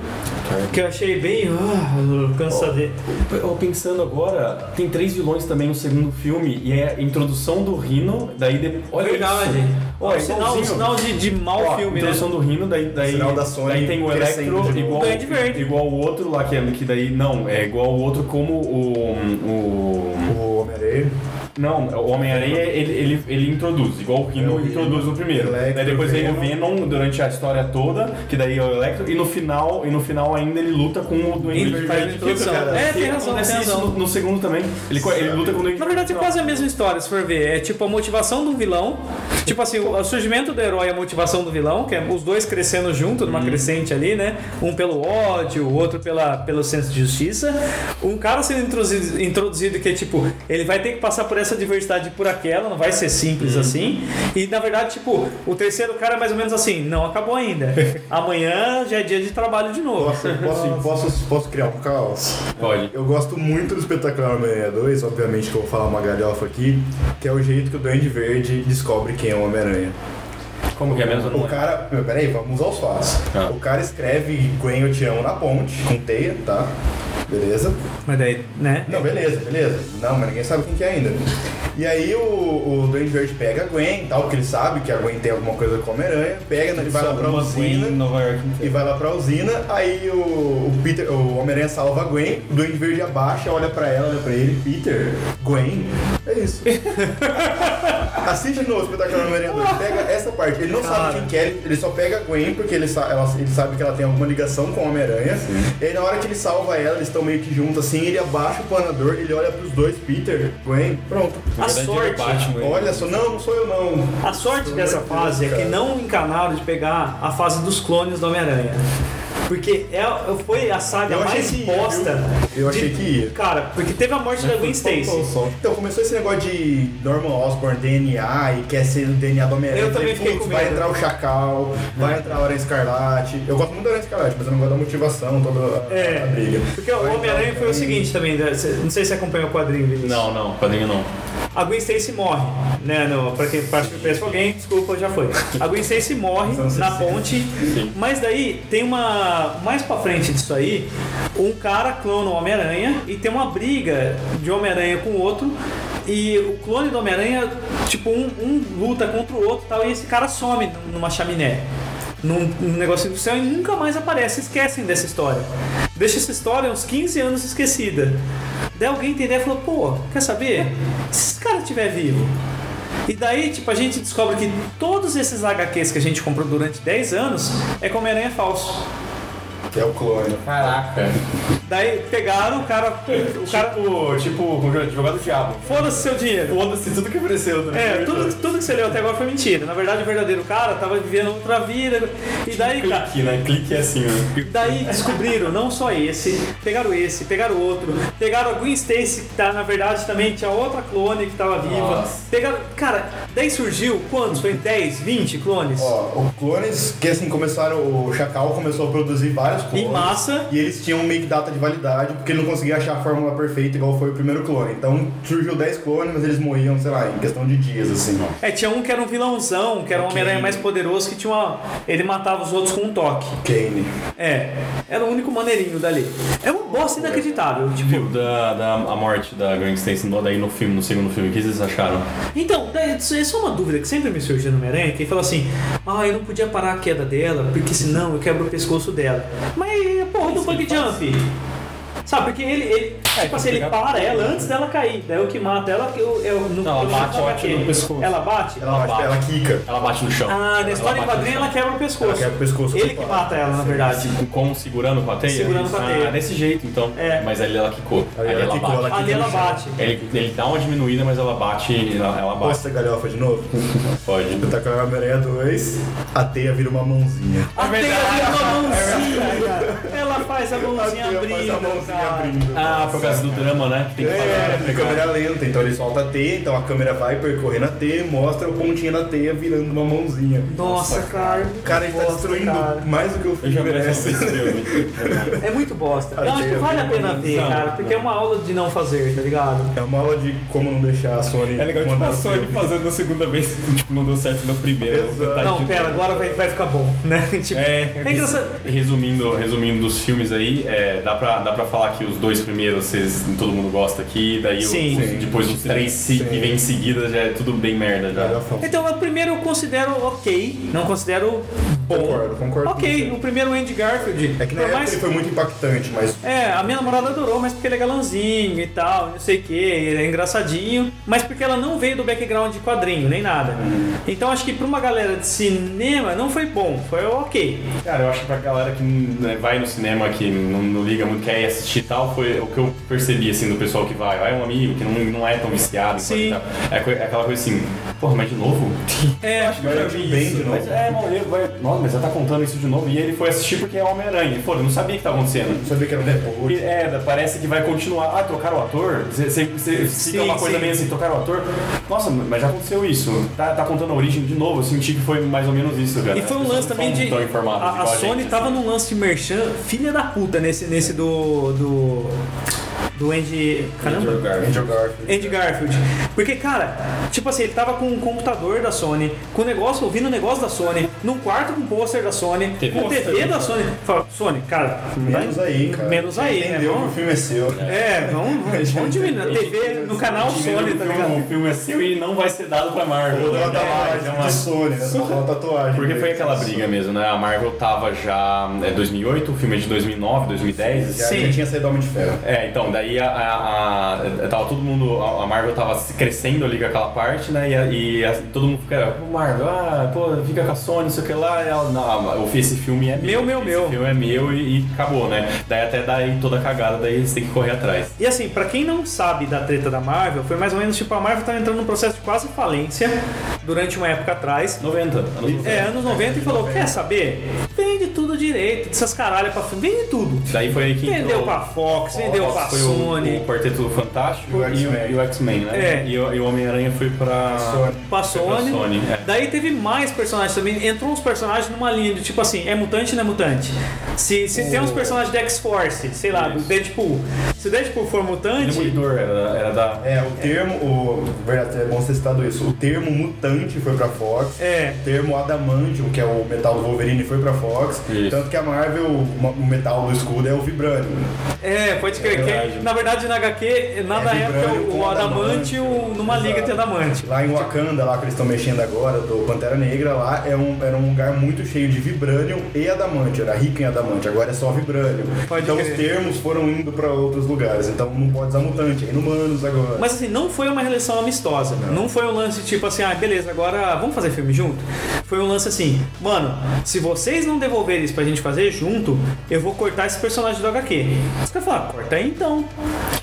[SPEAKER 3] Que eu achei bem. Ah, cansadinho.
[SPEAKER 5] Eu pensando agora, tem três vilões também no segundo filme, e é a introdução do Rino, daí depois. Olha
[SPEAKER 3] Verdade.
[SPEAKER 5] isso.
[SPEAKER 3] Ó,
[SPEAKER 5] Olha,
[SPEAKER 3] sinal,
[SPEAKER 5] igualzinho.
[SPEAKER 3] sinal de, de mau
[SPEAKER 5] Ó,
[SPEAKER 3] filme, né?
[SPEAKER 5] introdução do Rino, daí, daí,
[SPEAKER 6] Sinal da Sony
[SPEAKER 5] daí tem o
[SPEAKER 6] crescendo de
[SPEAKER 5] Electro
[SPEAKER 6] novo.
[SPEAKER 5] igual,
[SPEAKER 3] Duende Verde.
[SPEAKER 5] igual o outro lá que, é- que daí. Não, é igual o outro como o. o
[SPEAKER 6] O Homem-Aranha.
[SPEAKER 5] não, o Homem-Aranha ele, ele, ele introduz, igual o
[SPEAKER 6] É, o
[SPEAKER 5] Rino
[SPEAKER 6] Rhino,
[SPEAKER 5] introduz no primeiro.
[SPEAKER 6] Electro,
[SPEAKER 5] daí depois vem o
[SPEAKER 6] Venom.
[SPEAKER 5] Venom durante a história toda, que daí é o Electro, e no final, e no final ainda ele luta com o Duende
[SPEAKER 3] Inverno,
[SPEAKER 5] Verde.
[SPEAKER 3] introdução. É, tem razão,
[SPEAKER 5] acontece
[SPEAKER 3] tem
[SPEAKER 5] isso
[SPEAKER 3] razão.
[SPEAKER 5] No, no segundo também. Ele, co- ele luta com o Duende
[SPEAKER 3] Na verdade é
[SPEAKER 5] Verde.
[SPEAKER 3] quase a mesma história, se for ver. É tipo a motivação do vilão. Tipo assim, o o surgimento do herói e a motivação do vilão, que é os dois crescendo junto, numa crescente ali, né? Um pelo ódio, o outro pela, pelo senso de justiça. Um cara sendo introduzido, introduzido que é tipo, ele vai ter que passar por essa diversidade e por aquela, não vai ser simples assim. E na verdade, tipo, o terceiro cara é mais ou menos assim, não acabou ainda. Amanhã já é dia de trabalho de novo.
[SPEAKER 6] Posso, posso, posso, posso criar um caos?
[SPEAKER 5] Pode.
[SPEAKER 6] Eu gosto muito do espetacular Homem-Aranha 2, obviamente que eu vou falar uma galhofa aqui, que é o jeito que o Duende Verde descobre quem é o Homem-Aranha.
[SPEAKER 5] Como que é mesmo?
[SPEAKER 6] O cara. Meu, peraí, vamos aos fatos.
[SPEAKER 5] Ah.
[SPEAKER 6] O cara escreve Gwen eu te amo na ponte, com teia, tá? Beleza?
[SPEAKER 3] Mas daí, né?
[SPEAKER 6] Não, beleza, beleza. Não, mas ninguém sabe quem que é ainda. E aí o, o Duende Verde pega a Gwen e tal, porque ele sabe que a Gwen tem alguma coisa com a Homem-Aranha, pega, né, ele vai lá pra
[SPEAKER 4] Uma Gwen
[SPEAKER 5] né?
[SPEAKER 4] em
[SPEAKER 6] usina
[SPEAKER 4] Nova York.
[SPEAKER 6] e vai lá pra usina, aí o, o Peter, o Homem-Aranha salva a Gwen, o Duende Verde abaixa, olha pra ela, olha pra ele, Peter, Gwen, é isso. Assiste de novo o espetáculo Homem-Aranha 2, pega essa parte, ele não
[SPEAKER 3] Cara.
[SPEAKER 6] sabe quem que é, ele só pega a Gwen porque ele, sa- ela- ele sabe que ela tem alguma ligação com o Homem-Aranha, e aí na hora que ele salva ela, eles estão meio que juntos assim, ele abaixa o planador, ele olha pros dois, Peter, Gwen, pronto.
[SPEAKER 3] A
[SPEAKER 4] verdade, ele é
[SPEAKER 3] sorte.
[SPEAKER 4] Batman.
[SPEAKER 6] Olha só, não, não sou eu não.
[SPEAKER 3] A sorte dessa fase é que não encanaram de pegar a fase dos clones do Homem-Aranha. né? Porque é, foi a saga
[SPEAKER 6] Eu achei
[SPEAKER 3] mais
[SPEAKER 6] que ia,
[SPEAKER 3] bosta.
[SPEAKER 6] viu? Eu
[SPEAKER 3] de-
[SPEAKER 6] achei que ia.
[SPEAKER 3] Cara, porque teve a morte da Gwen Stacy.
[SPEAKER 6] Então, começou esse negócio de Norman Osborn, DNA, e quer ser o DNA do Homem-Aranha.
[SPEAKER 3] Eu também
[SPEAKER 6] Falei,
[SPEAKER 3] fiquei
[SPEAKER 6] "Putz,
[SPEAKER 3] com
[SPEAKER 6] Vai
[SPEAKER 3] medo."
[SPEAKER 6] entrar o Chacal, vai entrar a Aranha Escarlate. Eu gosto muito da Aranha Escarlate, mas eu não gosto da motivação, toda a, a briga. então,
[SPEAKER 3] É, porque o
[SPEAKER 6] Vai
[SPEAKER 3] Homem-Aranha
[SPEAKER 6] entrar
[SPEAKER 3] foi o seguinte também, né? Cê- não sei se você acompanha o quadrinho, Vinícius.
[SPEAKER 5] Não, não, quadrinho não.
[SPEAKER 3] A Gwen Stacy morre, né? No, pra quem parte do peço alguém, desculpa, já foi. A Gwen Stacy morre na ponte, mas daí tem uma. Mais pra frente disso aí, um cara clona o Homem-Aranha e tem uma briga de Homem-Aranha com o outro. E o clone do Homem-Aranha, tipo, um, um luta contra o outro e tal, e esse cara some numa chaminé. Num, num negocinho do céu e nunca mais aparece. Esquecem dessa história. Deixa essa história uns 15 anos esquecida. Daí alguém tem ideia e falou, pô, quer saber? Se esse cara estiver vivo. E daí, tipo, a gente descobre que todos esses HQs que a gente comprou durante 10 anos é como Homem-Aranha falso.
[SPEAKER 6] Que é o clone.
[SPEAKER 5] Caraca.
[SPEAKER 3] Daí pegaram o cara. O cara.
[SPEAKER 5] Tipo, tipo, como joga- jogado diabo.
[SPEAKER 3] Foda-se seu dinheiro.
[SPEAKER 5] Foda-se tudo que apareceu. né?
[SPEAKER 3] É, tudo, tudo que você leu até agora foi mentira. Na verdade, o verdadeiro cara tava vivendo outra vida. E daí, cara.
[SPEAKER 5] Clique, né? Clique é assim, né?
[SPEAKER 3] Daí descobriram não só esse, pegaram esse, pegaram outro, pegaram a Gwen Stacy, que tá, na verdade também tinha outra clone que tava viva.
[SPEAKER 5] Nossa.
[SPEAKER 3] Pegaram. Cara, daí surgiu quantos? Foi 10, 20 clones?
[SPEAKER 6] Ó, o clones, que assim, começaram, o Chacal começou a produzir vários clones.
[SPEAKER 3] Em massa.
[SPEAKER 6] E eles tinham meio que data de validade, porque ele não conseguia achar a fórmula perfeita igual foi o primeiro clone. Então surgiu 10 clones, mas eles morriam, sei lá, em questão de dias, assim.
[SPEAKER 3] É, tinha um que era um vilãozão, que era um Homem-Aranha mais poderoso, que tinha uma. Ele matava os outros com um toque.
[SPEAKER 6] Kane.
[SPEAKER 3] É. Era o único maneirinho dali. É uma bosta inacreditável. Tipo,
[SPEAKER 5] Viu, da, da a morte da Gwen Stacy no, daí no filme, no segundo filme, o que vocês acharam?
[SPEAKER 3] Então, daí, isso isso é uma dúvida que sempre me surgiu no Homem-Aranha, que fala assim, ah, eu não podia parar a queda dela, porque senão eu quebro o pescoço dela. Mas aí, porra, do bug jump. Sabe, porque ele, ele tipo assim, ele para ela antes dela cair. Daí o que mata ela, que eu, eu não
[SPEAKER 5] Ela
[SPEAKER 3] eu
[SPEAKER 5] bate,
[SPEAKER 3] não-
[SPEAKER 5] bate no pescoço.
[SPEAKER 3] Ela bate?
[SPEAKER 6] Ela,
[SPEAKER 5] bate.
[SPEAKER 6] ela quica.
[SPEAKER 5] Ela bate no chão.
[SPEAKER 3] Ah, na história em
[SPEAKER 5] bate no
[SPEAKER 3] quadrinho
[SPEAKER 5] chão.
[SPEAKER 3] ela quebra o pescoço.
[SPEAKER 6] Ela quebra o pescoço,
[SPEAKER 3] Ele
[SPEAKER 6] eu
[SPEAKER 3] que
[SPEAKER 6] falo.
[SPEAKER 3] mata ela, na verdade.
[SPEAKER 5] Se- Como segurando com a teia?
[SPEAKER 3] Segurando com a teia.
[SPEAKER 5] Ah, desse jeito, então.
[SPEAKER 3] É.
[SPEAKER 5] Mas ali ela quicou.
[SPEAKER 6] Aí ela quicou, ela
[SPEAKER 3] Ali ela bate.
[SPEAKER 5] Ele, ele dá uma diminuída, mas ela bate. Ela, ela bate.
[SPEAKER 6] Posta galhofa de novo.
[SPEAKER 5] Pode.
[SPEAKER 6] Espetacular Homem-Aranha 2, a teia vira uma mãozinha.
[SPEAKER 3] A teia vira uma mãozinha, cara. Ela faz a mãozinha
[SPEAKER 6] A teia faz
[SPEAKER 3] abrindo,
[SPEAKER 6] a mãozinha
[SPEAKER 3] cara.
[SPEAKER 6] abrindo.
[SPEAKER 5] Ah, por causa do drama, né? Que tem que fazer.
[SPEAKER 6] É,
[SPEAKER 5] né?
[SPEAKER 6] de câmera lenta, então ele solta a teia, então a câmera vai percorrendo a teia, mostra o pontinho da teia virando uma mãozinha.
[SPEAKER 3] Nossa, cara.
[SPEAKER 6] Cara, ele tá
[SPEAKER 3] Bosta,
[SPEAKER 6] destruindo
[SPEAKER 3] cara.
[SPEAKER 6] mais do que o
[SPEAKER 5] Eu já
[SPEAKER 6] filme
[SPEAKER 5] merece
[SPEAKER 6] merece.
[SPEAKER 5] esse filme.
[SPEAKER 3] É muito bosta. Eu
[SPEAKER 6] Ah,
[SPEAKER 3] acho que
[SPEAKER 6] tem,
[SPEAKER 3] vale a
[SPEAKER 6] tem,
[SPEAKER 3] pena
[SPEAKER 6] tem,
[SPEAKER 3] ver,
[SPEAKER 5] não,
[SPEAKER 3] cara, porque é uma aula de não fazer, tá ligado?
[SPEAKER 6] É uma aula de como não deixar a Sony.
[SPEAKER 4] É legal tipo
[SPEAKER 6] mandar
[SPEAKER 4] a
[SPEAKER 6] o
[SPEAKER 4] Sony
[SPEAKER 6] filme.
[SPEAKER 4] fazendo na segunda vez, tipo, não deu certo na primeira. vou
[SPEAKER 5] Tá,
[SPEAKER 4] tentar de
[SPEAKER 3] Não,
[SPEAKER 5] tipo,
[SPEAKER 4] novo.
[SPEAKER 3] pera, agora vai, vai ficar bom, né? Tipo,
[SPEAKER 4] É.
[SPEAKER 3] é engraçado.
[SPEAKER 5] Resumindo, resumindo dos filmes aí, é, dá, pra, dá pra falar que os dois primeiros vocês, todo mundo gosta aqui, daí o-
[SPEAKER 3] Sim.
[SPEAKER 5] os-
[SPEAKER 6] Sim.
[SPEAKER 5] depois os três se- que vem em seguida já é tudo bem merda já.
[SPEAKER 6] Galhofa.
[SPEAKER 3] Então, o primeiro eu considero ok, não considero bom.
[SPEAKER 6] Concordo, concordo
[SPEAKER 3] Ok,
[SPEAKER 6] com você.
[SPEAKER 3] o primeiro Andy Garfield.
[SPEAKER 6] É que
[SPEAKER 3] por
[SPEAKER 6] na época
[SPEAKER 3] mais-
[SPEAKER 6] ele foi muito impactante, mas
[SPEAKER 3] É, a minha namorada adorou, mas porque ele é galãozinho e tal, não sei o que, ele é engraçadinho, mas porque ela não veio do background de quadrinho, nem nada. Então acho que pra uma galera de cinema não foi bom, foi ok.
[SPEAKER 5] Cara, eu acho que pra galera que né, vai no cinema, que não, não liga muito, quer ir assistir e tal, foi o que eu percebi, assim, do pessoal que vai. Ah, é um amigo que não, não é tão viciado.
[SPEAKER 3] Sim.
[SPEAKER 5] então, tá. É, coi- é aquela coisa assim, porra, mas de novo?
[SPEAKER 3] É, acho
[SPEAKER 6] vai bem de novo.
[SPEAKER 5] Mas é, mano, ele vai... Nossa, mas ela tá contando isso de novo. E ele foi assistir porque é Homem-Aranha. Pô, eu não sabia o que tá acontecendo.
[SPEAKER 6] Não sabia que era um
[SPEAKER 5] E,
[SPEAKER 6] repórter.
[SPEAKER 5] É, parece que vai continuar. Ah, trocaram o ator? Você
[SPEAKER 3] Sim,
[SPEAKER 5] fica uma coisa
[SPEAKER 3] sim.
[SPEAKER 5] meio assim, trocaram o ator? Nossa, mas já aconteceu isso. Tá, tá contando a origem de novo, eu senti que foi mais ou menos isso, cara.
[SPEAKER 3] E foi
[SPEAKER 5] As
[SPEAKER 3] um
[SPEAKER 5] pessoas
[SPEAKER 3] lance
[SPEAKER 5] não
[SPEAKER 3] também
[SPEAKER 5] são
[SPEAKER 3] de.
[SPEAKER 5] Tão informadas
[SPEAKER 3] a, a
[SPEAKER 5] igual
[SPEAKER 3] Sony
[SPEAKER 5] gente,
[SPEAKER 3] tava
[SPEAKER 5] assim.
[SPEAKER 3] num lance de merchan, filha da puta, nesse, nesse do. do. do Andy. Caramba!
[SPEAKER 7] Andrew Garfield.
[SPEAKER 6] Andrew Garfield.
[SPEAKER 3] Andy Garfield. Porque, cara, tipo assim, ele tava com um computador da Sony, com o negócio, ouvindo o negócio da Sony, num quarto com um pôster da Sony,
[SPEAKER 5] TV.
[SPEAKER 3] com TV da Sony. Fala, Sony, cara,
[SPEAKER 6] Menos aí, cara.
[SPEAKER 3] Menos aí, né?
[SPEAKER 6] Entendeu que o
[SPEAKER 3] Vamos-
[SPEAKER 6] filme é seu.
[SPEAKER 3] É, vamos, vamos, vamos diminuir. A TV no canal Sony, tá ligado?
[SPEAKER 5] O filme é seu e não vai ser dado pra Marvel.
[SPEAKER 6] Toda
[SPEAKER 5] né?
[SPEAKER 6] uma
[SPEAKER 5] É
[SPEAKER 6] tatuagem
[SPEAKER 5] uma-
[SPEAKER 6] do Sony, né? Só uma tatuagem.
[SPEAKER 5] Porque foi aquela briga mesmo, né? A Marvel tava já. É 2008, o filme é de 2009, 2010.
[SPEAKER 6] Já,
[SPEAKER 3] Sim.
[SPEAKER 6] já tinha saído Homem de Ferro.
[SPEAKER 5] É, então, daí a, a, a- tava todo mundo, a a Marvel tava se crescendo ali com aquela parte, né? E, a- e a- todo mundo fica, pô, Marvel, ah, pô, fica com a Sony, não sei o que lá. E ela, não, eu- esse filme é
[SPEAKER 3] Meu, meu,
[SPEAKER 5] meu. esse
[SPEAKER 3] meu.
[SPEAKER 5] filme é meu e, e acabou, né? Daí até daí toda a cagada, daí eles têm que correr atrás.
[SPEAKER 3] E assim, pra quem não sabe da treta da Marvel, foi mais ou menos tipo, a Marvel tava entrando num processo de quase falência durante uma época atrás.
[SPEAKER 5] 90, anos 90.
[SPEAKER 3] É, anos 90 e falou, quer saber? Vende tudo direito, dessas caralhas pra filme, vende tudo.
[SPEAKER 5] Daí foi aí que
[SPEAKER 3] Vendeu
[SPEAKER 5] entrou-
[SPEAKER 3] pra Fox, vendeu
[SPEAKER 5] Fox
[SPEAKER 3] pra
[SPEAKER 5] foi o-
[SPEAKER 3] Sony,
[SPEAKER 5] O, Quarteto Fantástico
[SPEAKER 6] O
[SPEAKER 5] e
[SPEAKER 6] X-Men.
[SPEAKER 5] o- e o X-Men, né?
[SPEAKER 3] É.
[SPEAKER 5] E, o- e o Homem-Aranha foi pra.
[SPEAKER 6] Sony.
[SPEAKER 3] pra Sony.
[SPEAKER 5] Sony, é.
[SPEAKER 3] Daí teve mais personagens também. Entrou uns personagens numa linha de tipo assim, é mutante ou não é mutante? Se, se tem uns personagens de X-Force, sei lá, do
[SPEAKER 5] Isso. é
[SPEAKER 3] Deadpool. Se o Deadpool for mutante,
[SPEAKER 5] Demolidor era, era da.
[SPEAKER 6] É, o termo, o, verdade, é bom você citado isso, o termo mutante foi pra Fox,
[SPEAKER 3] É.
[SPEAKER 6] o termo adamantium, que é o metal do Wolverine, foi pra Fox,
[SPEAKER 5] Isso.
[SPEAKER 6] tanto que a Marvel, o o metal do escudo é o vibranium.
[SPEAKER 3] é, pode crer. que,
[SPEAKER 5] verdade.
[SPEAKER 3] na verdade, na HQ, nada é,
[SPEAKER 6] É
[SPEAKER 3] porque
[SPEAKER 6] vibranium
[SPEAKER 3] o,
[SPEAKER 6] com
[SPEAKER 3] o Adamante um
[SPEAKER 6] adamante.
[SPEAKER 3] numa liga tem Adamante.
[SPEAKER 6] Lá em Wakanda, lá que eles estão mexendo agora, do Pantera Negra, lá é um, era um lugar muito cheio de vibranium e adamante, era rico em adamante, agora é só vibranium.
[SPEAKER 3] Pode
[SPEAKER 6] então
[SPEAKER 3] crer.
[SPEAKER 6] os termos foram indo pra outros lugares, então não pode usar mutante, é inumanos agora.
[SPEAKER 3] Mas assim, não foi uma relação amistosa. Não. foi um lance tipo assim, ah, beleza, agora vamos fazer filme junto. Foi um lance assim, mano, se vocês não devolverem isso pra gente fazer junto, eu vou cortar esse personagem do HQ. Os caras falaram, "Ah, corta aí então.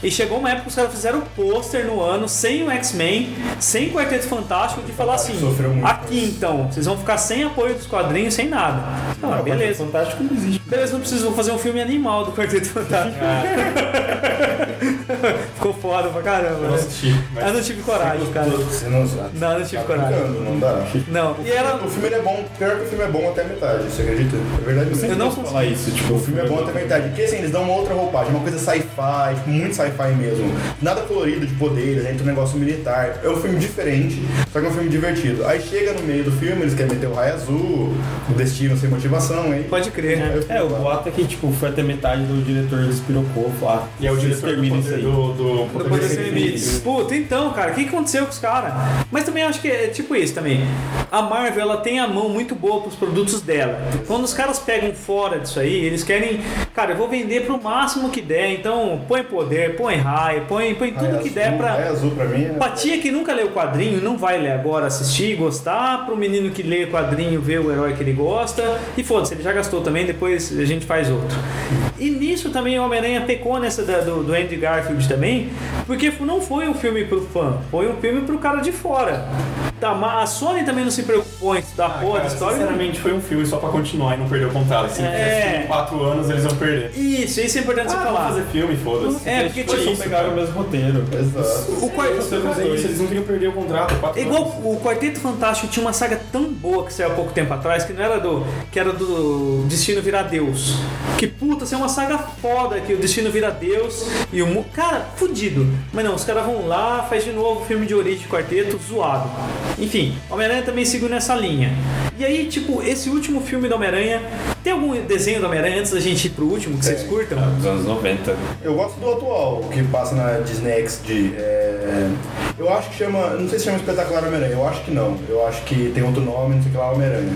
[SPEAKER 3] E chegou uma época que os caras fizeram pôster no ano, sem o X-Men, sem o Quarteto Fantástico, de falar assim,
[SPEAKER 6] Sofreu muito.
[SPEAKER 3] aqui então, vocês vão ficar sem apoio dos quadrinhos, sem nada. Ah, beleza.
[SPEAKER 7] Fantástico não existe.
[SPEAKER 3] Beleza, não preciso, vou fazer um filme animal do Quarteto Fantástico. Ficou foda pra caramba. né? Eu não tive coragem, cara.
[SPEAKER 6] Você não
[SPEAKER 3] Não, eu não tive coragem.
[SPEAKER 6] Tá brincando, não dá.
[SPEAKER 3] Não. E era.
[SPEAKER 6] O filme ele é bom, pior que o filme é bom até a metade, você acredita? É verdade mesmo.
[SPEAKER 3] Eu não
[SPEAKER 7] Posso falar isso, tipo,
[SPEAKER 6] O filme é bom até a metade, porque assim, eles dão uma outra roupagem, uma coisa sci-fi, tipo, muito sci-fi mesmo. Nada colorido de poderes, entra um negócio militar. É um filme diferente, só que é um filme divertido. Aí chega no meio do filme, eles querem meter o raio azul, o destino sem motivação, hein?
[SPEAKER 3] Pode crer, né?
[SPEAKER 7] É, o boato é que tipo, foi até metade do diretor despirocou, falou, ah,
[SPEAKER 5] E é o diretor do,
[SPEAKER 7] termina isso
[SPEAKER 5] poder,
[SPEAKER 7] aí.
[SPEAKER 5] do, do
[SPEAKER 3] Do
[SPEAKER 5] Poder
[SPEAKER 3] Poder
[SPEAKER 5] Sem
[SPEAKER 3] Sem Limites. Puta, então, cara, o que aconteceu com os caras? Mas também acho que é tipo isso também. A Marvel, ela tem a mão muito boa pros produtos dela. Quando os caras pegam fora disso aí, eles querem, cara, eu vou vender pro máximo que der, então põe poder, põe raio, põe, põe tudo
[SPEAKER 6] Raio
[SPEAKER 3] que
[SPEAKER 6] azul,
[SPEAKER 3] der pra.
[SPEAKER 6] Raio azul pra mim é...
[SPEAKER 3] Pra tia que nunca leu o quadrinho, não vai ler agora, assistir, gostar. Pro menino que lê o quadrinho, ver o herói que ele gosta. E foda-se, ele já gastou também, depois a gente faz outro. E nisso também o Homem-Aranha pecou nessa da- do, do Andy Garfield também, porque não foi um filme pro fã, foi um filme pro cara de fora. Tá, mas a Sony também não se preocupou em estudar
[SPEAKER 5] Ah,
[SPEAKER 3] porra
[SPEAKER 5] cara,
[SPEAKER 3] de história.
[SPEAKER 5] Sinceramente, foi um filme só pra continuar e não perder o contrato. Se
[SPEAKER 3] É.
[SPEAKER 5] é. em 4 anos, eles vão perder.
[SPEAKER 3] Isso, isso é importante você
[SPEAKER 5] Ah, vamos
[SPEAKER 3] falar.
[SPEAKER 5] fazer filme, foda-se.
[SPEAKER 3] É, porque
[SPEAKER 5] foi
[SPEAKER 3] tipo,
[SPEAKER 5] isso,
[SPEAKER 7] Pegaram o
[SPEAKER 5] cara.
[SPEAKER 7] mesmo roteiro.
[SPEAKER 6] Exato.
[SPEAKER 3] O quarto-
[SPEAKER 5] Isso, eles fizeram isso, eles não queriam perder o contrato. quatro
[SPEAKER 3] É Igual
[SPEAKER 5] anos.
[SPEAKER 3] o Quarteto Fantástico tinha uma saga tão boa que saiu há pouco tempo atrás, que não era do. que era do Destino Vira Deus. Que puta, isso é uma saga foda que o Destino Vira Deus e o. mu- Cara, fudido. Mas não, os caras vão lá, faz de novo o filme de origem de quarteto, zoado. Enfim, Homem-Aranha também seguiu nessa linha. E aí, tipo, esse último filme do Homem-Aranha. Tem algum desenho do Homem-Aranha antes da gente ir pro último que vocês curtam?
[SPEAKER 6] Ah,
[SPEAKER 7] Dos anos 90.
[SPEAKER 6] Eu gosto do atual, que passa na Disney XD. É... Eu acho que chama. Não sei se chama Espetacular Homem-Aranha, eu acho que não. Eu acho que tem outro nome, não sei o que lá, Homem-Aranha.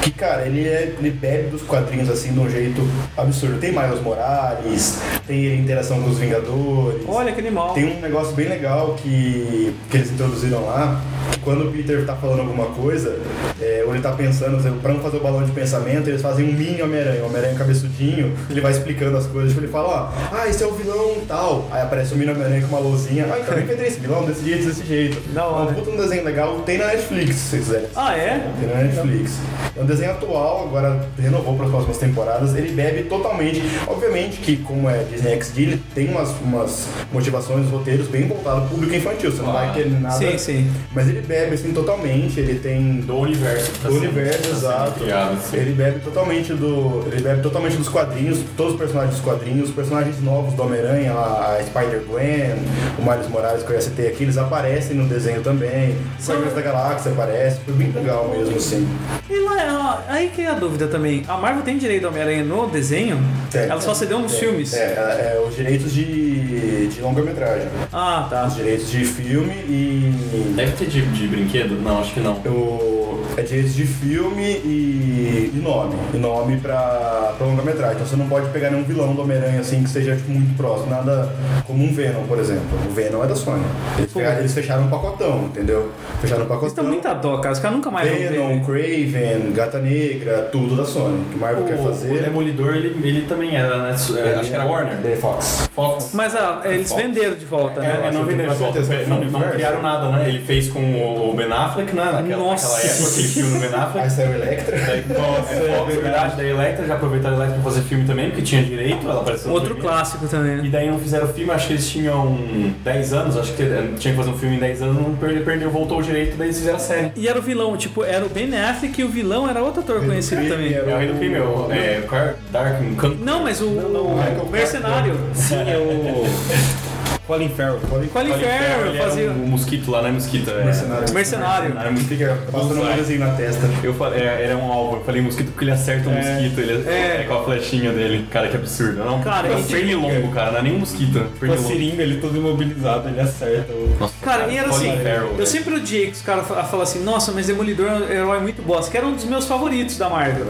[SPEAKER 6] Que, cara, ele, é, ele bebe dos quadrinhos assim de um jeito absurdo. Tem Miles Morales, tem interação com os Vingadores.
[SPEAKER 3] Olha que animal.
[SPEAKER 6] Tem um negócio bem legal que, que eles introduziram lá, que quando o Peter tá falando alguma coisa, é, ou ele tá pensando, por exemplo, pra não fazer o balão de pensamento, eles fazem um mini Homem-Aranha, um Homem-Aranha cabeçudinho, ele vai explicando as coisas, tipo, ele fala, ó, ah, esse é o vilão tal. Aí aparece o mini Homem-Aranha com uma lousinha, ah, então eu encontrei esse vilão desse jeito, desse jeito.
[SPEAKER 3] Da hora.
[SPEAKER 6] É um puta um desenho legal, tem na Netflix, se vocês quiserem.
[SPEAKER 3] Ah, é?
[SPEAKER 6] Tem na Netflix. É um desenho atual, agora renovou para as próximas temporadas. Ele bebe totalmente. Obviamente que, como é Disney XD, ele tem umas, umas motivações, roteiros bem voltados ao público infantil. Você não vai querer nada.
[SPEAKER 3] Sim, sim.
[SPEAKER 6] Mas ele bebe, assim, totalmente. Ele tem.
[SPEAKER 5] Do universo Tá
[SPEAKER 6] do
[SPEAKER 5] sendo-
[SPEAKER 6] universo,
[SPEAKER 5] tá sendo
[SPEAKER 6] exato.
[SPEAKER 5] criado, assim. sim.
[SPEAKER 6] Ele bebe totalmente do. Ele bebe totalmente dos quadrinhos, todos os personagens dos quadrinhos, os personagens novos do Homem-Aranha, a a Spider-Gwen, o Miles Morales que eu ia citar aqui, eles aparecem no desenho também. Os Guardiões da Galáxia aparece, foi bem legal mesmo, assim.
[SPEAKER 3] E lá, ó, aí que é a dúvida também. A Marvel tem direito ao Homem-Aranha no desenho?
[SPEAKER 6] Tem,
[SPEAKER 3] Ela só cedeu nos
[SPEAKER 6] tem.
[SPEAKER 3] filmes.
[SPEAKER 6] É, é, é, os direitos de, de longa-metragem.
[SPEAKER 3] Ah, tá.
[SPEAKER 6] Os direitos de filme e.
[SPEAKER 5] Deve ter de, de brinquedo? Não, acho que não.
[SPEAKER 6] O, é direitos de filme e, e nome. E nome pra, pra longa-metragem. Então você não pode pegar nenhum vilão do Homem-Aranha assim que seja tipo, muito próximo. Nada como um Venom, por exemplo. O Venom é da Sony. Eles, pegaram- eles fecharam um pacotão, entendeu? Fecharam um
[SPEAKER 3] Eles
[SPEAKER 6] pacotão.
[SPEAKER 3] estão muita dó, cara. Os caras nunca mais vão ver.
[SPEAKER 6] Venom, Craven, Gata Negra, tudo da Sony. O que Marvel quer
[SPEAKER 5] O
[SPEAKER 6] fazer. é
[SPEAKER 5] Demolidor, ele, ele também era, né? Su- é, acho que era Warner.
[SPEAKER 6] The Fox.
[SPEAKER 5] Fox.
[SPEAKER 3] Mas ah,
[SPEAKER 6] É
[SPEAKER 3] eles
[SPEAKER 5] Fox.
[SPEAKER 3] venderam de volta,
[SPEAKER 5] É,
[SPEAKER 3] né?
[SPEAKER 5] é, não,
[SPEAKER 6] venderam,
[SPEAKER 5] mas
[SPEAKER 6] com certeza,
[SPEAKER 5] volta, não,
[SPEAKER 6] foi no
[SPEAKER 5] não
[SPEAKER 6] universo.
[SPEAKER 5] criaram nada, né? Ele fez com o, o Ben Affleck, né? Naquela,
[SPEAKER 3] Nossa.
[SPEAKER 5] naquela época, aquele filme do Ben
[SPEAKER 6] Aí
[SPEAKER 5] Affleck.
[SPEAKER 6] saiu Electra.
[SPEAKER 5] Daí, Fox, é, Fox, verdade, daí Electra, já aproveitaram a Electra pra fazer filme também, porque tinha direito, ela apareceu no
[SPEAKER 3] Um Outro
[SPEAKER 6] é.
[SPEAKER 5] primeiro.
[SPEAKER 3] clássico
[SPEAKER 5] E
[SPEAKER 3] também. né?
[SPEAKER 5] daí não fizeram filme, acho que eles tinham 10 anos, acho que tinha que fazer um filme em 10 anos, não perdeu, perdeu, voltou o direito, daí eles fizeram a série.
[SPEAKER 3] E era o vilão, tipo, era o Ben Affleck e o vilão era outro ator conhecido também.
[SPEAKER 5] É o rei do crime, o é, o Car- Dark Can-
[SPEAKER 3] Não, mas o, o
[SPEAKER 6] Michael
[SPEAKER 3] mercenário.
[SPEAKER 4] Sim, é o. Colin Farrell.
[SPEAKER 3] Colin Farrell
[SPEAKER 5] ele era
[SPEAKER 3] fazia...
[SPEAKER 5] um, um é mosquito lá, né? Mosquito. É,
[SPEAKER 6] Mercenário.
[SPEAKER 3] Mercenário.
[SPEAKER 5] Era um mosquito.
[SPEAKER 6] Fica passando um assim na testa.
[SPEAKER 5] Eu falei, é, era um alvo, eu falei mosquito porque ele acerta um mosquito, ele
[SPEAKER 3] É.
[SPEAKER 5] é. com a flechinha dele. Cara, que absurdo. Não,
[SPEAKER 3] Cara,
[SPEAKER 5] é um
[SPEAKER 3] e-
[SPEAKER 5] pernilongo, cara, não é nem um mosquito. é um
[SPEAKER 4] Com a
[SPEAKER 5] Pernilongo.
[SPEAKER 4] seringa, ele todo imobilizado, ele acerta o.
[SPEAKER 3] Cara, e era assim,
[SPEAKER 5] Colin Farrell,
[SPEAKER 3] eu
[SPEAKER 5] velho.
[SPEAKER 3] sempre odiei que os caras fa- falam assim, nossa, mas Demolidor é um herói muito bosta, que era um dos meus favoritos da Marvel.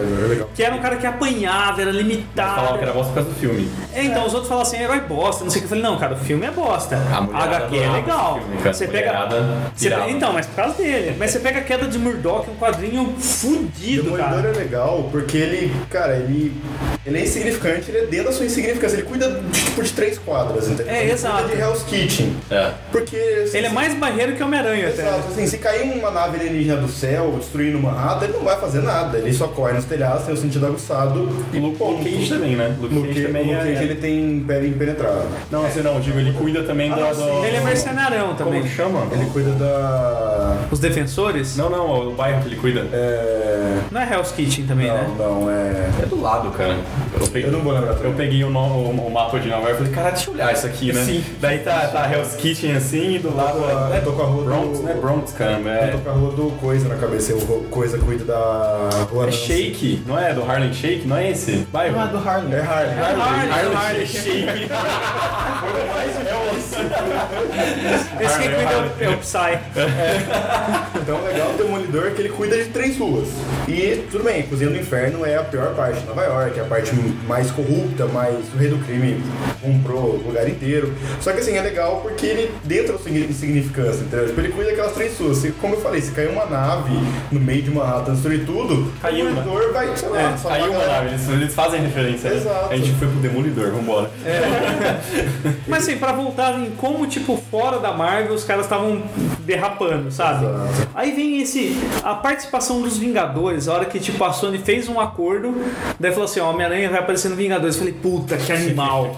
[SPEAKER 3] Que era um cara que apanhava, era
[SPEAKER 5] Falavam
[SPEAKER 3] limitado.
[SPEAKER 5] que era bosta por causa do filme.
[SPEAKER 3] É, então os outros falam assim, herói bosta, não sei o que. Eu falei, não, cara, o filme é bosta.
[SPEAKER 5] A mulherada
[SPEAKER 3] HQ é
[SPEAKER 5] adorava
[SPEAKER 3] legal.
[SPEAKER 5] esse filme, cara.
[SPEAKER 3] Você
[SPEAKER 5] A
[SPEAKER 3] pega.
[SPEAKER 5] mulherada
[SPEAKER 3] Você-
[SPEAKER 5] pirava.
[SPEAKER 3] Então, mas por causa dele. Mas você pega a queda de Murdoch, um quadrinho fudido,
[SPEAKER 6] Demolidor
[SPEAKER 3] cara.
[SPEAKER 6] é legal porque ele, cara, ele, ele é insignificante, ele é dentro da sua insignificância, ele cuida de, tipo de três quadras, entendeu?
[SPEAKER 3] É,
[SPEAKER 6] ele
[SPEAKER 3] exato.
[SPEAKER 6] cuida de Hell's Kitchen.
[SPEAKER 5] É.
[SPEAKER 6] Porque.
[SPEAKER 3] Ele é mais barreiro que Homem-Aranha, até. né?
[SPEAKER 6] Exato, assim, se cair uma nave alienígena do céu, destruindo Manhattan, ele não vai fazer nada. Ele só corre nos telhados, tem o sentido aguçado e
[SPEAKER 5] Luke
[SPEAKER 6] ponto.
[SPEAKER 5] Cage também, né? Luke,
[SPEAKER 6] Luke
[SPEAKER 5] Cage também
[SPEAKER 6] Luke
[SPEAKER 5] é-
[SPEAKER 6] Cage, ele tem pele impenetrável.
[SPEAKER 5] Não, assim, não, digo, ele cuida também da-
[SPEAKER 6] não,
[SPEAKER 5] do...
[SPEAKER 6] sim,
[SPEAKER 3] Ele é mercenarão
[SPEAKER 5] Como que
[SPEAKER 3] também.
[SPEAKER 5] chama?
[SPEAKER 6] Ele cuida da.
[SPEAKER 3] Os defensores?
[SPEAKER 5] Não, não, o bairro que ele cuida.
[SPEAKER 6] É.
[SPEAKER 3] Não é Hell's Kitchen também,
[SPEAKER 6] Não,
[SPEAKER 3] né?
[SPEAKER 6] não, é.
[SPEAKER 5] É do lado, cara. Eu peguei,
[SPEAKER 6] Eu não vou lembrar
[SPEAKER 5] eu
[SPEAKER 6] também.
[SPEAKER 5] peguei o, no- o- o mapa de Nova York e falei, cara, deixa eu olhar isso aqui, né?
[SPEAKER 4] Sim.
[SPEAKER 5] Daí tá, tá Hell's Kitchen assim e do lado
[SPEAKER 6] Ah,
[SPEAKER 5] é,
[SPEAKER 6] eu tô com a rua do-
[SPEAKER 5] Bronx, né? Bronx, caramba.
[SPEAKER 6] Eu
[SPEAKER 5] É,
[SPEAKER 6] tô com a rua do Coisa na cabeça, é o Coisa cuida da rua.
[SPEAKER 5] é
[SPEAKER 6] Nancy.
[SPEAKER 5] Shake, não é? Do Harlem Shake? Não é esse? Vai,
[SPEAKER 4] Ah, do Harlem.
[SPEAKER 6] É Harley.
[SPEAKER 3] Harley, Harley.
[SPEAKER 5] Shake.
[SPEAKER 3] Esse quem
[SPEAKER 5] Harley,
[SPEAKER 3] cuida é o-
[SPEAKER 5] Harley.
[SPEAKER 3] é o Psy.
[SPEAKER 6] Então, legal o Demolidor que ele cuida de três ruas. E tudo bem, Cozinha do Inferno é a pior parte de Nova York, é a parte mais corrupta, mais o rei do crime comprou o lugar inteiro. Só que assim, é legal porque ele dentro da sua insignificância, entendeu? Tipo, ele cuida daquelas três ruas. Se- como eu falei, se cair uma nave no meio de uma rata, destruir tudo,
[SPEAKER 5] Caiu
[SPEAKER 6] o
[SPEAKER 5] uma.
[SPEAKER 6] Demolidor vai, sei lá,
[SPEAKER 5] É,
[SPEAKER 6] salvar
[SPEAKER 5] Aí
[SPEAKER 6] a
[SPEAKER 5] o
[SPEAKER 6] galera.
[SPEAKER 5] Manav, eles, eles fazem referência. né?
[SPEAKER 6] Exato.
[SPEAKER 5] A gente foi pro Demolidor, vambora.
[SPEAKER 3] Mas assim, pra voltar em como, tipo, fora da Marvel, os caras estavam derrapando, sabe? Aí vem esse. A participação dos Vingadores, a hora que, tipo, a Sony fez um acordo, daí falou assim: ó, Homem-Aranha vai aparecer no Vingadores. Eu falei, puta, que animal.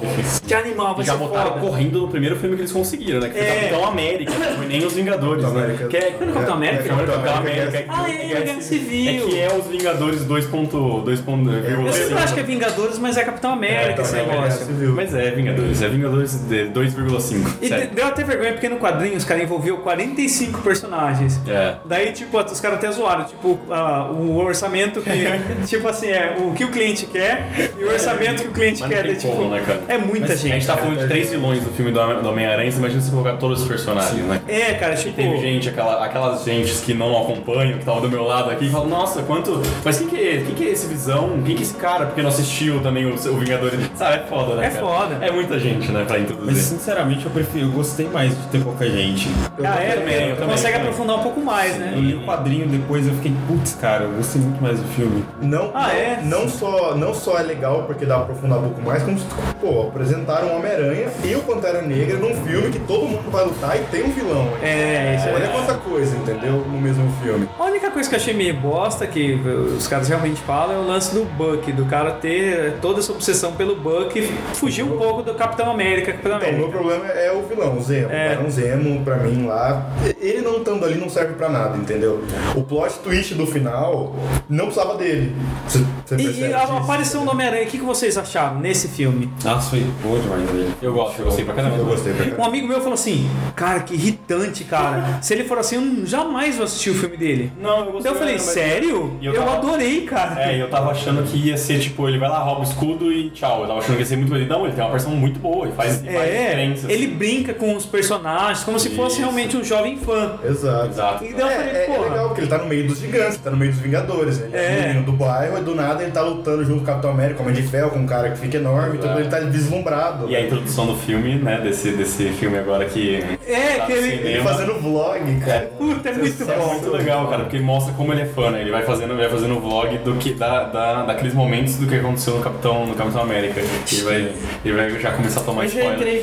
[SPEAKER 3] que animal, vai
[SPEAKER 5] Já
[SPEAKER 3] ser
[SPEAKER 5] botaram
[SPEAKER 3] foda.
[SPEAKER 5] correndo no primeiro filme que eles conseguiram, né? Que foi
[SPEAKER 3] É.
[SPEAKER 5] Capitão América, não foi nem os Vingadores,
[SPEAKER 6] Capitão
[SPEAKER 5] né?
[SPEAKER 6] América.
[SPEAKER 5] Que é,
[SPEAKER 3] Foi no Capitão
[SPEAKER 6] É,
[SPEAKER 3] América?
[SPEAKER 6] é,
[SPEAKER 5] Capitão
[SPEAKER 6] Capitão
[SPEAKER 5] América.
[SPEAKER 6] América.
[SPEAKER 3] Ah, é, Guerra Civil.
[SPEAKER 5] É que é os Vingadores é 2.0.
[SPEAKER 3] Eu sempre acho que é
[SPEAKER 5] É
[SPEAKER 3] Vingadores, mas é Capitão América
[SPEAKER 4] Então, né,
[SPEAKER 3] esse
[SPEAKER 6] Capitão América,
[SPEAKER 3] negócio.
[SPEAKER 6] você viu.
[SPEAKER 5] Mas é Vingadores, é Vingadores de 2,5.
[SPEAKER 3] E de-
[SPEAKER 5] sério.
[SPEAKER 3] deu até vergonha, porque no quadrinho os caras envolviam 45 personagens.
[SPEAKER 5] É.
[SPEAKER 3] Daí, tipo, os caras até zoaram, tipo, ah, o orçamento que. tipo assim, é o que o cliente quer e o orçamento que o cliente
[SPEAKER 5] Mas não
[SPEAKER 3] quer.
[SPEAKER 5] tem
[SPEAKER 3] daí, tipo,
[SPEAKER 5] como, né, cara?
[SPEAKER 3] É muita
[SPEAKER 5] Mas A
[SPEAKER 3] gente.
[SPEAKER 5] gente tá falando de três vilões do filme do Homem- do Homem-Aranha, você imagina se colocar todos os personagens, né?
[SPEAKER 3] É, cara,
[SPEAKER 5] E
[SPEAKER 3] tipo.
[SPEAKER 5] teve gente, aquela, aquelas gentes que não acompanham, que estavam do meu lado aqui, e falam, nossa, quanto. Mas quem que é, quem que é esse visão? Quem que é esse cara? Porque não assistiu também o, o Vingadores. Sabe, é foda, né?
[SPEAKER 3] É
[SPEAKER 5] cara?
[SPEAKER 3] foda.
[SPEAKER 5] É muita gente, né, pra
[SPEAKER 4] Mas
[SPEAKER 5] introduzir.
[SPEAKER 4] sinceramente eu prefiro, eu gostei mais de ter pouca gente.
[SPEAKER 3] Ah, é,
[SPEAKER 5] também, eu
[SPEAKER 3] tu
[SPEAKER 5] também,
[SPEAKER 3] consegue
[SPEAKER 5] também.
[SPEAKER 3] aprofundar um pouco mais, né?
[SPEAKER 4] Eu li o quadrinho depois eu fiquei, putz, cara, eu gostei muito mais do filme.
[SPEAKER 6] Não,
[SPEAKER 3] Ah, é?
[SPEAKER 6] não, só, não só é legal porque dá pra aprofundar um pouco mais, como pô, apresentaram o Homem-Aranha e o Pantera Negra num filme que todo mundo vai lutar e tem um vilão.
[SPEAKER 3] É, isso é
[SPEAKER 6] Olha
[SPEAKER 3] verdade.
[SPEAKER 6] quanta coisa, entendeu? No mesmo filme.
[SPEAKER 3] A única coisa que eu achei meio bosta, que os caras realmente falam, é o lance do Buck, do cara ter toda essa obsessão pelo Buck e fugir um pouco do Capitão América. Capitão
[SPEAKER 6] Então, o meu
[SPEAKER 3] América.
[SPEAKER 6] problema é o vilão, o Zemo.
[SPEAKER 3] É.
[SPEAKER 6] Era um Zemo pra mim lá. ele não estando ali não serve pra nada, entendeu? O plot twist do final não precisava dele. Você você
[SPEAKER 3] E,
[SPEAKER 6] percebe
[SPEAKER 3] e a
[SPEAKER 6] disso,
[SPEAKER 3] aparição do
[SPEAKER 6] entendeu?
[SPEAKER 3] Homem-Aranha, o que, que vocês acharam nesse filme?
[SPEAKER 4] Nossa, foi boa demais né? dele.
[SPEAKER 5] Eu gosto, eu gostei pra caramba.
[SPEAKER 6] Eu gostei pra
[SPEAKER 3] Um
[SPEAKER 6] caramba.
[SPEAKER 3] amigo meu falou assim, cara, que irritante, cara. Se ele for assim, eu jamais vou assistir o filme dele.
[SPEAKER 5] Não, eu gostei.
[SPEAKER 3] Então eu
[SPEAKER 4] né,
[SPEAKER 3] falei,
[SPEAKER 5] mas-
[SPEAKER 3] sério?
[SPEAKER 5] E
[SPEAKER 3] Eu,
[SPEAKER 5] eu tava-
[SPEAKER 3] adorei, cara.
[SPEAKER 5] É, e eu tava achando que ia ser tipo, ele vai lá, rouba o escudo e tchau. Eu tava achando que ia ser muito bonito. Não, ele tem uma versão muito boa, ele faz, ele faz
[SPEAKER 3] É,
[SPEAKER 5] diferença.
[SPEAKER 3] ele
[SPEAKER 5] assim.
[SPEAKER 3] brinca com os personagens como se fosse
[SPEAKER 5] Isso.
[SPEAKER 3] realmente um jovem fã.
[SPEAKER 6] Exato.
[SPEAKER 5] Exato.
[SPEAKER 3] Então eu falei,
[SPEAKER 6] É, é, é
[SPEAKER 3] porra.
[SPEAKER 6] legal, porque ele tá no meio dos gigantes, tá no meio dos Vingadores. Ele é,
[SPEAKER 3] É.
[SPEAKER 6] um menino do bairro e do nada ele tá lutando junto com o Capitão América, Homem de Ferro, com um cara que fica enorme, então
[SPEAKER 3] É.
[SPEAKER 5] Exato.
[SPEAKER 6] ele tá deslumbrado.
[SPEAKER 5] E a introdução do filme, né, desse, desse filme agora que...
[SPEAKER 3] É,
[SPEAKER 5] tá
[SPEAKER 3] que
[SPEAKER 5] no
[SPEAKER 3] ele-
[SPEAKER 5] cinema.
[SPEAKER 6] Ele fazendo vlog, cara.
[SPEAKER 3] Puta, é muito
[SPEAKER 5] É
[SPEAKER 3] bom.
[SPEAKER 5] muito legal, cara, porque mostra como ele é fã, né? Ele vai fazendo, ele vai fazendo vlog do que, da, da, daqueles momentos do que aconteceu no Capitão, no Capitão América. Ele vai, ele vai já começar a tomar
[SPEAKER 4] Eu já
[SPEAKER 5] spoiler.
[SPEAKER 4] entrei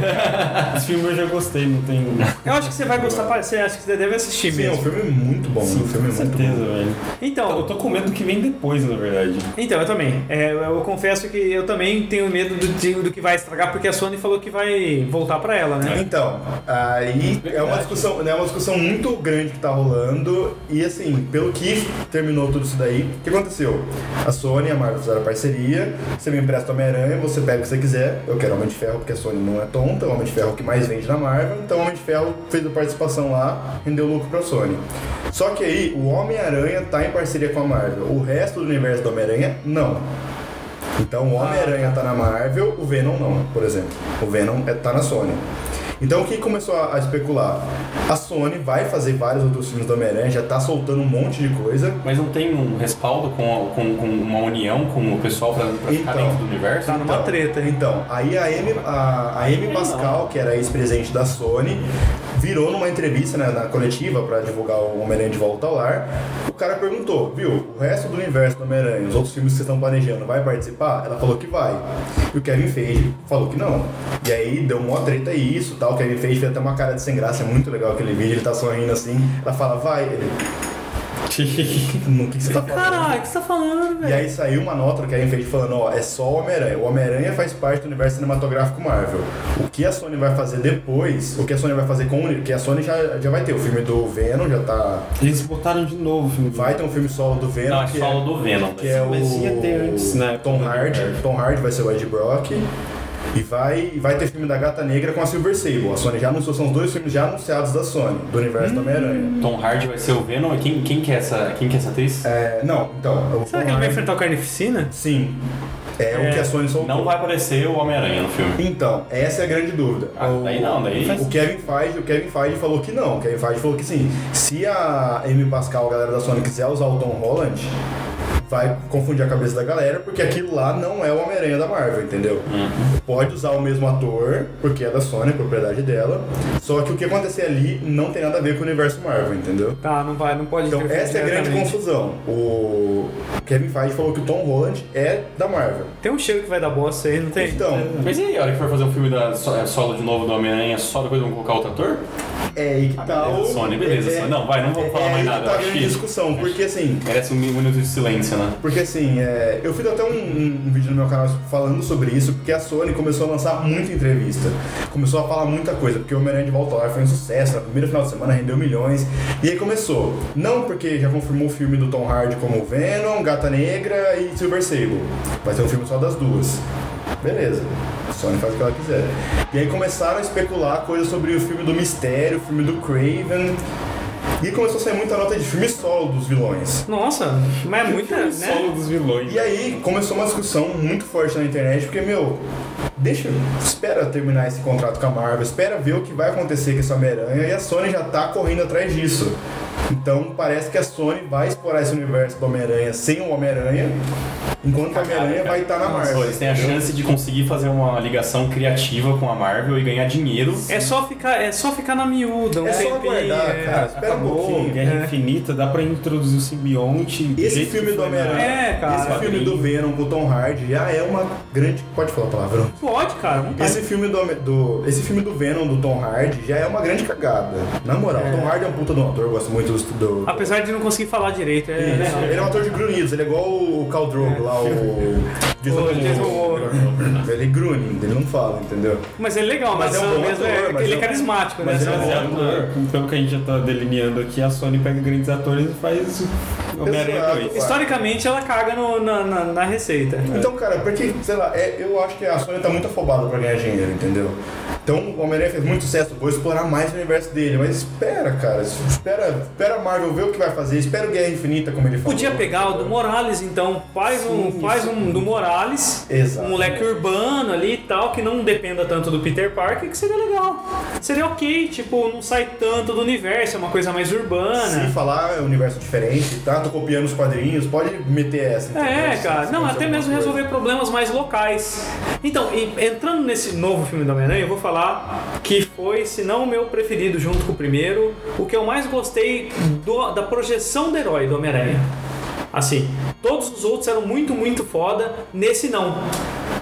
[SPEAKER 4] cara. Esse filme eu já gostei, não tem.
[SPEAKER 3] Eu acho que você vai gostar, pá, você acha que você deve assistir
[SPEAKER 6] Sim, é um
[SPEAKER 3] mesmo.
[SPEAKER 6] filme muito bom. um filme
[SPEAKER 4] Com
[SPEAKER 6] muito
[SPEAKER 4] certeza,
[SPEAKER 6] bom.
[SPEAKER 4] velho. Eu
[SPEAKER 5] Tá
[SPEAKER 3] Então,
[SPEAKER 4] tô com medo do que vem depois, na verdade.
[SPEAKER 3] então, eu também. É, eu, eu confesso que eu também tenho medo do, de- do que vai estragar, porque a Sony falou que vai voltar pra ela,
[SPEAKER 5] É.
[SPEAKER 3] né?
[SPEAKER 6] Então, aí é uma discussão, né, uma discussão muito grande que tá rolando. E assim, pelo que terminou tudo isso daí, o que aconteceu? A Sony e a Marvel fizeram parceria, você me empresta o Homem-Aranha, você pega o que você quiser. Eu quero Homem de Ferro, porque a Sony não é tonta, o Homem de Ferro é o que mais vende na Marvel, então o Homem de Ferro fez a participação lá, rendeu lucro pra Sony. Só que aí o Homem-Aranha tá em parceria com a Marvel. O resto do universo do Homem-Aranha, não. Então o Homem-Aranha tá na Marvel, o Venom não, por exemplo. O Venom é, tá na Sony. Então o que começou a, a especular? A Sony vai fazer vários outros filmes do Homem-Aranha, já tá soltando um monte de coisa.
[SPEAKER 5] Mas não tem um respaldo com, a- com, com uma união com o pessoal pra, pra ficar
[SPEAKER 6] Então.
[SPEAKER 5] dentro do universo?
[SPEAKER 3] Tá numa treta, hein?
[SPEAKER 6] Então, aí a Amy, a, a Amy Pascal, que era ex-presidente da Sony, virou numa entrevista né, na coletiva pra divulgar o Homem-Aranha de volta ao lar. O cara perguntou, viu, o resto do universo do Homem-Aranha, os outros filmes que vocês estão planejando, vai participar? Ela falou que vai. E o Kevin Feige falou que não. E aí deu uma treta e isso, tal. O Kevin Feige fez até uma cara de sem graça, é muito legal aquele vídeo, ele tá sorrindo assim. Ela fala, vai. Ele, "Não, o que que você tá falando?
[SPEAKER 3] Caralho, o que você tá falando,
[SPEAKER 6] E
[SPEAKER 3] velho?
[SPEAKER 4] É.
[SPEAKER 6] aí saiu uma nota que a Infinity falando, ó, é só o Homem-Aranha. O Homem-Aranha faz parte do universo cinematográfico Marvel. O que a Sony vai fazer depois, o que a Sony vai fazer com o que a Sony já, já vai ter. O filme do Venom já tá.
[SPEAKER 4] Eles botaram de novo o filme.
[SPEAKER 6] Vai ter um filme solo do Venom.
[SPEAKER 5] Não, é
[SPEAKER 6] que
[SPEAKER 5] solo do Venom.
[SPEAKER 6] Que é o.
[SPEAKER 4] Mas ia ter antes, né?
[SPEAKER 6] Tom Hardy. Tom Hardy vai ser o Ed Brock. E vai, e vai ter filme da Gata Negra com a Silver Sable. A Sony já anunciou, são os dois filmes já anunciados da Sony, do universo do
[SPEAKER 4] Hum.
[SPEAKER 6] Homem-Aranha.
[SPEAKER 5] Tom Hardy vai ser o Venom e quem, quem, que, é essa, quem que é essa atriz?
[SPEAKER 6] É, não, então.
[SPEAKER 3] Será
[SPEAKER 6] o Tom
[SPEAKER 3] que ele vai
[SPEAKER 6] Hardy-
[SPEAKER 3] enfrentar o Carnificina?
[SPEAKER 6] Sim. É, o que a Sony soltou.
[SPEAKER 5] Não vai aparecer o Homem-Aranha no filme.
[SPEAKER 6] Então, essa é a grande dúvida.
[SPEAKER 5] Ah, daí não, daí-
[SPEAKER 6] O Kevin Feige, o Kevin Feige falou que não. O Kevin Feige falou que sim. Se a Amy Pascal, a galera da Sony, quiser usar o Tom Holland, vai confundir a cabeça da galera, porque aquilo lá não é o Homem-Aranha da Marvel, entendeu?
[SPEAKER 5] Uhum.
[SPEAKER 6] Pode usar o mesmo ator, porque é da Sony, é propriedade dela. Só que o que acontecer ali não tem nada a ver com o universo Marvel, entendeu?
[SPEAKER 3] Tá, não vai, não pode
[SPEAKER 6] Então,
[SPEAKER 3] interferir
[SPEAKER 6] essa é a grande
[SPEAKER 3] diretamente.
[SPEAKER 6] confusão. O Kevin Feige falou que o Tom Holland é da Marvel.
[SPEAKER 3] Tem um cheiro que vai dar bosta aí, não tem?
[SPEAKER 6] Então,
[SPEAKER 5] Mas e aí, a hora que for fazer o filme da so- é, solo de novo do Homem-Aranha, só depois vão colocar outro ator?
[SPEAKER 6] É aí que
[SPEAKER 5] Ah,
[SPEAKER 6] tá
[SPEAKER 5] beleza,
[SPEAKER 6] o...
[SPEAKER 5] Sony, beleza,
[SPEAKER 6] é-
[SPEAKER 5] Sony. Não, vai, não vou falar
[SPEAKER 6] é
[SPEAKER 5] mais
[SPEAKER 6] aí
[SPEAKER 5] nada,
[SPEAKER 6] Que tá
[SPEAKER 5] eu
[SPEAKER 6] a
[SPEAKER 5] acho
[SPEAKER 6] grande
[SPEAKER 5] que-
[SPEAKER 6] discussão, porque assim...
[SPEAKER 5] Merece um minuto de silêncio, né?
[SPEAKER 6] Porque assim, é, eu fiz até um, um- um vídeo no meu canal falando sobre isso, porque a Sony começou a lançar muita entrevista. Começou a falar muita coisa, porque o Homem-Aranha de Volta ao Lar foi um sucesso, na primeira final de semana rendeu milhões. E aí começou. Não porque já confirmou o filme do Tom Hardy como Venom, Gata Negra e Silver Sable. Vai ser um filme só das duas. Beleza. A Sony faz o que ela quiser. E aí começaram a especular coisas sobre o filme do Mistério, o filme do Craven. E começou a sair muita nota de filme solo dos vilões.
[SPEAKER 3] Nossa, mas é muita, né?
[SPEAKER 4] Solo dos vilões.
[SPEAKER 6] E aí começou uma discussão muito forte na internet, porque, meu, deixa, espera terminar esse contrato com a Marvel, espera ver o que vai acontecer com essa Homem-Aranha, e a Sony já tá correndo atrás disso. Então parece que a Sony vai explorar esse universo do Homem-Aranha sem o Homem-Aranha, enquanto o Homem-Aranha vai estar na
[SPEAKER 5] Pô,
[SPEAKER 6] Marvel.
[SPEAKER 5] eles têm a chance de conseguir fazer uma ligação criativa com a Marvel e ganhar dinheiro.
[SPEAKER 3] É só ficar, é só ficar na miúda, um
[SPEAKER 6] É só
[SPEAKER 3] tempinho,
[SPEAKER 6] aguardar,
[SPEAKER 3] é.
[SPEAKER 6] cara. Espera um
[SPEAKER 4] Acabou,
[SPEAKER 6] pouquinho.
[SPEAKER 4] Guerra Infinita, dá pra introduzir o simbionte. do
[SPEAKER 6] Esse
[SPEAKER 4] jeito
[SPEAKER 6] filme
[SPEAKER 4] que
[SPEAKER 6] do
[SPEAKER 4] foi, né?
[SPEAKER 6] Homem-Aranha,
[SPEAKER 3] É, cara.
[SPEAKER 6] esse filme do Venom com o Tom Hardy já é uma grande. Pode falar a palavra?
[SPEAKER 3] Pode, cara, não tá.
[SPEAKER 6] Esse filme do, Homem- do- esse filme do Venom, do Tom Hardy, já é uma grande cagada. Na moral, o Tom Hardy é um é puta do ator, eu gosto muito do justo do.
[SPEAKER 3] Apesar de não conseguir falar direito, Ah, é legal.
[SPEAKER 6] Ele é um ator de grunhidos, ele é igual o Cal Drogo lá, o. Jason
[SPEAKER 3] O Jason
[SPEAKER 6] Momoa. Ele grunhe, ele não fala, entendeu?
[SPEAKER 3] Mas é legal,
[SPEAKER 6] Mas
[SPEAKER 3] mas,
[SPEAKER 6] é um bom
[SPEAKER 3] mesmo, é-
[SPEAKER 6] ator, mas
[SPEAKER 3] ele
[SPEAKER 6] é
[SPEAKER 3] é
[SPEAKER 6] um-
[SPEAKER 3] carismático,
[SPEAKER 6] mas
[SPEAKER 3] né?
[SPEAKER 6] é um bom
[SPEAKER 4] Pelo Então, que a gente já tá delineando aqui, a Sony pega grandes atores e faz Homem-Aranha
[SPEAKER 3] é
[SPEAKER 6] Exato.
[SPEAKER 4] 2.
[SPEAKER 3] Historicamente, ela caga no- na, na- na receita.
[SPEAKER 6] Então, cara, porque, sei lá, é- eu acho que a Sony tá muito afobada pra ganhar dinheiro, entendeu? Então, o Homem-Aranha fez muito sucesso, vou explorar mais o universo dele, mas espera, cara, espera, espera a Marvel ver o que vai fazer, espera o Guerra Infinita, como ele falou.
[SPEAKER 3] Podia pegar o do Morales, então. Faz um, faz um do Morales,
[SPEAKER 6] Exato.
[SPEAKER 3] um moleque urbano ali e tal, que não dependa tanto do Peter Parker, que seria legal. Seria ok, tipo, não sai tanto do universo, é uma coisa mais
[SPEAKER 6] Se
[SPEAKER 3] urbana.
[SPEAKER 6] falar é um universo diferente, tá? Tô copiando os quadrinhos, pode meter essa.
[SPEAKER 3] É,
[SPEAKER 6] entendeu?
[SPEAKER 3] cara.
[SPEAKER 6] Se
[SPEAKER 3] Não,
[SPEAKER 6] fazer
[SPEAKER 3] até
[SPEAKER 6] alguma
[SPEAKER 3] mesmo
[SPEAKER 6] coisa.
[SPEAKER 3] resolver problemas mais locais. Então, e entrando nesse novo filme do Homem-Aranha, eu vou falar que foi, se não o meu preferido junto com o primeiro, o que eu mais gostei do- da projeção do herói do Homem-Aranha. Assim, todos os outros eram muito, muito foda, nesse não.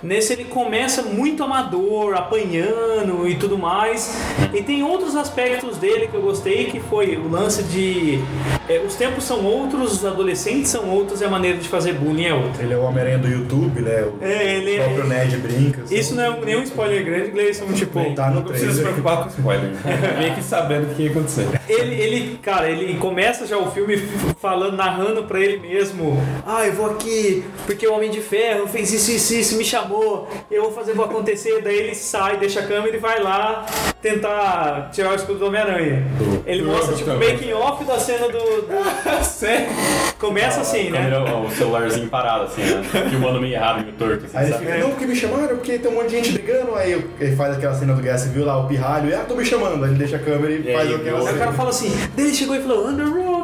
[SPEAKER 3] Nesse ele começa muito amador, apanhando e tudo mais. E tem outros aspectos dele que eu gostei, que foi o lance de é, os tempos são outros, os adolescentes são outros e a maneira de fazer bullying é outra.
[SPEAKER 6] Ele é o Homem-Aranha do YouTube, né? O
[SPEAKER 3] É, ele é-
[SPEAKER 6] próprio Ned brinca. assim.
[SPEAKER 3] Isso não é nenhum spoiler grande, Gleison, tipo,
[SPEAKER 6] Tá no
[SPEAKER 4] Não precisa se
[SPEAKER 6] trailer.
[SPEAKER 4] preocupar com spoiler. Vem aqui sabendo o que ia acontecer.
[SPEAKER 3] Ele, ele, cara, ele começa já o filme f- falando, narrando pra ele mesmo. Ah, eu vou aqui porque o Homem de Ferro fez isso, isso, isso, me chamou. Eu vou fazer, vou acontecer. Daí ele sai, deixa a câmera e vai lá tentar tirar o escudo do Homem-Aranha. Ele mostra, tipo, o making off da cena do... do- Começa assim, né?
[SPEAKER 5] Câmera, ó, o celularzinho parado, assim, né? Filmando meio errado, meio torto, assim,
[SPEAKER 6] Aí ele
[SPEAKER 5] sabe?
[SPEAKER 6] fica, não, porque me chamaram, porque tem um monte de gente brigando. Aí eu- ele faz aquela cena do Guerra Civil lá, o pirralho, e ah, tô me chamando. Aí ele deixa a câmera e,
[SPEAKER 5] E
[SPEAKER 6] faz
[SPEAKER 5] aí,
[SPEAKER 6] aquela
[SPEAKER 5] eu-
[SPEAKER 3] Aí o
[SPEAKER 6] cena.
[SPEAKER 3] cara fala assim, daí ele chegou e falou, under roof.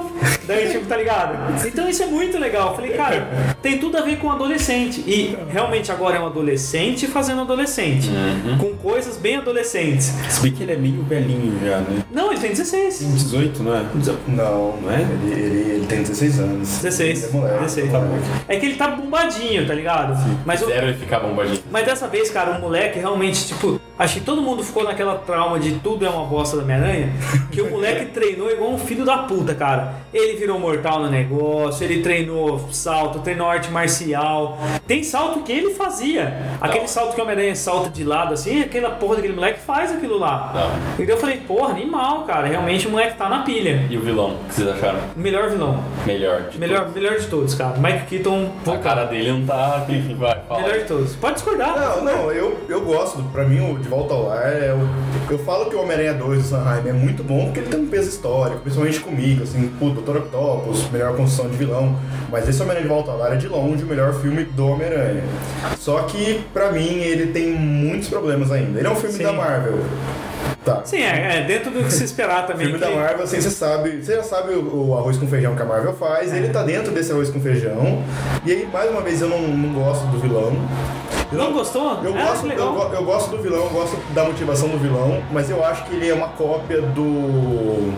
[SPEAKER 3] Daí, tipo, tá ligado? Então isso é muito legal. Eu falei, cara, tem tudo a ver com adolescente. E realmente agora é um adolescente fazendo adolescente. Com coisas bem adolescentes.
[SPEAKER 4] Se bem que ele é meio velhinho já, né?
[SPEAKER 3] Não, ele tem 16.
[SPEAKER 4] 18, não é?
[SPEAKER 6] Não,
[SPEAKER 4] Não é?
[SPEAKER 6] Ele, ele, ele tem 16 anos.
[SPEAKER 3] 16.
[SPEAKER 6] Ele é moleque.
[SPEAKER 3] 16.
[SPEAKER 6] Tá bom.
[SPEAKER 3] É que ele tá bombadinho, tá ligado? Mas eu-
[SPEAKER 5] Fizeram ele ficar bombadinho.
[SPEAKER 3] Mas dessa vez, cara, o moleque realmente, tipo, acho que todo mundo ficou naquela trauma de tudo é uma bosta da minha aranha, que o moleque treinou igual um filho da puta, cara. Ele virou mortal no negócio, ele treinou salto, treinou arte marcial. Tem salto que ele fazia. Aquele salto que o Homem-Aranha salta de lado, assim, aquela porra daquele moleque faz aquilo lá.
[SPEAKER 5] Tá.
[SPEAKER 3] Então eu falei, porra, animal, cara. Realmente o moleque tá na pilha.
[SPEAKER 5] E o vilão, o que vocês acharam?
[SPEAKER 3] Melhor vilão.
[SPEAKER 5] Melhor. de
[SPEAKER 3] Melhor, melhor de todos, cara. Mike Keaton,
[SPEAKER 5] todos. A cara dele não tá. Vai, fala.
[SPEAKER 3] melhor de todos. Pode discordar.
[SPEAKER 6] Não, não, eu, eu gosto. Pra mim, o De Volta ao Lar, é o- eu falo que o Homem-Aranha 2 do Sanheim é muito bom porque ele tem um peso histórico, principalmente comigo, assim, pô, Dr. Octopus, melhor construção de vilão. Mas esse Homem-Aranha de Volta ao Lar é de longe o melhor filme do Homem-Aranha. Só que, pra mim, ele tem muitos problemas ainda. Ele é um filme
[SPEAKER 3] Sim.
[SPEAKER 6] da Marvel. Tá.
[SPEAKER 3] Sim, é, é dentro do que se esperar também.
[SPEAKER 6] Filme da
[SPEAKER 3] que-
[SPEAKER 6] Marvel, assim, você sabe, você já sabe o, o arroz com feijão que a Marvel faz,
[SPEAKER 3] É.
[SPEAKER 6] ele tá dentro desse arroz com feijão. E aí, mais uma vez, eu não, não gosto do vilão. Eu
[SPEAKER 3] Não gostou?
[SPEAKER 6] Eu,
[SPEAKER 3] Ah,
[SPEAKER 6] gosto,
[SPEAKER 3] que
[SPEAKER 6] eu,
[SPEAKER 3] legal.
[SPEAKER 6] go- eu gosto do vilão, eu gosto da motivação do vilão, mas eu acho que ele é uma cópia do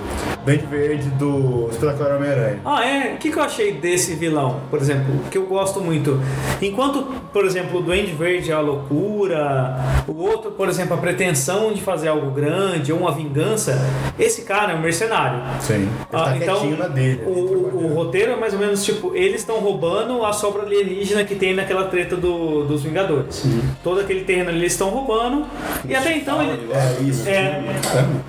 [SPEAKER 6] Dente Verde do Espetacular Homem-Aranha.
[SPEAKER 3] Ah, é? O que, que eu achei desse vilão, por exemplo? Que eu gosto muito. Enquanto, por exemplo, o Duende Verde é a loucura, o outro, por exemplo, a pretensão de fazer algo grande ou uma vingança, esse cara é um mercenário.
[SPEAKER 6] Sim. Ele tá
[SPEAKER 3] Ah, então,
[SPEAKER 6] quietinho na dele.
[SPEAKER 3] o, o- o roteiro é mais ou menos tipo: eles estão roubando a sobra alienígena que tem naquela treta do- dos Vingadores. Todo aquele terreno ali eles estão roubando, e até então ele,
[SPEAKER 6] É isso.
[SPEAKER 3] É,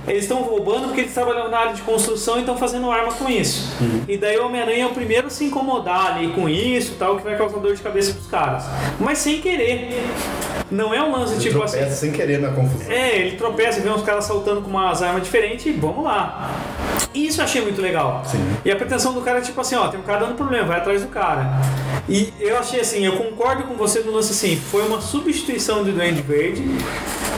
[SPEAKER 3] eles estão roubando porque eles trabalham na área de construção e estão fazendo arma com isso. E daí o Homem-Aranha é o primeiro a se incomodar ali com isso e tal, que vai causar dor de cabeça pros caras. Mas sem querer. Não é um lance
[SPEAKER 6] Ele
[SPEAKER 3] tipo
[SPEAKER 6] tropeça
[SPEAKER 3] assim.
[SPEAKER 6] sem querer na confusão.
[SPEAKER 3] É, ele tropeça e vê uns caras saltando com umas armas diferentes e vamos lá. Isso eu achei muito legal. E a pretensão do cara é tipo assim, ó, tem um cara dando problema, vai atrás do cara. E eu achei assim, eu concordo com você no lance assim, foi uma substituição de Duende Verde,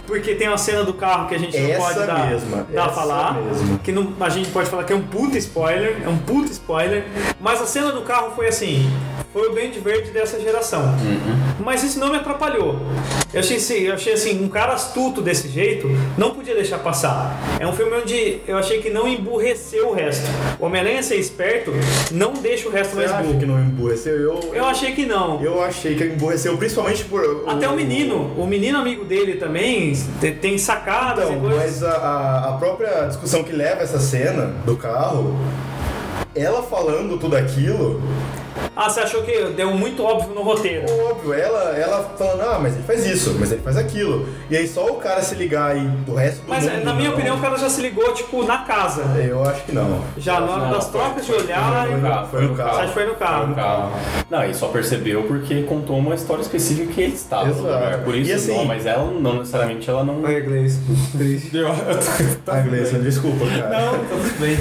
[SPEAKER 3] porque tem uma cena do carro que a gente não
[SPEAKER 6] Essa
[SPEAKER 3] pode dar,
[SPEAKER 6] mesma,
[SPEAKER 3] dar a
[SPEAKER 6] essa
[SPEAKER 3] falar,
[SPEAKER 6] mesma.
[SPEAKER 3] que não- a gente pode falar que é um puta spoiler, é um puta spoiler, mas a cena do carro foi assim, foi o Duende Verde dessa geração. Mas isso não me atrapalhou. Eu achei, assim, eu achei assim, um cara astuto desse jeito não podia deixar passar. É um filme onde eu achei que não emburreceu o resto. O Homem-Aranha ser esperto não deixa o resto
[SPEAKER 6] Você
[SPEAKER 3] mais
[SPEAKER 6] acha
[SPEAKER 3] burro.
[SPEAKER 6] que não emburreceu? Eu,
[SPEAKER 3] tipo Eu achei que não.
[SPEAKER 6] eu achei que emburreceu, principalmente por.
[SPEAKER 3] Até o menino, o menino amigo dele também te- tem sacadas
[SPEAKER 6] Então,
[SPEAKER 3] e coisas.
[SPEAKER 6] mas a, a- a própria discussão que leva essa cena do carro ela falando tudo aquilo,
[SPEAKER 3] Ah, você achou que deu muito óbvio no roteiro.
[SPEAKER 6] É óbvio, ela, ela falando, ah, mas ele faz isso, mas ele faz aquilo. E aí só o cara se ligar e o resto do
[SPEAKER 3] Mas
[SPEAKER 5] é,
[SPEAKER 6] mundo
[SPEAKER 3] na minha
[SPEAKER 6] não.
[SPEAKER 3] opinião o cara já se ligou, tipo, na casa.
[SPEAKER 6] Eu acho que não.
[SPEAKER 3] Já na hora
[SPEAKER 5] Não,
[SPEAKER 3] das
[SPEAKER 5] foi-
[SPEAKER 3] trocas de
[SPEAKER 5] foi-
[SPEAKER 6] né?
[SPEAKER 3] olhar.
[SPEAKER 5] Foi no carro. Foi no
[SPEAKER 3] Acho
[SPEAKER 5] carro.
[SPEAKER 3] que foi no carro.
[SPEAKER 5] Foi no carro. Não, e só percebeu porque contou uma história específica que ele estava no
[SPEAKER 6] Exato.
[SPEAKER 5] lugar. Por isso,
[SPEAKER 6] E assim-
[SPEAKER 5] não, mas ela não necessariamente ela não.
[SPEAKER 3] Olha, Gleice. Triste.
[SPEAKER 6] Ai, Gleison, Ah, desculpa, cara.
[SPEAKER 4] Não, tá tudo bem.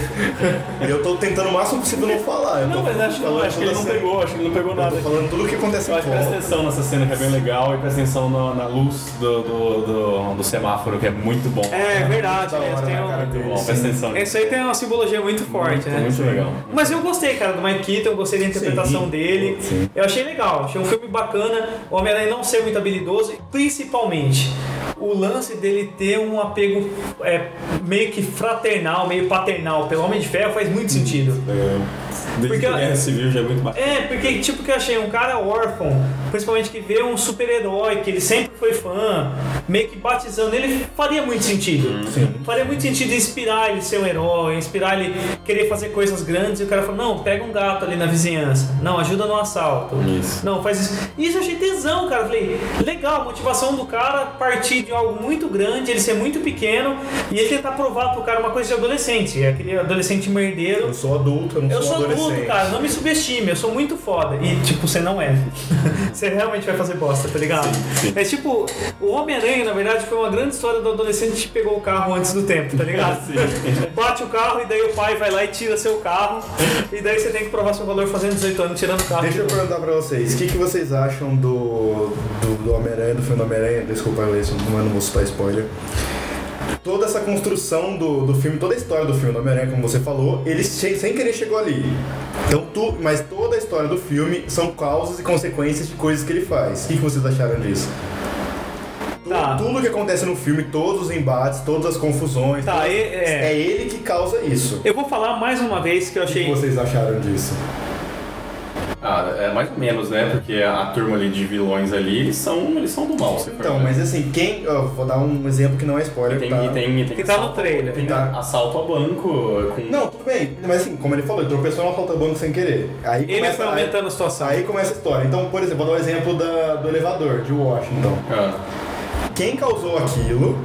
[SPEAKER 6] Eu tô tentando o máximo possível não falar. Eu tô
[SPEAKER 5] Não, mas acho que não,
[SPEAKER 6] falando
[SPEAKER 5] acho que ele
[SPEAKER 6] toda
[SPEAKER 5] não
[SPEAKER 6] essa-
[SPEAKER 5] pegou, acho que ele não pegou
[SPEAKER 6] Eu
[SPEAKER 5] nada.
[SPEAKER 6] tô falando tudo o que acontece
[SPEAKER 5] Eu
[SPEAKER 6] em
[SPEAKER 5] acho que presta
[SPEAKER 6] volta.
[SPEAKER 5] atenção nessa cena que é bem legal e presta atenção na, na luz do, do, do- do semáforo, que é muito bom.
[SPEAKER 3] É verdade,
[SPEAKER 6] Da
[SPEAKER 3] né?
[SPEAKER 6] hora
[SPEAKER 3] Tem
[SPEAKER 6] na
[SPEAKER 3] um-
[SPEAKER 6] cara
[SPEAKER 5] muito
[SPEAKER 6] dele.
[SPEAKER 5] bom, presta atenção. nisso.
[SPEAKER 3] Esse aí tem uma simbologia muito forte,
[SPEAKER 6] é
[SPEAKER 3] né?
[SPEAKER 5] muito legal.
[SPEAKER 3] Mas eu gostei, cara, do Mike Keaton, eu gostei da interpretação
[SPEAKER 6] Sim.
[SPEAKER 3] dele.
[SPEAKER 6] Sim.
[SPEAKER 3] Eu achei legal, achei um filme bacana. O Homem-Aranha não ser muito habilidoso, e principalmente o lance dele ter um apego é, meio que fraternal, meio paternal pelo Homem de Ferro faz muito sentido.
[SPEAKER 4] Desde
[SPEAKER 3] Porque
[SPEAKER 4] que a
[SPEAKER 3] ela-
[SPEAKER 4] Guerra Civil já é muito bacana.
[SPEAKER 3] É, porque tipo que eu achei um cara órfão, principalmente que vê um super-herói, que ele sempre foi fã, meio que batizando ele, faria muito sentido. Faria muito sentido inspirar ele a ser um herói, inspirar ele a querer fazer coisas grandes, e o cara fala, não, pega um gato ali na vizinhança, não, ajuda no assalto.
[SPEAKER 5] Isso.
[SPEAKER 3] Não, faz isso. Isso eu achei tesão, cara. Eu Falei, legal, motivação do cara partir de algo muito grande, ele ser muito pequeno, e ele tentar provar pro cara uma coisa de adolescente. É aquele adolescente merdeiro
[SPEAKER 6] Eu sou adulto, eu não
[SPEAKER 3] eu sou
[SPEAKER 6] sou adolescente.
[SPEAKER 3] adulto, cara, não me subestime, eu sou muito foda. E, tipo, você não é. você realmente vai fazer bosta, tá ligado? É tipo, o Homem-Aranha, na verdade, foi uma grande história do adolescente que pegou o carro antes do tempo, tá ligado? Bate o carro e daí o pai vai lá e tira seu carro. E daí você tem que provar seu valor fazendo 18 anos, tirando o carro. Tá,
[SPEAKER 6] Deixa eu perguntar pra vocês, o que, que vocês acham do, do, do Homem-Aranha, do filme do Homem-Aranha? Desculpa, Leison, mas eu não vou citar spoiler. Toda essa construção do, do filme, toda a história do filme do Homem-Aranha, como você falou, ele che- sem querer chegou ali. Então, tu, mas toda a história do filme são causas e consequências de coisas que ele faz. O que, que vocês acharam disso? Tu-
[SPEAKER 3] Tá.
[SPEAKER 6] Tudo que acontece no filme, todos os embates, todas as confusões,
[SPEAKER 3] Tá,
[SPEAKER 6] todas-
[SPEAKER 3] e- é.
[SPEAKER 6] é ele que causa isso.
[SPEAKER 3] Eu vou falar mais uma vez que eu
[SPEAKER 6] O que
[SPEAKER 3] achei.
[SPEAKER 6] que vocês acharam disso?
[SPEAKER 5] Ah, é mais ou menos, né? Porque a, a turma ali de vilões ali, eles são, eles são do mal. se for
[SPEAKER 6] Então,
[SPEAKER 5] ver.
[SPEAKER 6] mas assim, quem. ó, vou dar um exemplo que não é spoiler,
[SPEAKER 5] Tem,
[SPEAKER 6] tá?
[SPEAKER 5] e tem, e tem
[SPEAKER 3] Que tá no
[SPEAKER 5] assalto-
[SPEAKER 3] trailer,
[SPEAKER 5] Tem
[SPEAKER 6] tá?
[SPEAKER 5] assalto a banco com.
[SPEAKER 6] Não, tudo bem, mas assim, como ele falou, ele tropeçou no autobanco sem querer. Aí
[SPEAKER 3] Ele
[SPEAKER 6] começa,
[SPEAKER 3] foi aumentando a situação.
[SPEAKER 6] Aí, aí começa a história. Então, por exemplo, vou dar o exemplo da- do elevador de Washington.
[SPEAKER 5] Ah,
[SPEAKER 6] Quem causou aquilo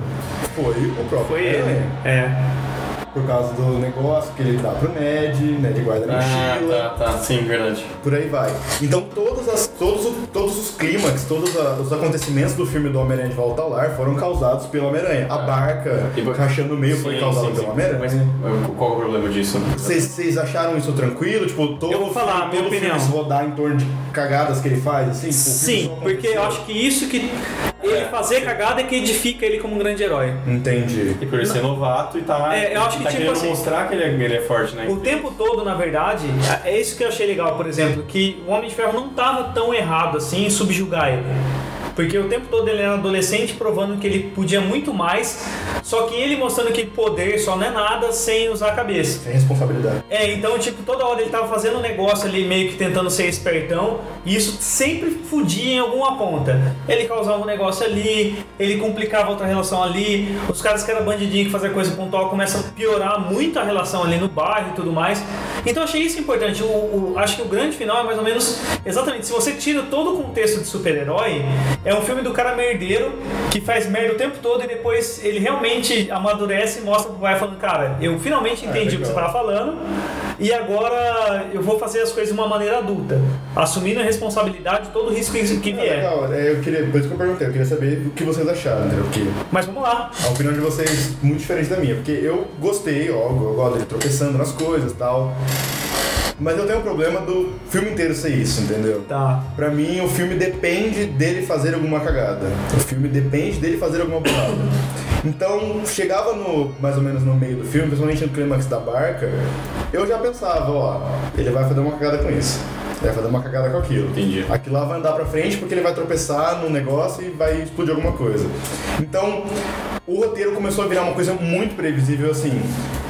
[SPEAKER 6] foi o próprio
[SPEAKER 3] Foi ele.
[SPEAKER 6] Homem-Aranha.
[SPEAKER 3] É.
[SPEAKER 6] Por causa do negócio que ele dá pro Ned, Ned guarda a mochila.
[SPEAKER 5] ah, tá, tá, sim, verdade.
[SPEAKER 6] Por aí vai. Então todas as, todos, o- todos os clímax, todos a- os acontecimentos do filme do Homem-Aranha de Volta ao Lar foram causados pelo Homem-Aranha. A barca
[SPEAKER 5] Ah. E vo-
[SPEAKER 6] rachando no meio foi
[SPEAKER 5] Sim,
[SPEAKER 6] causada
[SPEAKER 5] sim,
[SPEAKER 6] pelo
[SPEAKER 5] sim.
[SPEAKER 6] Homem-Aranha.
[SPEAKER 5] Mas uh, qual o problema disso?
[SPEAKER 6] Vocês- Vocês acharam isso tranquilo? Tipo, todo
[SPEAKER 3] Eu vou falar,
[SPEAKER 6] filme,
[SPEAKER 3] minha
[SPEAKER 6] todo
[SPEAKER 3] opinião.
[SPEAKER 6] filme se rodar em torno de cagadas que ele faz, assim? Tipo, o filme
[SPEAKER 3] Sim,
[SPEAKER 6] só
[SPEAKER 3] porque eu
[SPEAKER 6] aconteceu.
[SPEAKER 3] acho que isso que. Ele fazer cagada é que edifica ele como um grande herói.
[SPEAKER 6] Entendi.
[SPEAKER 5] E por ele ser novato e tá.
[SPEAKER 3] É, eu acho que
[SPEAKER 5] tá
[SPEAKER 3] tipo
[SPEAKER 5] querendo
[SPEAKER 3] assim-
[SPEAKER 5] mostrar que ele é, ele é forte, né?
[SPEAKER 3] O tempo todo, na verdade, é isso que eu achei legal, por exemplo, que o Homem de Ferro não tava tão errado assim em subjugar ele. Porque o tempo todo ele era um adolescente provando que ele podia muito mais, só que ele mostrando que poder só não é nada sem usar a cabeça.
[SPEAKER 6] Tem responsabilidade.
[SPEAKER 3] É, então, tipo, toda hora ele tava fazendo um negócio ali, meio que tentando ser espertão, e isso sempre fudia em alguma ponta. Ele causava um negócio ali, ele complicava outra relação ali, os caras que eram bandidinhos que faziam coisa pontual começam a piorar muito a relação ali no bairro e tudo mais. Então, achei isso importante. O, o- acho que o grande final é mais ou menos exatamente. Se você tira todo o contexto de super-herói, é um filme do cara merdeiro que faz merda o tempo todo e depois ele realmente amadurece e mostra pro pai falando: Cara, eu finalmente entendi o que você
[SPEAKER 6] legal.
[SPEAKER 3] tá tá falando. E agora eu vou fazer as coisas de uma maneira adulta, assumindo a responsabilidade de todo o risco que
[SPEAKER 6] Ah,
[SPEAKER 3] vier.
[SPEAKER 6] legal, é, eu queria, por isso que eu perguntei, eu queria saber o que vocês acharam, entendeu? Porque
[SPEAKER 3] Mas vamos lá.
[SPEAKER 6] a opinião de vocês é muito diferente da minha, porque eu gostei, ó, eu gosto dele tropeçando nas coisas e tal. Mas eu tenho um problema do filme inteiro ser isso, entendeu?
[SPEAKER 3] Tá.
[SPEAKER 6] Pra mim, o filme depende dele fazer alguma cagada. O filme depende dele fazer alguma bolada. Então, chegava no mais ou menos no meio do filme, principalmente no clímax da barca, eu já pensava, ó, ele vai fazer uma cagada com isso. Ele vai fazer uma cagada com aquilo.
[SPEAKER 5] Entendi.
[SPEAKER 6] Aquilo lá vai andar pra frente porque ele vai tropeçar num negócio e vai explodir alguma coisa. Então, o roteiro começou a virar uma coisa muito previsível assim.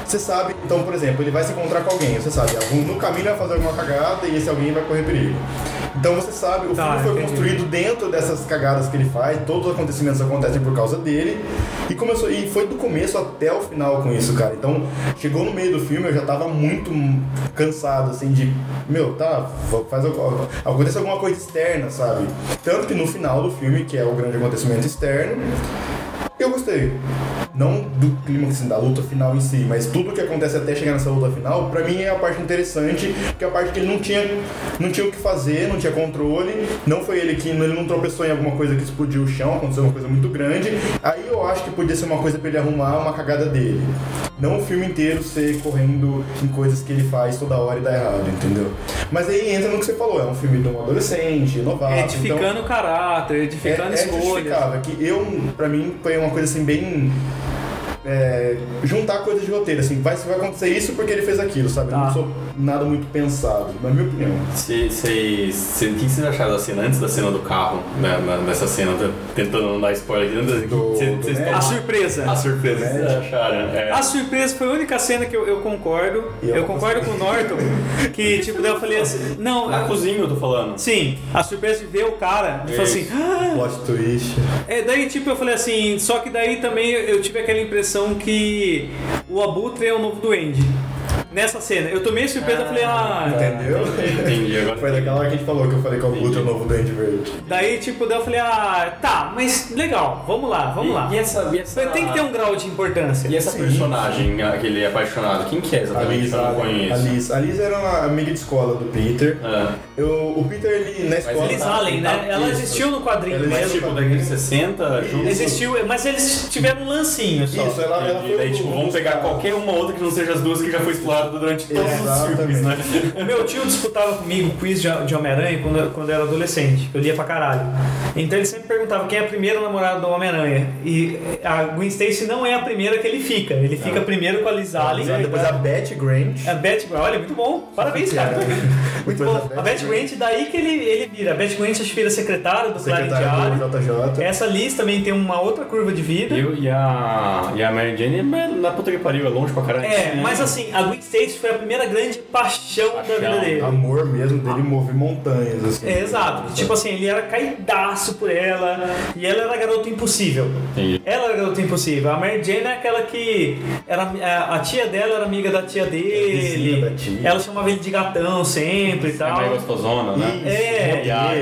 [SPEAKER 6] Você sabe, então, por exemplo, ele vai se encontrar com alguém, você sabe, algum- no caminho ele vai fazer alguma cagada e esse alguém vai correr perigo. Então você sabe, o
[SPEAKER 3] Tá,
[SPEAKER 6] filme foi
[SPEAKER 3] entendi.
[SPEAKER 6] construído dentro dessas cagadas que ele faz, todos os acontecimentos acontecem por causa dele. E começou e foi do começo até o final com isso, cara. Então, chegou no meio do filme, eu já tava muito cansado assim de, meu, tá, fa- faz algo- acontece alguma coisa externa, sabe? Tanto que no final do filme, que é o grande acontecimento externo, eu gostei. Não do clima assim, da luta final em si, mas tudo que acontece até chegar nessa luta final, pra mim é a parte interessante, que é a parte que ele não tinha, não tinha o que fazer, não tinha controle, não foi ele que ele não tropeçou em alguma coisa que explodiu o chão, aconteceu uma coisa muito grande. Aí eu acho que podia ser uma coisa pra ele arrumar uma cagada dele. Não o filme inteiro ser correndo em coisas que ele faz toda hora e dá errado, entendeu? Mas aí entra no que você falou, é um filme de um adolescente, novato. então-
[SPEAKER 3] Edificando o carável, edificando
[SPEAKER 6] é, é
[SPEAKER 3] escolhas.
[SPEAKER 6] justificável, que eu, pra mim, foi uma coisa assim bem. é, juntar coisas de roteiro, assim, vai, vai acontecer isso porque ele fez aquilo, sabe? Eu
[SPEAKER 3] Tá.
[SPEAKER 6] Não sou nada muito pensado, na minha opinião.
[SPEAKER 5] Se- Vocês. cê- O que vocês acharam da cena antes da cena do carro? né, na- Nessa cena, tô tentando não dar spoiler aqui. né,
[SPEAKER 6] Do-
[SPEAKER 5] cê- cês
[SPEAKER 6] do médico?
[SPEAKER 5] tomaram-
[SPEAKER 3] A surpresa.
[SPEAKER 5] A surpresa, o que vocês acharam? É.
[SPEAKER 3] A surpresa foi a única cena que eu, eu concordo.
[SPEAKER 6] E
[SPEAKER 3] Eu,
[SPEAKER 6] eu-
[SPEAKER 3] concordo com o Norton. Que, tipo, daí eu falei assim. Não,
[SPEAKER 5] Na
[SPEAKER 3] eu-
[SPEAKER 5] cozinha eu tô falando.
[SPEAKER 3] sim, a surpresa de ver o cara. Eu falei assim. "Ah!"
[SPEAKER 6] Plot twist.
[SPEAKER 3] É, daí, tipo, eu falei assim. Só que daí também eu tive aquela impressão que o Abutre é o novo duende. Nessa cena. Eu tomei a surpresa eu falei, ah.
[SPEAKER 6] Entendeu?
[SPEAKER 5] Entendi agora.
[SPEAKER 6] Foi daquela hora que a gente falou que eu falei que o Guto é o
[SPEAKER 5] Entendi.
[SPEAKER 6] novo Dante Verde.
[SPEAKER 3] Daí, tipo, daí eu falei, ah, tá, mas legal, vamos lá, vamos lá.
[SPEAKER 5] E, e essa, e essa-
[SPEAKER 3] Tem que ter um grau de importância.
[SPEAKER 5] E essa personagem, aquele apaixonado, quem que é
[SPEAKER 6] A
[SPEAKER 5] exatamente?
[SPEAKER 6] Liz,
[SPEAKER 5] Eu não
[SPEAKER 6] a, a
[SPEAKER 5] conheço.
[SPEAKER 6] Liz. A Liz era uma amiga de escola do Peter.
[SPEAKER 5] Ah,
[SPEAKER 6] Eu, o Peter, ele na escola.
[SPEAKER 5] ele
[SPEAKER 3] Liz Allen, né?
[SPEAKER 5] Tá,
[SPEAKER 3] Ela
[SPEAKER 5] isso.
[SPEAKER 3] existiu no quadrinho
[SPEAKER 6] Ela
[SPEAKER 5] mas
[SPEAKER 3] mesmo.
[SPEAKER 6] existiu.
[SPEAKER 5] tipo, daqueles 60 juntos.
[SPEAKER 3] Existiu, mas eles tiveram um lancinho só.
[SPEAKER 6] Isso, ela, ela
[SPEAKER 5] E
[SPEAKER 6] foi.
[SPEAKER 5] daí,
[SPEAKER 6] o-
[SPEAKER 5] tipo, vamos pegar qualquer uma outra que não seja as duas que já foi explorada durante todos os filmes, né?
[SPEAKER 6] Exatamente.
[SPEAKER 3] O meu tio disputava comigo quiz de, de Homem-Aranha quando, eu- quando eu era adolescente. Eu lia pra caralho. Então ele sempre perguntava quem é a primeira namorada do Homem-Aranha. E a Gwen Stacy não é a primeira que ele fica. Ele fica primeiro com a Liz Allen.
[SPEAKER 6] Depois a
[SPEAKER 5] né?
[SPEAKER 6] Beth Grant.
[SPEAKER 3] A Beth, olha, muito bom. Parabéns, cara. Muito
[SPEAKER 6] Depois
[SPEAKER 3] bom.
[SPEAKER 6] a
[SPEAKER 3] A Beth
[SPEAKER 6] Beth
[SPEAKER 3] Grant, daí que ele, ele vira. A Beth Grant acho que vira secretária do
[SPEAKER 6] Secretário
[SPEAKER 3] Clarim
[SPEAKER 6] do JJ.
[SPEAKER 3] Essa Liz também tem uma outra curva de vida.
[SPEAKER 5] Eu e a, e a Mary Jane, mas na puta que pariu, é longe pra caralho.
[SPEAKER 3] É, mas assim, a Gwen Stacy foi a primeira grande paixão, da
[SPEAKER 5] né? Paixão.
[SPEAKER 3] vida dele.
[SPEAKER 6] amor mesmo dele mover montanhas, assim.
[SPEAKER 3] É, exato. E, Tipo assim, ele era caidaço por ela. E ela era garota impossível.
[SPEAKER 5] Entendi.
[SPEAKER 3] Ela era garota impossível. A Mary Jane é aquela que. Era, a, a tia dela era amiga da tia dele.
[SPEAKER 6] Vizinha da tia.
[SPEAKER 3] Ela chamava ele de gatão sempre e
[SPEAKER 5] É
[SPEAKER 3] tal.
[SPEAKER 5] meio gostosona, né?
[SPEAKER 3] É,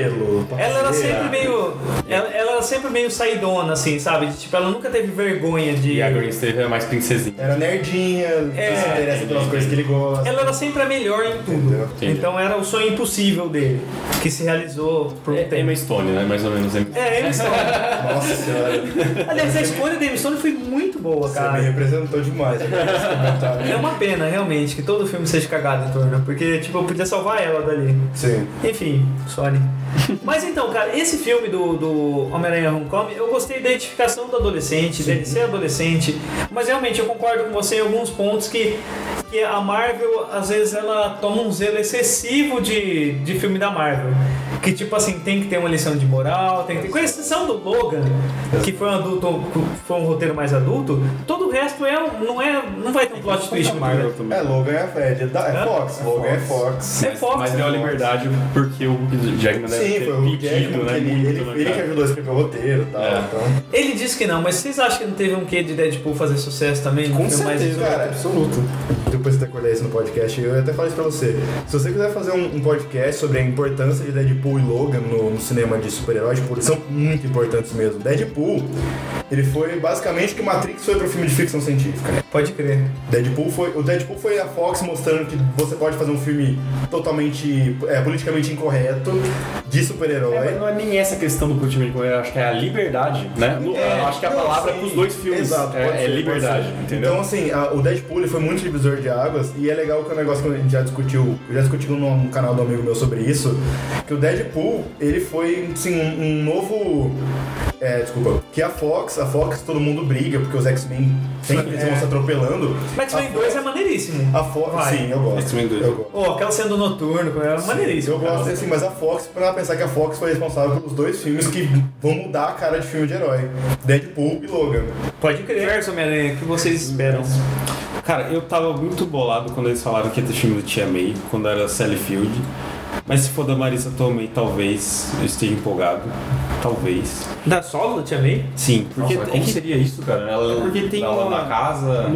[SPEAKER 6] modelo,
[SPEAKER 3] Ela era
[SPEAKER 6] parceira.
[SPEAKER 3] sempre meio. Ela, ela era sempre meio saidona, assim, sabe? Tipo, ela nunca teve vergonha de.
[SPEAKER 5] E a Green Stave é mais princesinha.
[SPEAKER 6] Era nerdinha,
[SPEAKER 3] É.
[SPEAKER 6] se interessa pelas coisas que ele gosta.
[SPEAKER 3] Ela era sempre a melhor em tudo.
[SPEAKER 6] Entendeu?
[SPEAKER 5] Entendi.
[SPEAKER 3] Então era o sonho impossível dele, que se realizou por um
[SPEAKER 5] É
[SPEAKER 3] tempo.
[SPEAKER 5] Emma Stone, né? Mais ou menos. Emma-
[SPEAKER 3] É, Emma Stone.
[SPEAKER 6] Nossa senhora,
[SPEAKER 3] Aliás, a escolha da Emma Stone foi muito boa,
[SPEAKER 6] você me
[SPEAKER 3] cara.
[SPEAKER 6] representou demais. né, esse comentário.
[SPEAKER 3] É uma pena, realmente, que todo filme seja cagado em torno, porque, tipo, eu podia salvar ela dali.
[SPEAKER 6] Sim.
[SPEAKER 3] Enfim, sorry. Mas então, cara, esse filme do, do Homem-Aranha Homecoming, eu gostei da identificação do adolescente, dele ser adolescente, mas realmente eu concordo com você em alguns pontos que, que a Marvel, às vezes, ela toma um zelo excessivo de, de filme da Marvel. Que tipo assim, tem que ter uma lição de moral, tem que ter. Com exceção do Logan, que foi um adulto, foi um roteiro mais adulto, todo o resto é, um- não é. não vai ter um plot twist muito grande.
[SPEAKER 6] É, Logan é a Fred. É, da- é
[SPEAKER 3] Hã?
[SPEAKER 6] Fox. Logan é Fox.
[SPEAKER 3] É Fox,
[SPEAKER 5] Mas
[SPEAKER 3] né?
[SPEAKER 5] deu a liberdade porque o Hugh Jackman deve
[SPEAKER 6] Sim,
[SPEAKER 5] ter
[SPEAKER 6] foi o
[SPEAKER 5] pedido, né?
[SPEAKER 6] Jackman que ele,
[SPEAKER 5] muito,
[SPEAKER 6] ele,
[SPEAKER 5] né,
[SPEAKER 6] ele que
[SPEAKER 5] cara?
[SPEAKER 6] ajudou a escrever o roteiro e tal.
[SPEAKER 5] É.
[SPEAKER 6] Então.
[SPEAKER 3] Ele disse que não, mas vocês acham que não teve um quê de Deadpool fazer sucesso também?
[SPEAKER 6] Com
[SPEAKER 3] Não foi mais um?
[SPEAKER 6] certeza, cara, absoluto. Depois de acordar isso no podcast, eu até falei isso pra você. Se você quiser fazer um, um podcast sobre a importância de Deadpool e Logan no, no cinema de super-heróis, tipo, eles são muito importantes mesmo. Deadpool, ele foi basicamente o que Matrix foi pro filme de ficção científica. né?
[SPEAKER 3] Pode crer.
[SPEAKER 6] Deadpool foi, o Deadpool foi a Fox mostrando que você pode fazer um filme totalmente é, politicamente incorreto de
[SPEAKER 5] É,
[SPEAKER 6] super-herói.
[SPEAKER 5] mas não é nem essa questão do Ultimate Warrior, acho que é a liberdade, né? No-
[SPEAKER 6] É,
[SPEAKER 5] acho que a
[SPEAKER 6] não,
[SPEAKER 5] palavra
[SPEAKER 6] sim.
[SPEAKER 5] pros dois filmes
[SPEAKER 6] Exato,
[SPEAKER 5] é,
[SPEAKER 6] pode
[SPEAKER 5] é
[SPEAKER 6] ser, pode
[SPEAKER 5] liberdade,
[SPEAKER 6] ser.
[SPEAKER 5] entendeu?
[SPEAKER 6] Então, assim, a- o Deadpool ele foi muito divisor de águas e é legal que é um negócio que a gente já discutiu, eu já discuti no, no canal do amigo meu sobre isso, que o Deadpool, ele foi, assim, um, um novo... É, desculpa. Que a Fox, a Fox todo mundo briga, porque os X-Men sempre eles
[SPEAKER 5] É.
[SPEAKER 6] vão se atropelando. A
[SPEAKER 3] X-Men 2 é maneiríssimo.
[SPEAKER 6] A Fox,
[SPEAKER 3] Vai.
[SPEAKER 6] sim, eu gosto.
[SPEAKER 5] X-Men dois.
[SPEAKER 6] Eu gosto.
[SPEAKER 3] Ó, aquela cena do noturno, é maneiríssimo.
[SPEAKER 6] Eu gosto assim, mas a Fox, pra pensar que a Fox foi responsável pelos dois filmes que vão mudar a cara de filme de herói: Deadpool e Logan. Então-
[SPEAKER 3] Pode crer. Verso Homem-Aranha, o que vocês esperam?
[SPEAKER 4] Cara, eu tava muito bolado quando eles falaram que ia ter filme do Tia May, quando era Sally Field. Mas se for da Marisa Tomei, talvez eu esteja empolgado. Talvez.
[SPEAKER 3] Da solo do Tia May?
[SPEAKER 4] Sim,
[SPEAKER 5] Porque Nossa,
[SPEAKER 4] porque é
[SPEAKER 5] como
[SPEAKER 4] que É
[SPEAKER 5] seria isso, cara? né? Ela,
[SPEAKER 4] Porque tem
[SPEAKER 5] ela
[SPEAKER 4] uma-
[SPEAKER 5] na casa.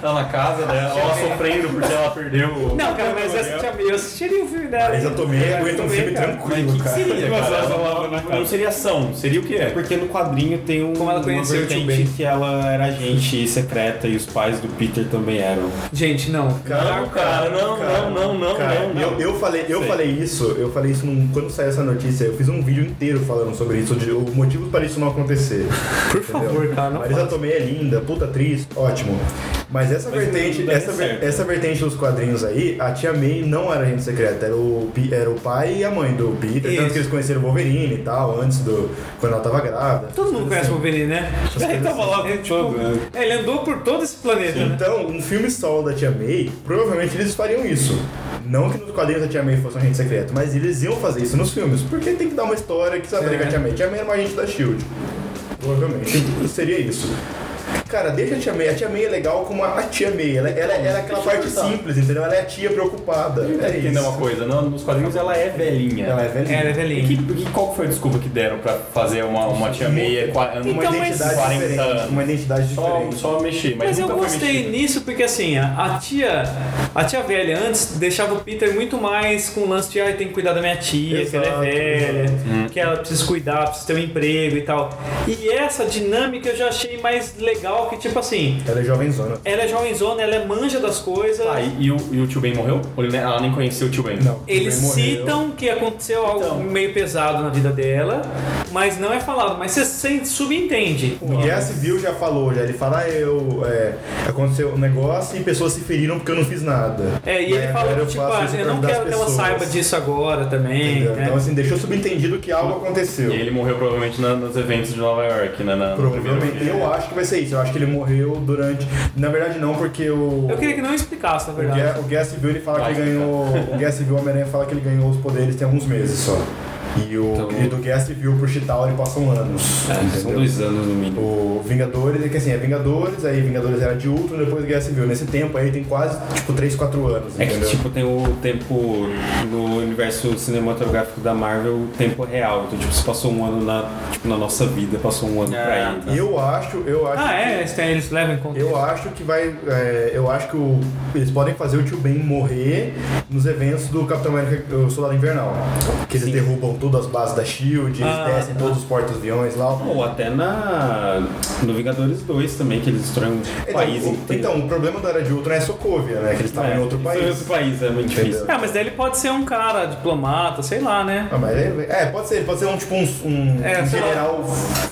[SPEAKER 5] ela na casa
[SPEAKER 4] né?
[SPEAKER 5] dela, ela sofrendo porque ela perdeu o.
[SPEAKER 3] Não, cara, mas essa Tia May, eu assistiria o filme dela.
[SPEAKER 6] Mas eu tomei, aguenta um
[SPEAKER 3] Tomei,
[SPEAKER 6] filme
[SPEAKER 3] cara.
[SPEAKER 6] tranquilo, cara.
[SPEAKER 5] Seria,
[SPEAKER 4] Mas
[SPEAKER 5] cara,
[SPEAKER 4] ela
[SPEAKER 5] ela
[SPEAKER 4] falava
[SPEAKER 5] não-
[SPEAKER 4] na
[SPEAKER 5] não
[SPEAKER 4] casa.
[SPEAKER 5] seria ação, seria o que
[SPEAKER 4] É
[SPEAKER 5] é?
[SPEAKER 4] porque no quadrinho tem um,
[SPEAKER 3] Como ela
[SPEAKER 4] uma
[SPEAKER 3] conheceu o tio
[SPEAKER 4] vertente
[SPEAKER 3] Ben.
[SPEAKER 4] que ela era agente secreta e os pais do Peter também eram.
[SPEAKER 3] Gente, não.
[SPEAKER 5] Não, cara, não, não, não, não,
[SPEAKER 6] Cara,
[SPEAKER 5] não, não.
[SPEAKER 6] eu, eu falei, eu
[SPEAKER 5] Sei.
[SPEAKER 6] falei isso, eu falei isso num- quando saiu essa notícia, eu fiz um vídeo inteiro falando sobre isso, de, o motivo para isso não acontecer.
[SPEAKER 3] Por favor, cara, não
[SPEAKER 6] Marisa
[SPEAKER 3] fala.
[SPEAKER 6] Tomei é linda, puta atriz, ótimo. Mas essa
[SPEAKER 4] Mas
[SPEAKER 6] vertente,
[SPEAKER 4] não daria
[SPEAKER 6] essa, ver-
[SPEAKER 4] certo.
[SPEAKER 6] essa vertente dos quadrinhos aí, a tia May não era agente secreta, era o, Pi- era o pai e a mãe do Peter,
[SPEAKER 3] Isso.
[SPEAKER 6] tanto que eles conheceram o Wolverine e tal, antes do. quando ela tava grávida.
[SPEAKER 3] Todo mundo conhece o Wolverine, né?
[SPEAKER 4] Ele tava lá
[SPEAKER 6] assim.
[SPEAKER 3] É, tipo, ele andou por todo esse planeta, né?
[SPEAKER 6] Então, um filme solo da Tia May, provavelmente eles fariam isso. Não que nos quadrinhos da Tia May fosse um agente secreto, mas eles iam fazer isso nos filmes, porque tem que dar uma história que sabe
[SPEAKER 3] É.
[SPEAKER 6] que a Tia May. Tia May era uma agente da Shield. Provavelmente seria isso. Cara, deixa a Tia May. A Tia May é legal como a a Tia May. Ela, ela, ela é aquela parte simples, entendeu? Ela é a tia preocupada. É
[SPEAKER 5] Entender uma
[SPEAKER 6] isso.
[SPEAKER 5] coisa, não, nos quadrinhos ela é velhinha.
[SPEAKER 6] Ela é
[SPEAKER 3] É, ele é
[SPEAKER 6] velhinha.
[SPEAKER 5] E
[SPEAKER 3] velhinho.
[SPEAKER 5] que, e qual foi a desculpa que deram pra fazer uma, uma tia meia
[SPEAKER 6] Uma
[SPEAKER 5] Então,
[SPEAKER 6] identidade
[SPEAKER 5] 40
[SPEAKER 6] diferente.
[SPEAKER 5] anos?
[SPEAKER 6] Uma identidade
[SPEAKER 5] Só,
[SPEAKER 6] diferente.
[SPEAKER 5] só mexer, mas,
[SPEAKER 3] Mas eu
[SPEAKER 5] nunca foi
[SPEAKER 3] gostei
[SPEAKER 5] mexida.
[SPEAKER 3] nisso porque assim, a, a tia. A tia velha antes deixava o Peter muito mais com o lance de ai, tem que cuidar da minha tia, que ela
[SPEAKER 6] Exato,
[SPEAKER 3] é velha, que ela precisa cuidar, precisa ter um emprego e tal. E essa dinâmica eu já achei mais legal, que tipo assim,
[SPEAKER 6] Ela é jovenzona.
[SPEAKER 3] ela é jovenzona, ela é manja das coisas.
[SPEAKER 5] Ah, e, e o, e o tio Ben morreu? Ou ele- Ela nem conheceu o tio Ben?
[SPEAKER 6] Não.
[SPEAKER 3] Eles
[SPEAKER 6] Tia May morreu.
[SPEAKER 3] citam que aconteceu algo
[SPEAKER 5] Então.
[SPEAKER 3] meio pesado na vida dela, mas não é falado, mas você sente- subentende.
[SPEAKER 6] O Guerra é Civil já falou, já. Ele fala, ah, eu, é, aconteceu um negócio e pessoas se feriram porque eu não fiz nada.
[SPEAKER 3] É, e ele
[SPEAKER 6] Né?
[SPEAKER 3] fala
[SPEAKER 6] Agora
[SPEAKER 3] que,
[SPEAKER 6] eu
[SPEAKER 3] tipo,
[SPEAKER 6] faço
[SPEAKER 3] ah,
[SPEAKER 6] isso
[SPEAKER 3] eu
[SPEAKER 6] pra
[SPEAKER 3] não
[SPEAKER 6] ajudar as
[SPEAKER 3] quero que ela
[SPEAKER 6] pessoas.
[SPEAKER 3] saiba disso agora também.
[SPEAKER 6] Entendeu?
[SPEAKER 3] né?
[SPEAKER 6] Então, assim, deixou subentendido que algo aconteceu.
[SPEAKER 5] E ele morreu provavelmente na- nos eventos de Nova York, né? na- no
[SPEAKER 6] Provavelmente,
[SPEAKER 5] primeiro-
[SPEAKER 6] eu acho que vai ser isso. Eu acho que ele morreu durante... Na verdade, não, porque o...
[SPEAKER 3] Eu queria que não explicasse, na
[SPEAKER 6] O Guerra,
[SPEAKER 3] verdade.
[SPEAKER 6] o Guerra Civil, ele fala
[SPEAKER 5] Vai
[SPEAKER 6] que ele ganhou... O Guerra Civil, o Homem-Aranha fala que ele ganhou os poderes tem alguns meses só. E, o,
[SPEAKER 4] Então-
[SPEAKER 6] e do Guerra Civil pro Chital, ele passam anos.
[SPEAKER 4] São
[SPEAKER 6] entendeu?
[SPEAKER 4] dois anos no mínimo.
[SPEAKER 6] O Vingadores, é que assim, é Vingadores, aí Vingadores era de Ultron, depois Guerra Civil. Nesse tempo aí tem quase, tipo, 3, 4 anos,
[SPEAKER 4] É que,
[SPEAKER 6] entendeu?
[SPEAKER 4] tipo, tem o tempo no universo cinematográfico da Marvel, o tempo real. Então, tipo, se passou um ano na, tipo, na nossa vida, passou
[SPEAKER 6] é-
[SPEAKER 4] um ano pra ele.
[SPEAKER 6] Eu acho, eu acho...
[SPEAKER 3] Ah, é,
[SPEAKER 6] que-
[SPEAKER 3] eles, têm- eles levam em conta.
[SPEAKER 6] Eu acho que vai... é, eu acho que o- eles podem fazer o Tio Ben morrer nos eventos do Capitão América o Soldado Invernal. Que eles derrubam todas as bases da SHIELD, eles
[SPEAKER 3] Ah,
[SPEAKER 6] descem
[SPEAKER 3] tá.
[SPEAKER 6] todos os porta-aviões lá. Então,
[SPEAKER 4] Ou até na no Vingadores 2 também, que eles destroem um
[SPEAKER 6] Então,
[SPEAKER 4] país
[SPEAKER 6] o,
[SPEAKER 4] inteiro.
[SPEAKER 6] então, o problema da Era de Ultron é Sokovia, né? Que eles estavam
[SPEAKER 4] É,
[SPEAKER 6] em outro
[SPEAKER 4] isso
[SPEAKER 6] país.
[SPEAKER 4] É outro país, é muito difícil.
[SPEAKER 6] Entendeu?
[SPEAKER 3] Ah, mas daí ele pode ser um cara diplomata, sei lá, né?
[SPEAKER 6] Ah, mas é, é, pode ser, pode ser um tipo um, um-
[SPEAKER 3] É,
[SPEAKER 6] um
[SPEAKER 3] sei lá.
[SPEAKER 6] general.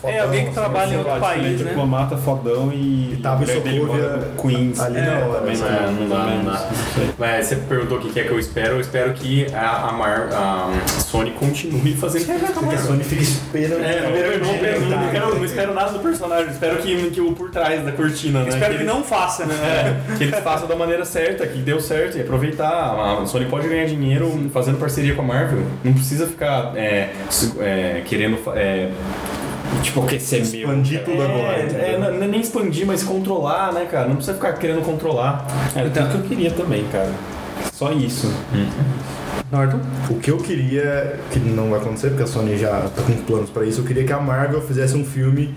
[SPEAKER 3] É, alguém que
[SPEAKER 6] fodão, assim,
[SPEAKER 3] trabalha em outro
[SPEAKER 4] Acho que ele é
[SPEAKER 3] país, né?
[SPEAKER 4] diplomata fodão e,
[SPEAKER 6] E tava em
[SPEAKER 4] ele
[SPEAKER 6] Sokovia
[SPEAKER 4] mora no Queens.
[SPEAKER 6] ali né? na hora, assim.
[SPEAKER 4] também,
[SPEAKER 5] É, não dá, não dá.
[SPEAKER 4] sei.
[SPEAKER 5] Mas você perguntou o que que é que eu espero. Eu espero que a, a, Mar, a Sony continue fazendo.
[SPEAKER 6] Porque a Sony fica esperando.
[SPEAKER 5] É, não, eu não, eu não, eu quero- não espero nada do personagem, eu espero que, que o por trás da cortina, né?
[SPEAKER 3] Espero que
[SPEAKER 5] eles-
[SPEAKER 3] não faça, né?
[SPEAKER 5] É, que eles façam da maneira certa, que deu certo, e aproveitar. A Sony pode ganhar dinheiro fazendo parceria com a Marvel. Não precisa ficar é, su- é, querendo. fa- É, tipo, que ser meu.
[SPEAKER 6] Expandir tudo agora.
[SPEAKER 5] É, é,
[SPEAKER 6] entendeu?
[SPEAKER 5] n- nem expandir, mas controlar, né, cara? Não precisa ficar querendo controlar. Então,
[SPEAKER 4] É, tudo que eu queria também, cara. Só isso.
[SPEAKER 3] Norton?
[SPEAKER 6] O que eu queria, que não vai acontecer, porque a Sony já tá com planos pra isso, eu queria que a Marvel fizesse um filme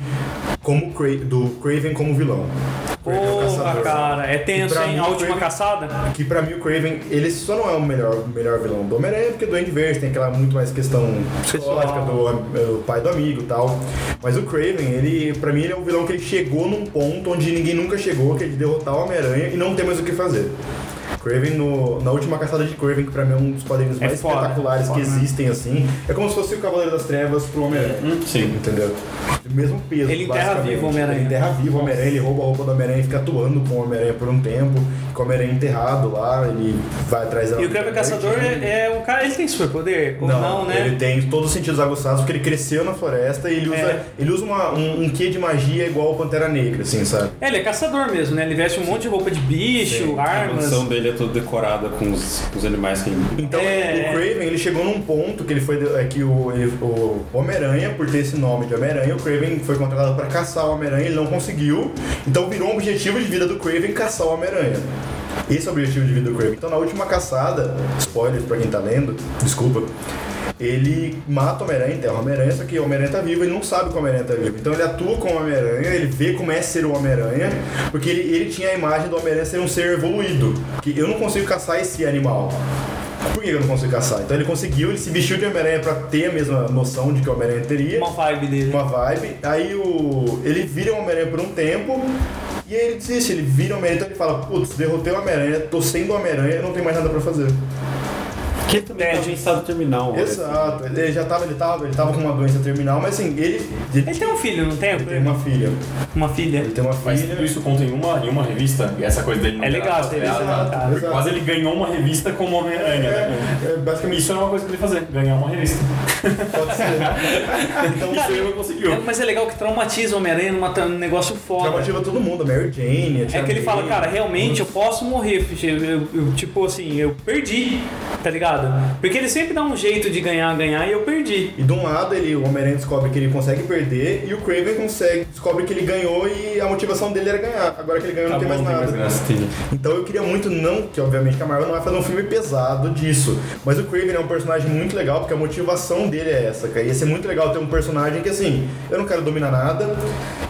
[SPEAKER 6] como Cra- do Craven como vilão. Craven é o
[SPEAKER 3] Porra,
[SPEAKER 6] caçador.
[SPEAKER 3] cara, é tenso,
[SPEAKER 6] E pra
[SPEAKER 3] hein?
[SPEAKER 6] mim,
[SPEAKER 3] A
[SPEAKER 6] o
[SPEAKER 3] última
[SPEAKER 6] Kraven-
[SPEAKER 3] caçada?
[SPEAKER 6] Que pra mim o Craven, ele só não é o melhor, melhor vilão do Homem-Aranha, porque o Duende Verde tem aquela muito mais questão psicológica do, am- do pai do amigo e tal. Mas o Craven, ele, pra mim, ele é um vilão que ele chegou num ponto onde ninguém nunca chegou, que é de derrotar o Homem-Aranha e não tem mais o que fazer. Craven, no, na última caçada de Craven, que pra mim é um dos quadrinhos
[SPEAKER 3] É
[SPEAKER 6] mais
[SPEAKER 3] foda,
[SPEAKER 6] espetaculares
[SPEAKER 3] foda,
[SPEAKER 6] que
[SPEAKER 3] né?
[SPEAKER 6] existem, assim. É como se fosse o Cavaleiro das Trevas pro Homem-Aranha.
[SPEAKER 5] Sim.
[SPEAKER 6] Entendeu? O mesmo peso.
[SPEAKER 3] Ele enterra
[SPEAKER 6] basicamente.
[SPEAKER 3] vivo o Homem-Aranha.
[SPEAKER 6] Ele enterra vivo o Homem-Aranha, ele rouba a roupa do Homem-Aranha e fica atuando com o Homem-Aranha por um tempo. Com o Homem-Aranha enterrado lá, ele vai atrás da.
[SPEAKER 3] E o Kraven Caçador é, é um cara. Ele tem superpoder? Ou não, né?
[SPEAKER 6] Ele tem todos os sentidos aguçados porque ele cresceu na floresta e ele usa,
[SPEAKER 3] É.
[SPEAKER 6] ele usa uma- um, um quê de magia igual o Pantera Negra, assim, sabe?
[SPEAKER 3] É, ele é caçador mesmo, né? Ele veste um monte de roupa de bicho,
[SPEAKER 4] A
[SPEAKER 3] armas.
[SPEAKER 4] mansão dele é teia toda decorada com os, com os animais que ele.
[SPEAKER 6] Então,
[SPEAKER 3] É.
[SPEAKER 6] o Craven, ele chegou num ponto que ele foi é que o, ele- o Homem-Aranha, por ter esse nome de Homem-Aranha, o Craven foi contratado para caçar o Homem-Aranha, ele não conseguiu. Então, virou um objetivo de vida do Craven caçar o Homem-Aranha. Esse é o objetivo de vida do Craven. Então, na última caçada, spoiler pra quem tá lendo, desculpa. Ele mata o Homem-Aranha, enterra o Homem-Aranha, só que o Homem-Aranha tá vivo, ele não sabe que o Homem-Aranha tá vivo. Então ele atua com o Homem-Aranha, ele vê como é ser o Homem-Aranha, porque ele, ele tinha a imagem do Homem-Aranha ser um ser evoluído. Que eu não consigo caçar esse animal. Por que eu não consigo caçar? Então ele conseguiu, ele se vestiu de Homem-Aranha pra ter a mesma noção de que o Homem-Aranha teria
[SPEAKER 3] Uma vibe dele.
[SPEAKER 6] uma vibe. Aí o ele vira o Homem-Aranha por um tempo. E aí ele desiste, ele vira o Homem-Aranha, então ele fala, putz, derrotei o Homem-Aranha, tô sendo o Homem-Aranha, não tem mais nada pra fazer.
[SPEAKER 4] Que ele
[SPEAKER 6] É,
[SPEAKER 4] também
[SPEAKER 3] Ted.
[SPEAKER 4] tava em estado terminal. né?
[SPEAKER 6] Exato, ele já tava, ele tava, ele tava com uma doença terminal, mas assim, ele, ele
[SPEAKER 3] Ele tem um filho, não tem?
[SPEAKER 6] tem uma filha.
[SPEAKER 3] Uma filha.
[SPEAKER 6] Ele tem uma
[SPEAKER 5] Mas
[SPEAKER 6] filha.
[SPEAKER 5] tudo isso conta em uma, em uma revista, e essa coisa dele não
[SPEAKER 3] É
[SPEAKER 5] ter
[SPEAKER 3] legal,
[SPEAKER 5] nada
[SPEAKER 3] é
[SPEAKER 5] pra
[SPEAKER 3] legal,
[SPEAKER 5] ela,
[SPEAKER 3] cara.
[SPEAKER 5] porque Quase ele ganhou uma revista como Homem-Aranha, né?
[SPEAKER 6] É, é, basicamente
[SPEAKER 5] Isso era uma coisa que ele fazia, ganhar uma revista.
[SPEAKER 6] pode ser.
[SPEAKER 5] Então isso ele não conseguiu.
[SPEAKER 3] É, Mas é legal que traumatiza o Homem-Aranha numa tra- num negócio foda.
[SPEAKER 6] Traumativa todo mundo, a Mary Jane, a
[SPEAKER 3] É
[SPEAKER 6] Tia
[SPEAKER 3] que ele
[SPEAKER 6] May.
[SPEAKER 3] fala, cara, realmente eu posso morrer, fiche, eu, eu- eu, tipo assim, eu perdi, tá ligado? Porque ele sempre dá um jeito de ganhar, ganhar, e eu perdi.
[SPEAKER 6] E de um lado ele, o Homem-Aranha descobre que ele consegue perder e o Craven consegue, descobre que ele ganhou e a motivação dele era ganhar. Agora que ele
[SPEAKER 3] Tá
[SPEAKER 6] ganhou não tem mais
[SPEAKER 5] Acabou,
[SPEAKER 6] nada.
[SPEAKER 5] Tá não tem mais graça.
[SPEAKER 6] Então eu queria muito não, que obviamente que a Marvel não vai fazer um filme pesado disso, mas o Craven é um personagem muito legal porque a motivação dele é essa, cara. Ia ser muito legal ter um personagem que assim, eu não quero dominar nada,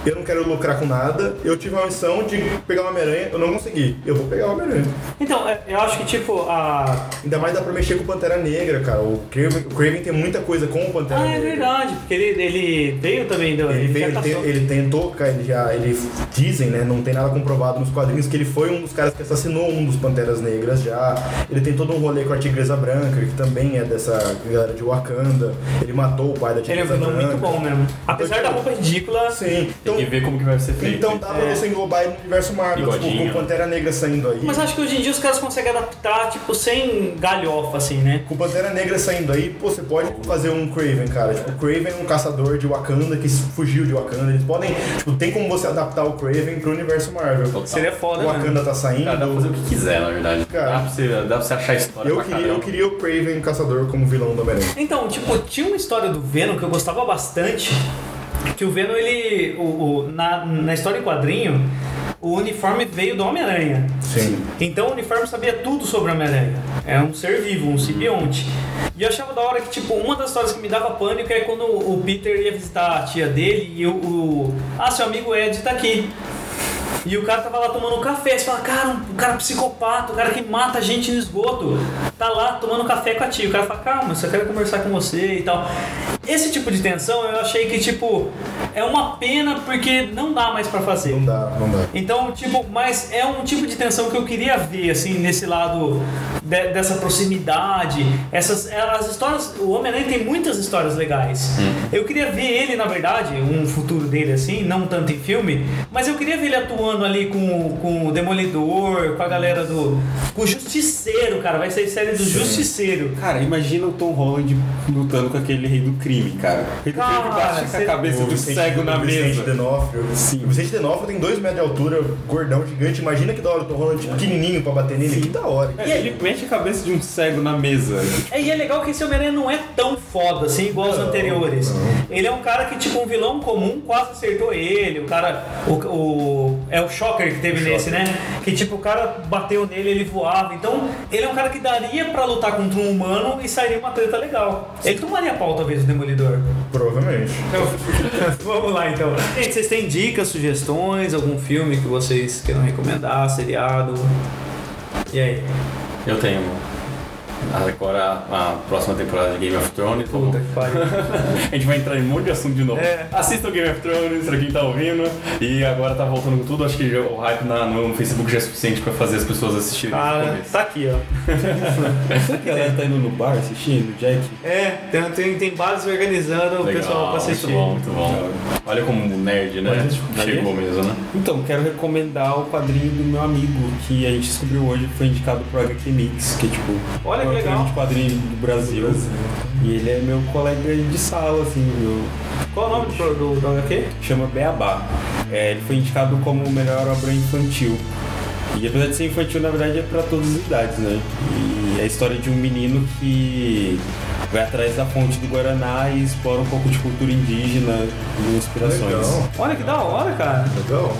[SPEAKER 6] eu não quero lucrar com nada, eu tive uma missão de pegar o Homem-Aranha, eu não consegui, eu vou pegar o Homem-Aranha.
[SPEAKER 3] Então, é- eu acho que, tipo, a.
[SPEAKER 6] Ainda mais dá pra mexer com o Pantera Negra, cara. O Craven, o Craven tem muita coisa com o Pantera
[SPEAKER 3] Ah, é
[SPEAKER 6] Negra.
[SPEAKER 3] verdade, porque ele, ele veio também do.
[SPEAKER 6] Tá. Ele, veio,
[SPEAKER 3] já
[SPEAKER 6] ele, tem-
[SPEAKER 3] caçou.
[SPEAKER 6] ele tentou, cara, ele já, ele dizem, né? Não tem nada comprovado nos quadrinhos que ele foi um dos caras que assassinou um dos Panteras Negras já. Ele tem todo um rolê com a Tigresa Branca, que também é dessa galera de Wakanda. Ele matou o pai
[SPEAKER 3] Ele
[SPEAKER 6] da
[SPEAKER 3] é um
[SPEAKER 6] Tigresa
[SPEAKER 3] vilão
[SPEAKER 6] Branca.
[SPEAKER 3] muito bom mesmo. Apesar
[SPEAKER 6] Eu-
[SPEAKER 3] da roupa ridícula,
[SPEAKER 6] Sim. Então,
[SPEAKER 5] Tem que ver como que vai ser feito.
[SPEAKER 6] então dá pra
[SPEAKER 3] É.
[SPEAKER 6] você englobar ele no universo Marvel, tipo, com
[SPEAKER 5] Bigodinho.
[SPEAKER 6] o Pantera Negra saindo aí.
[SPEAKER 3] mas acho que hoje em dia os caras conseguem adaptar, tipo, sem galhofa, assim, né?
[SPEAKER 6] Com o Pantera Negra saindo aí, pô, você pode fazer um Craven, cara. Tipo, o Craven é um caçador de Wakanda que fugiu de Wakanda. Eles podem. Tipo, tem como você adaptar o Craven pro universo Marvel.
[SPEAKER 5] Total.
[SPEAKER 3] Seria foda,
[SPEAKER 6] O
[SPEAKER 3] né?
[SPEAKER 6] Wakanda tá saindo.
[SPEAKER 5] Cara, dá pra fazer o que quiser, na verdade.
[SPEAKER 6] Cara.
[SPEAKER 5] dá, pra você, dá pra você achar história
[SPEAKER 6] Eu
[SPEAKER 5] pra
[SPEAKER 6] queria,
[SPEAKER 5] caramba.
[SPEAKER 6] eu queria o Craven Caçador como vilão do Homem-Aranha.
[SPEAKER 3] Então, tipo, tinha uma história do Venom que eu gostava bastante. Que o Venom, ele. o- o- na, na história em quadrinho, o uniforme veio do Homem-Aranha.
[SPEAKER 6] Sim.
[SPEAKER 3] Então o uniforme sabia tudo sobre o Homem-Aranha. É um ser vivo, um simbionte. E eu achava da hora que, tipo, uma das histórias que me dava pânico é quando o Peter ia visitar a tia dele e o. o- ah, seu amigo Ed tá aqui. E o cara tava lá tomando um café. Você fala, cara, um cara psicopata, o cara que mata gente no esgoto, tá lá tomando café com a tia. O cara fala, calma, só quero conversar com você e tal. Esse tipo de tensão eu achei que, tipo, é uma pena porque não dá mais pra fazer.
[SPEAKER 6] Não dá, não dá.
[SPEAKER 3] Então, tipo, mas é um tipo de tensão que eu queria ver, assim, nesse lado de- dessa proximidade. Essas, as histórias. O Homem-Aranha tem muitas histórias legais. Eu queria ver ele, na verdade, um futuro dele, assim, não tanto em filme, mas eu queria ver ele atuando ali com, o- com o Demolidor, com a galera do. com o Justiceiro, cara. Vai ser série do Justiceiro.
[SPEAKER 4] Cara, imagina o Tom Holland lutando com aquele rei do crime, cara. O rei do
[SPEAKER 3] Cara,
[SPEAKER 4] crime bate com
[SPEAKER 3] cê-
[SPEAKER 4] a cabeça do cego na
[SPEAKER 6] o Vicente
[SPEAKER 4] mesa.
[SPEAKER 6] Denofrio.
[SPEAKER 4] Sim.
[SPEAKER 6] O Vicente Denofrio tem 2 metros de altura, gordão, gigante. Imagina que da hora o Tom Holland tipo, pequenininho pra bater nele. Que da hora.
[SPEAKER 4] É, ele mete a cabeça de um cego na mesa.
[SPEAKER 3] É, e é legal que esse Homem-Aranha não é tão foda assim, igual os
[SPEAKER 6] Não,
[SPEAKER 3] anteriores.
[SPEAKER 6] não.
[SPEAKER 3] Ele é um cara que, tipo, um vilão comum quase acertou ele. O cara. O, o- é o Shocker que teve nesse, né? Que, tipo, o cara bateu nele, ele voava. Então, ele é um cara que daria pra lutar contra um humano e sairia uma treta legal. Ele tomaria pau, talvez, o Demolidor.
[SPEAKER 6] Provavelmente.
[SPEAKER 3] Vamos lá, então. Gente, vocês têm dicas, sugestões, algum filme que vocês queiram recomendar, seriado? E aí?
[SPEAKER 5] Eu tenho. Agora a próxima temporada de Game of Thrones.
[SPEAKER 3] Puta que pariu.
[SPEAKER 5] A gente vai entrar em um monte de assunto de novo.
[SPEAKER 3] É.
[SPEAKER 5] Assista o Game of Thrones, pra quem tá ouvindo. E agora tá voltando com tudo. Acho que já- o hype na- no Facebook já é suficiente pra fazer as pessoas assistirem. no
[SPEAKER 3] Cara,
[SPEAKER 5] começo.
[SPEAKER 3] tá aqui, ó.
[SPEAKER 4] Será que a galera tá indo no bar assistindo, Jack?
[SPEAKER 3] É, tem, tem, tem bares organizando o
[SPEAKER 5] Legal,
[SPEAKER 3] pessoal pra assistir.
[SPEAKER 5] Muito bom, muito bom. Olha como um nerd, né?
[SPEAKER 4] Mas, tipo,
[SPEAKER 5] Chegou mesmo, né?
[SPEAKER 4] Então, quero recomendar o quadrinho do meu amigo, que a gente descobriu hoje, que foi indicado pro HQ Mix, que é tipo,
[SPEAKER 3] Olha que
[SPEAKER 4] o
[SPEAKER 3] legal.
[SPEAKER 4] grande quadrinho do Brasil. E ele é meu colega de sala, assim, meu,
[SPEAKER 3] Qual é o nome do, do, do HQ?
[SPEAKER 4] chama Beabá. É, ele foi indicado como melhor obra infantil. E apesar de ser infantil, na verdade é pra todas as idades, né? E é a história de um menino que vai atrás da fonte do Guaraná e explora um pouco de cultura indígena e inspirações.
[SPEAKER 6] Legal,
[SPEAKER 3] Olha que da hora, cara.
[SPEAKER 6] legal.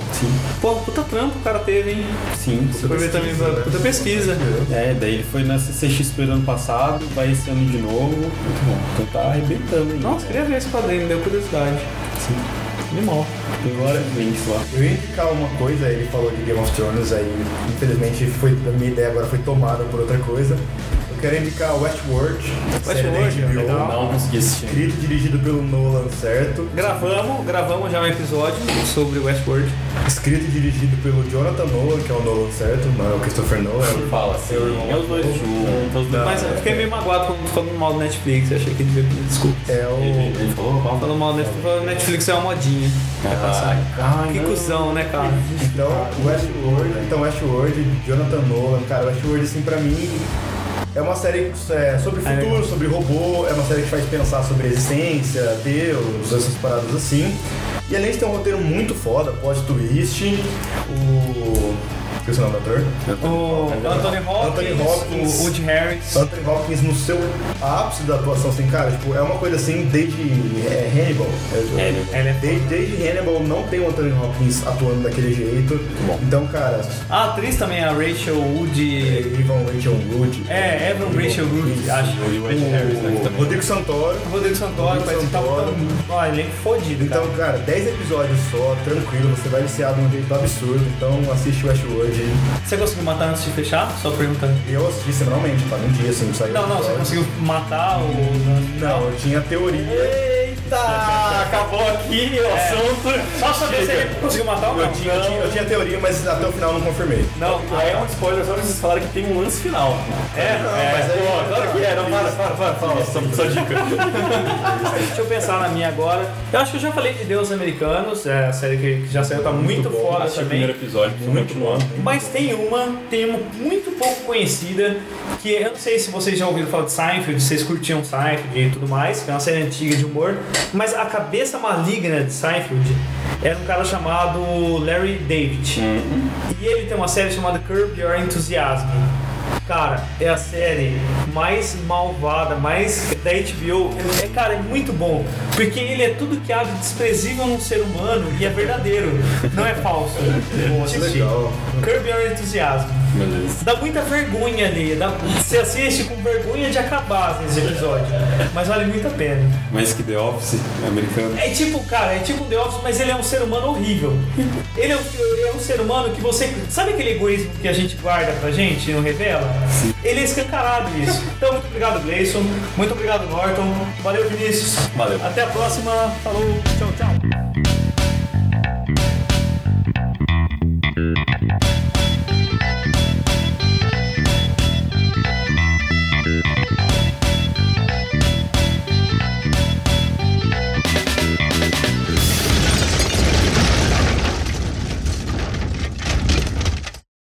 [SPEAKER 3] Pô, puta trampo o cara teve, hein?
[SPEAKER 4] Sim.
[SPEAKER 3] Foi ver também pra puta pesquisa.
[SPEAKER 4] É, daí ele foi na CCXP do ano passado, vai esse ano de novo. Muito bom. Então tá arrebentando aí.
[SPEAKER 3] Nossa, queria ver esse quadrinho, deu curiosidade.
[SPEAKER 4] animal. Tem vários links lá.
[SPEAKER 6] Eu ia indicar uma coisa, ele falou de Game of Thrones, aí infelizmente foi, a minha ideia agora foi tomada por outra coisa. Eu quero indicar Westworld, série da
[SPEAKER 3] Westworld,
[SPEAKER 6] HBO,
[SPEAKER 3] legal.
[SPEAKER 5] Não consegui assistir.
[SPEAKER 6] escrito e dirigido pelo Nolan, certo?
[SPEAKER 3] Gravamos, gravamos já um episódio sobre Westworld.
[SPEAKER 6] Escrito e dirigido pelo Jonathan Nolan, que é o Nolan, certo? Não é o Christopher Nolan, é o
[SPEAKER 5] Fala assim, é os dois juntos. os
[SPEAKER 4] Ah,
[SPEAKER 5] dois-
[SPEAKER 3] Mas eu fiquei meio magoado quando falando mal do Netflix, eu achei que devia pedir desculpa.
[SPEAKER 6] É o.
[SPEAKER 5] Ele ele falou, vamos
[SPEAKER 3] Falando mal do Netflix, falando Netflix é uma modinha. Vai passar. que cuzão, né, cara?
[SPEAKER 6] Então, Westworld. Então, Westworld, Jonathan Nolan, cara, Westworld, assim, pra mim. É uma série é, sobre
[SPEAKER 3] É.
[SPEAKER 6] futuro, sobre robô, é uma série que faz pensar sobre existência, Deus, essas paradas assim. E além de ter um roteiro muito foda, plot twist, o. Que é o seu nome do ator?
[SPEAKER 3] O Anthony
[SPEAKER 6] Anthony
[SPEAKER 3] Hopkins,
[SPEAKER 6] Hopkins.
[SPEAKER 3] o Woody Harris.
[SPEAKER 6] Anthony Hopkins no seu ápice da atuação, assim, cara, tipo, é uma coisa assim desde é, Hannibal. É,
[SPEAKER 3] Ele é-
[SPEAKER 6] Desde, desde Hannibal não tem o Anthony Hopkins atuando daquele jeito. Então, cara,
[SPEAKER 3] A atriz também, a Rachel
[SPEAKER 6] é,
[SPEAKER 3] Wood.
[SPEAKER 6] Ivan Rachel Wood.
[SPEAKER 3] É, Evan Rachel Wood, acho. é né?
[SPEAKER 6] O Rodrigo Santoro.
[SPEAKER 3] Rodrigo Santoro, tá mas ele tava
[SPEAKER 6] Santoro.
[SPEAKER 3] tão. Olha, ele é fodido, cara.
[SPEAKER 6] Então, cara, 10 episódios só, tranquilo, você vai viciar de um jeito absurdo, então assiste Westworld.
[SPEAKER 3] Você conseguiu matar antes de fechar? Só perguntando.
[SPEAKER 6] Eu assisti semanalmente, tá? Um dia assim, saiu.
[SPEAKER 3] Não, não, você
[SPEAKER 6] episódio.
[SPEAKER 3] conseguiu matar o.
[SPEAKER 6] Não, eu tinha teoria.
[SPEAKER 3] Eita! Acabou aqui o assunto. É. Só saber se ele conseguiu matar ou não.
[SPEAKER 6] Eu tinha, eu tinha- eu tinha teoria, mas até o final eu não confirmei.
[SPEAKER 3] Não, aí é um spoiler só que vocês falaram que tem um lance final. É, não, é,
[SPEAKER 6] mas aí-
[SPEAKER 3] pô, claro que é, não, para, para, para, fala só, só dica. Deixa eu pensar na minha agora. Eu acho que eu já falei de Deus Americanos, é a série que que já saiu, tá muito, fora
[SPEAKER 5] assistir o
[SPEAKER 3] também.
[SPEAKER 5] primeiro episódio, muito bom.
[SPEAKER 3] Mas tem uma, tem uma muito pouco conhecida, que é, eu não sei se vocês já ouviram falar de Seinfeld, se vocês curtiam Seinfeld e tudo mais, que é uma série antiga de humor, mas a cabeça maligna de Seinfeld era um cara chamado Larry David. E ele tem uma série chamada Curb Your Enthusiasm. Cara, é a série mais malvada, mais da HBO. É, cara, é muito bom. Porque ele é tudo que há de desprezível num ser humano e é verdadeiro. Não é falso. Bom, assistir.
[SPEAKER 6] legal.
[SPEAKER 3] Curb Your Enthusiasm.
[SPEAKER 5] é
[SPEAKER 3] Dá muita vergonha ali. Dá, você assiste com vergonha de acabar assim, esse episódio. Mas vale muito a pena.
[SPEAKER 4] Mas que The Office americano.
[SPEAKER 3] É tipo, cara, é tipo The Office, mas ele é um ser humano horrível. Ele é um, é um ser humano que você. Sabe aquele egoísmo que a gente guarda pra gente e não revela? Ele é escancarado isso. Então, muito obrigado, Gleison. Muito obrigado, Norton. Valeu, Vinícius.
[SPEAKER 5] Valeu.
[SPEAKER 3] Até a próxima. Falou. Tchau, tchau.